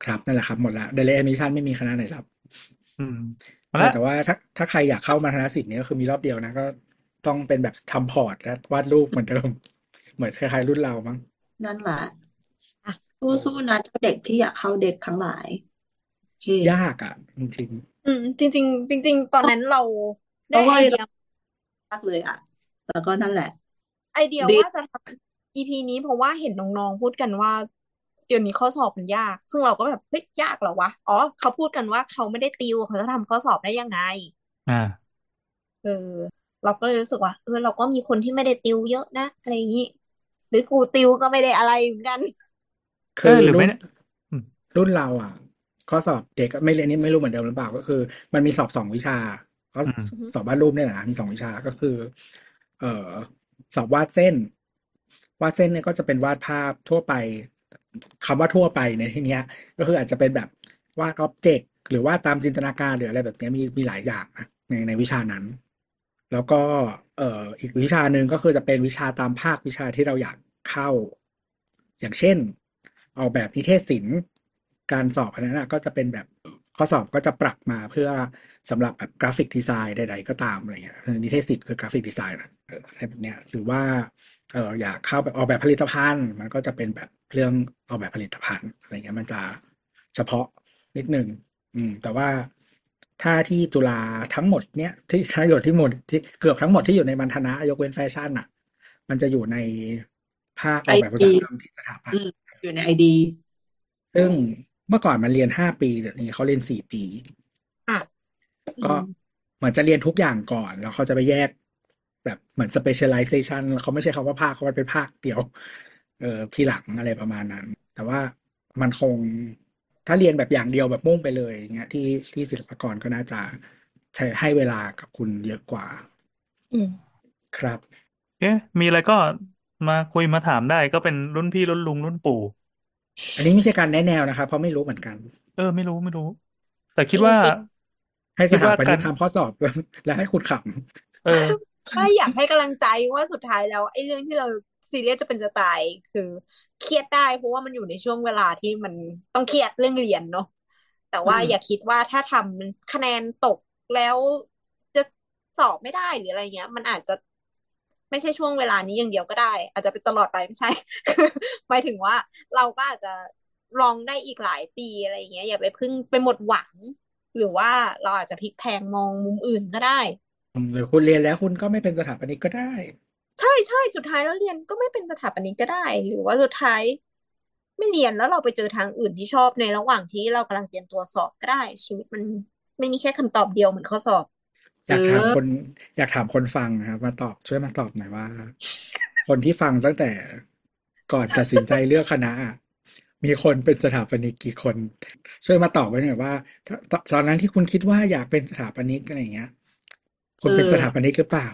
Speaker 3: ครับนั่นแหละครับหมดละเดล y อมิชันไม่มีคณะไหนรับ
Speaker 4: อืม
Speaker 3: เอ
Speaker 4: มา
Speaker 3: อ
Speaker 4: ละ
Speaker 3: แต่ว่าถ้าถ้าใครอยากเข้ามาคณะศิลป์เนี่ยก็คือมีรอบเดียวนะก็ต้องเป็นแบบทำพอร์ตและวาดรูปเหมือนเดิม เหมือนคล้ายๆรุ่นเรามั้ง
Speaker 1: นั่นแหละอ่ะสู้ๆนะเจ้าเด็กที่อยากเข้าเด็กทั้งหลายเฮ้
Speaker 3: ยากอะจริง
Speaker 2: อืม จริง ๆ จริง ๆ ตอนนั้นเรา
Speaker 1: เพราะ
Speaker 2: ได้
Speaker 1: ว่า
Speaker 2: ไอเดีย
Speaker 1: ยากเลยอ่ะ แล้วก็นั่นแหละ
Speaker 2: ไอเดีย
Speaker 1: ดี
Speaker 2: ว่าจะทำ EP นี้เพราะว่าเห็นน้องๆพูดกันว่า เดี๋ยวนี้ข้อสอบมันยาก ซึ่งเราก็แบบเฮ้ยยากเหรอวะอ๋อเขาพูดกันว่าเขาไม่ได้ติวเขาจะทำข้อสอบได้ยังไง
Speaker 4: อ่า
Speaker 2: เออ เราก็เลยรู้สึกว่าเออเราก็มีคนที่ไม่ได้ติวเยอะนะอะไรอย่างนี้หรือกูติวก็ไม่ได้อะไรเหมือนกัน
Speaker 3: ๆ คือ
Speaker 4: เออหรือไม่
Speaker 3: รุ่น
Speaker 4: เนี่ยอืม
Speaker 3: รุ่นเราอะข้อสอบเด็กไม่เรียนนี่ไม่รู้เหมือนเดิมหรือเปล่าก็คือ มันมีสอบสองวิชาก็
Speaker 4: อืม
Speaker 3: สอบวาดรูปเนี่ยนะมีสองวิชาก็คือ เอ่อ สอบวาดเส้น วาดเส้นเนี่ยก็จะเป็นวาดภาพทั่วไปคำว่าทั่วไปในที่เนี้ย ก็คืออาจจะเป็นแบบวาดอ็อบเจกต์หรือวาดตามจินตนาการหรืออะไรแบบเนี้ยมีมีหลายอย่างนะในในวิชานั้น แล้วก็เอ่ออีกวิชาหนึ่งก็คือจะเป็นวิชาตามภาควิชาที่เราอยากเข้า อย่างเช่น ออกแบบนิเทศศิลป์การสอบอันนั้นนะก็จะเป็นแบบข้อสอบก็จะปรับมาเพื่อสำหรับแบบกราฟิกดีไซน์ใด ๆ ก็ตามอะไรเงี้ยเออนิเทศศิลป์คือกราฟิกดีไซน์นะเอออะไรแบบเนี้ยหรือว่า เอออยากเข้าแบบออกแบบผลิตภัณฑ์ มันก็จะเป็นแบบเรื่องออกแบบผลิตภัณฑ์อะไรเงี้ยมันจะเฉพาะนิดหนึ่งอืม แต่ว่าถ้าที่จุฬาทั้งหมดเนี้ยที่ทั้งหมดที่หมดที่เกือบทั้งหมดที่อยู่ในมัณฑนะยกเว้นแฟชั่นอ่ะ มันจะอยู่ในภาคออกแบบอุตสาหกรรมที่สถาปัต
Speaker 1: อื
Speaker 3: ย์
Speaker 1: ม อยู่ในไอดี
Speaker 3: ซึ่งเมื่อก่อนมันเรียนห้าปีเดี๋ยวนี้เขาเรียนสี่ปี
Speaker 2: อ่ะ
Speaker 3: ก็เหมือนจะเรียนทุกอย่างก่อน แล้วเขาจะไปแยกแบบเหมือน specialization แล้วเขาไม่ใช่คำว่าภาคเขาเป็นภาคเดียว เออทีหลังอะไรประมาณนั้น แต่ว่ามันคง ถ้าเรียนแบบอย่างเดียวแบบมุ่งไปเลยอย่างเงี้ยที่ที่ศิลปากรก็น่าจะใช้ให้เวลากับคุณเยอะกว่า
Speaker 2: อืม
Speaker 3: ครับ
Speaker 4: เอ๊ะมีอะไรก็มาคุยมาถามได้ก็เป็นรุ่นพี่รุ่นลุงรุ่นปู่
Speaker 3: อันนี้ไม่ใช่การแนะแนวนะครับ เพราะไม่รู้เหมือนกัน
Speaker 4: เออไม่รู้ไม่รู้ แต่คิดว่า
Speaker 3: ให้ส
Speaker 4: คิด
Speaker 3: ถา
Speaker 4: ว่า
Speaker 3: ปนิ
Speaker 4: กาก ร
Speaker 3: ทำข้อสอบ แล้วแล้วให้คุณข
Speaker 4: เออ
Speaker 2: ก็อยากให้กำลังใจว่าสุดท้ายแล้วไอ้เรื่องที่เราซีเรียสจะเป็นจะตายคือ เครียดได้เพราะว่ามันอยู่ในช่วงเวลาที่มันต้องเครียดเรื่องเรียนเนาะแต่ว่า
Speaker 1: อืม
Speaker 2: อย่าคิดว่าถ้าทำคะแนนตกแล้วจะสอบไม่ได้หรืออะไรเงี้ย มันอาจจะไม่ใช่ช่วงเวลานี้อย่างเดียวก็ได้ อาจจะเป็นตลอดไปไม่ใช่ คือหมายถึงว่าเราก็อาจจะลองได้อีกหลายปีอะไรเงี้ย อย่าไปพึ่งไปหมดหวัง หรือว่าเราอาจจะพลิกแพลงมองมุมอื่นก็ได้
Speaker 3: ำหรือคุณเรียนแล้วคุณก็ไม่เป็นสถาปนิกก็ได้
Speaker 2: ใช่ใช่สุดท้ายแล้วเรียนก็ไม่เป็นสถาปนิกก็ได้ หรือว่าสุดท้าย ไม่เรียนแล้วเราไปเจอทางอื่นที่ชอบในระหว่างที่เรากำลังเตรียมตัวสอบก็ได้ ชีวิตมันไม่มีแค่คำตอบเดียวเหมือนข้อสอบ
Speaker 3: อยากถามคนอยากถามคนฟังนะครับมาตอบช่วยมาตอบหน่อยว่า คนที่ฟังตั้งแต่ก่อนตัดสินใจเลือกคณะอะมีคนเป็นสถาปนิกกี่คน ช่วยมาตอบไว้หน่อยว่าตตตอนนั้นที่คุณคิดว่าอยากเป็นสถาปนิกอะไรอย่างเงี้ย คุณเป็น
Speaker 1: เออ
Speaker 3: สถาปนิกหรือเปล่า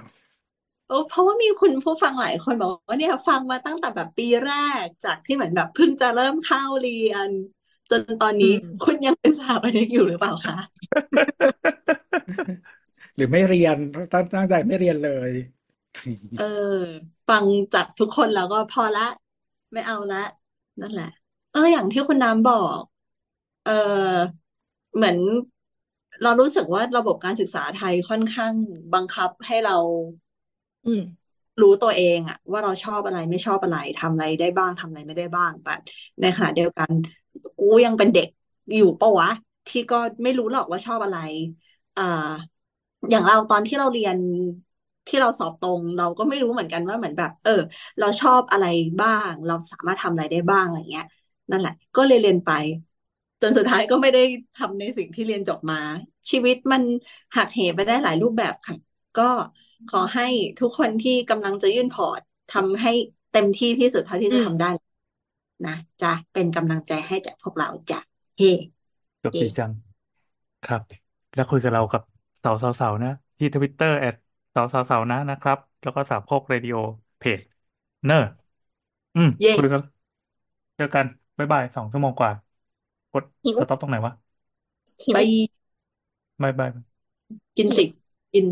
Speaker 1: โอ้เพราะว่ามีคุณผู้ฟังหลายคนบอกว่าเนี่ยฟังมาตั้งแต่แบบปีแรกจากที่เหมือนแบบเพิ่งจะเริ่มเข้าเรียน จนตอนนี้
Speaker 2: อืม
Speaker 1: คุณยังเป็นสถาปนิกอยู่หรือเปล่าคะ
Speaker 3: หรือไม่เรียนตั้งตั้งใจไม่เรียนเลย
Speaker 1: เออ ฟังจากทุกคนแล้วก็พอละ ไม่เอาละ นั่นแหละ เออ อย่างที่คุณน้ำบอก เออเหมือนเรารู้สึกว่าระบบการศึกษาไทยค่อนข้างบังคับให้เรา
Speaker 2: อืม
Speaker 1: รู้ตัวเองอะว่าเราชอบอะไรไม่ชอบอะไรทำอะไรได้บ้างทำอะไรไม่ได้บ้าง แต่ในขณะเดียวกัน กูยังเป็นเด็กอยู่ปะวะ ที่ก็ไม่รู้หรอกว่าชอบอะไรอ่าอย่างเราตอนที่เราเรียนที่เราสอบตรง เราก็ไม่รู้เหมือนกันว่าเหมือนแบบ เออ เราชอบอะไรบ้าง เราสามารถทำอะไรได้บ้างอะไรเงี้ย นั่นแหละ ก็เลยเรียนไป จนสุดท้ายก็ไม่ได้ทำในสิ่งที่เรียนจบมา ชีวิตมันหักเหไปได้หลายรูปแบบค่ะ ก็ขอให้ทุกคนที่กำลังจะยื่นพอร์ตทำให้เต็มที่ที่สุดเท่าที่
Speaker 2: อื
Speaker 1: จะ
Speaker 2: ม
Speaker 1: ทำได้นะจ๊ะเป็นกำลังใจให้จากพวกเราจ้ะเฮ้
Speaker 4: จบดีจัง ครับ แล้วคุยกับเรากับสาวสาวสาวนะ ที่ทวิตเตอร์แอดสาวสาวสาวนะนะครับ แล้วก็สามโคกเรดิโอเพจเนอร์อืม
Speaker 1: เย้
Speaker 4: คุยกันเจอกันบ๊ายบายสองชั่วโมงกว่า กด
Speaker 2: หิว
Speaker 4: สต็อปตรงไหนวะ
Speaker 2: หิว
Speaker 1: ไป
Speaker 4: บายบาย
Speaker 1: กินสิกิน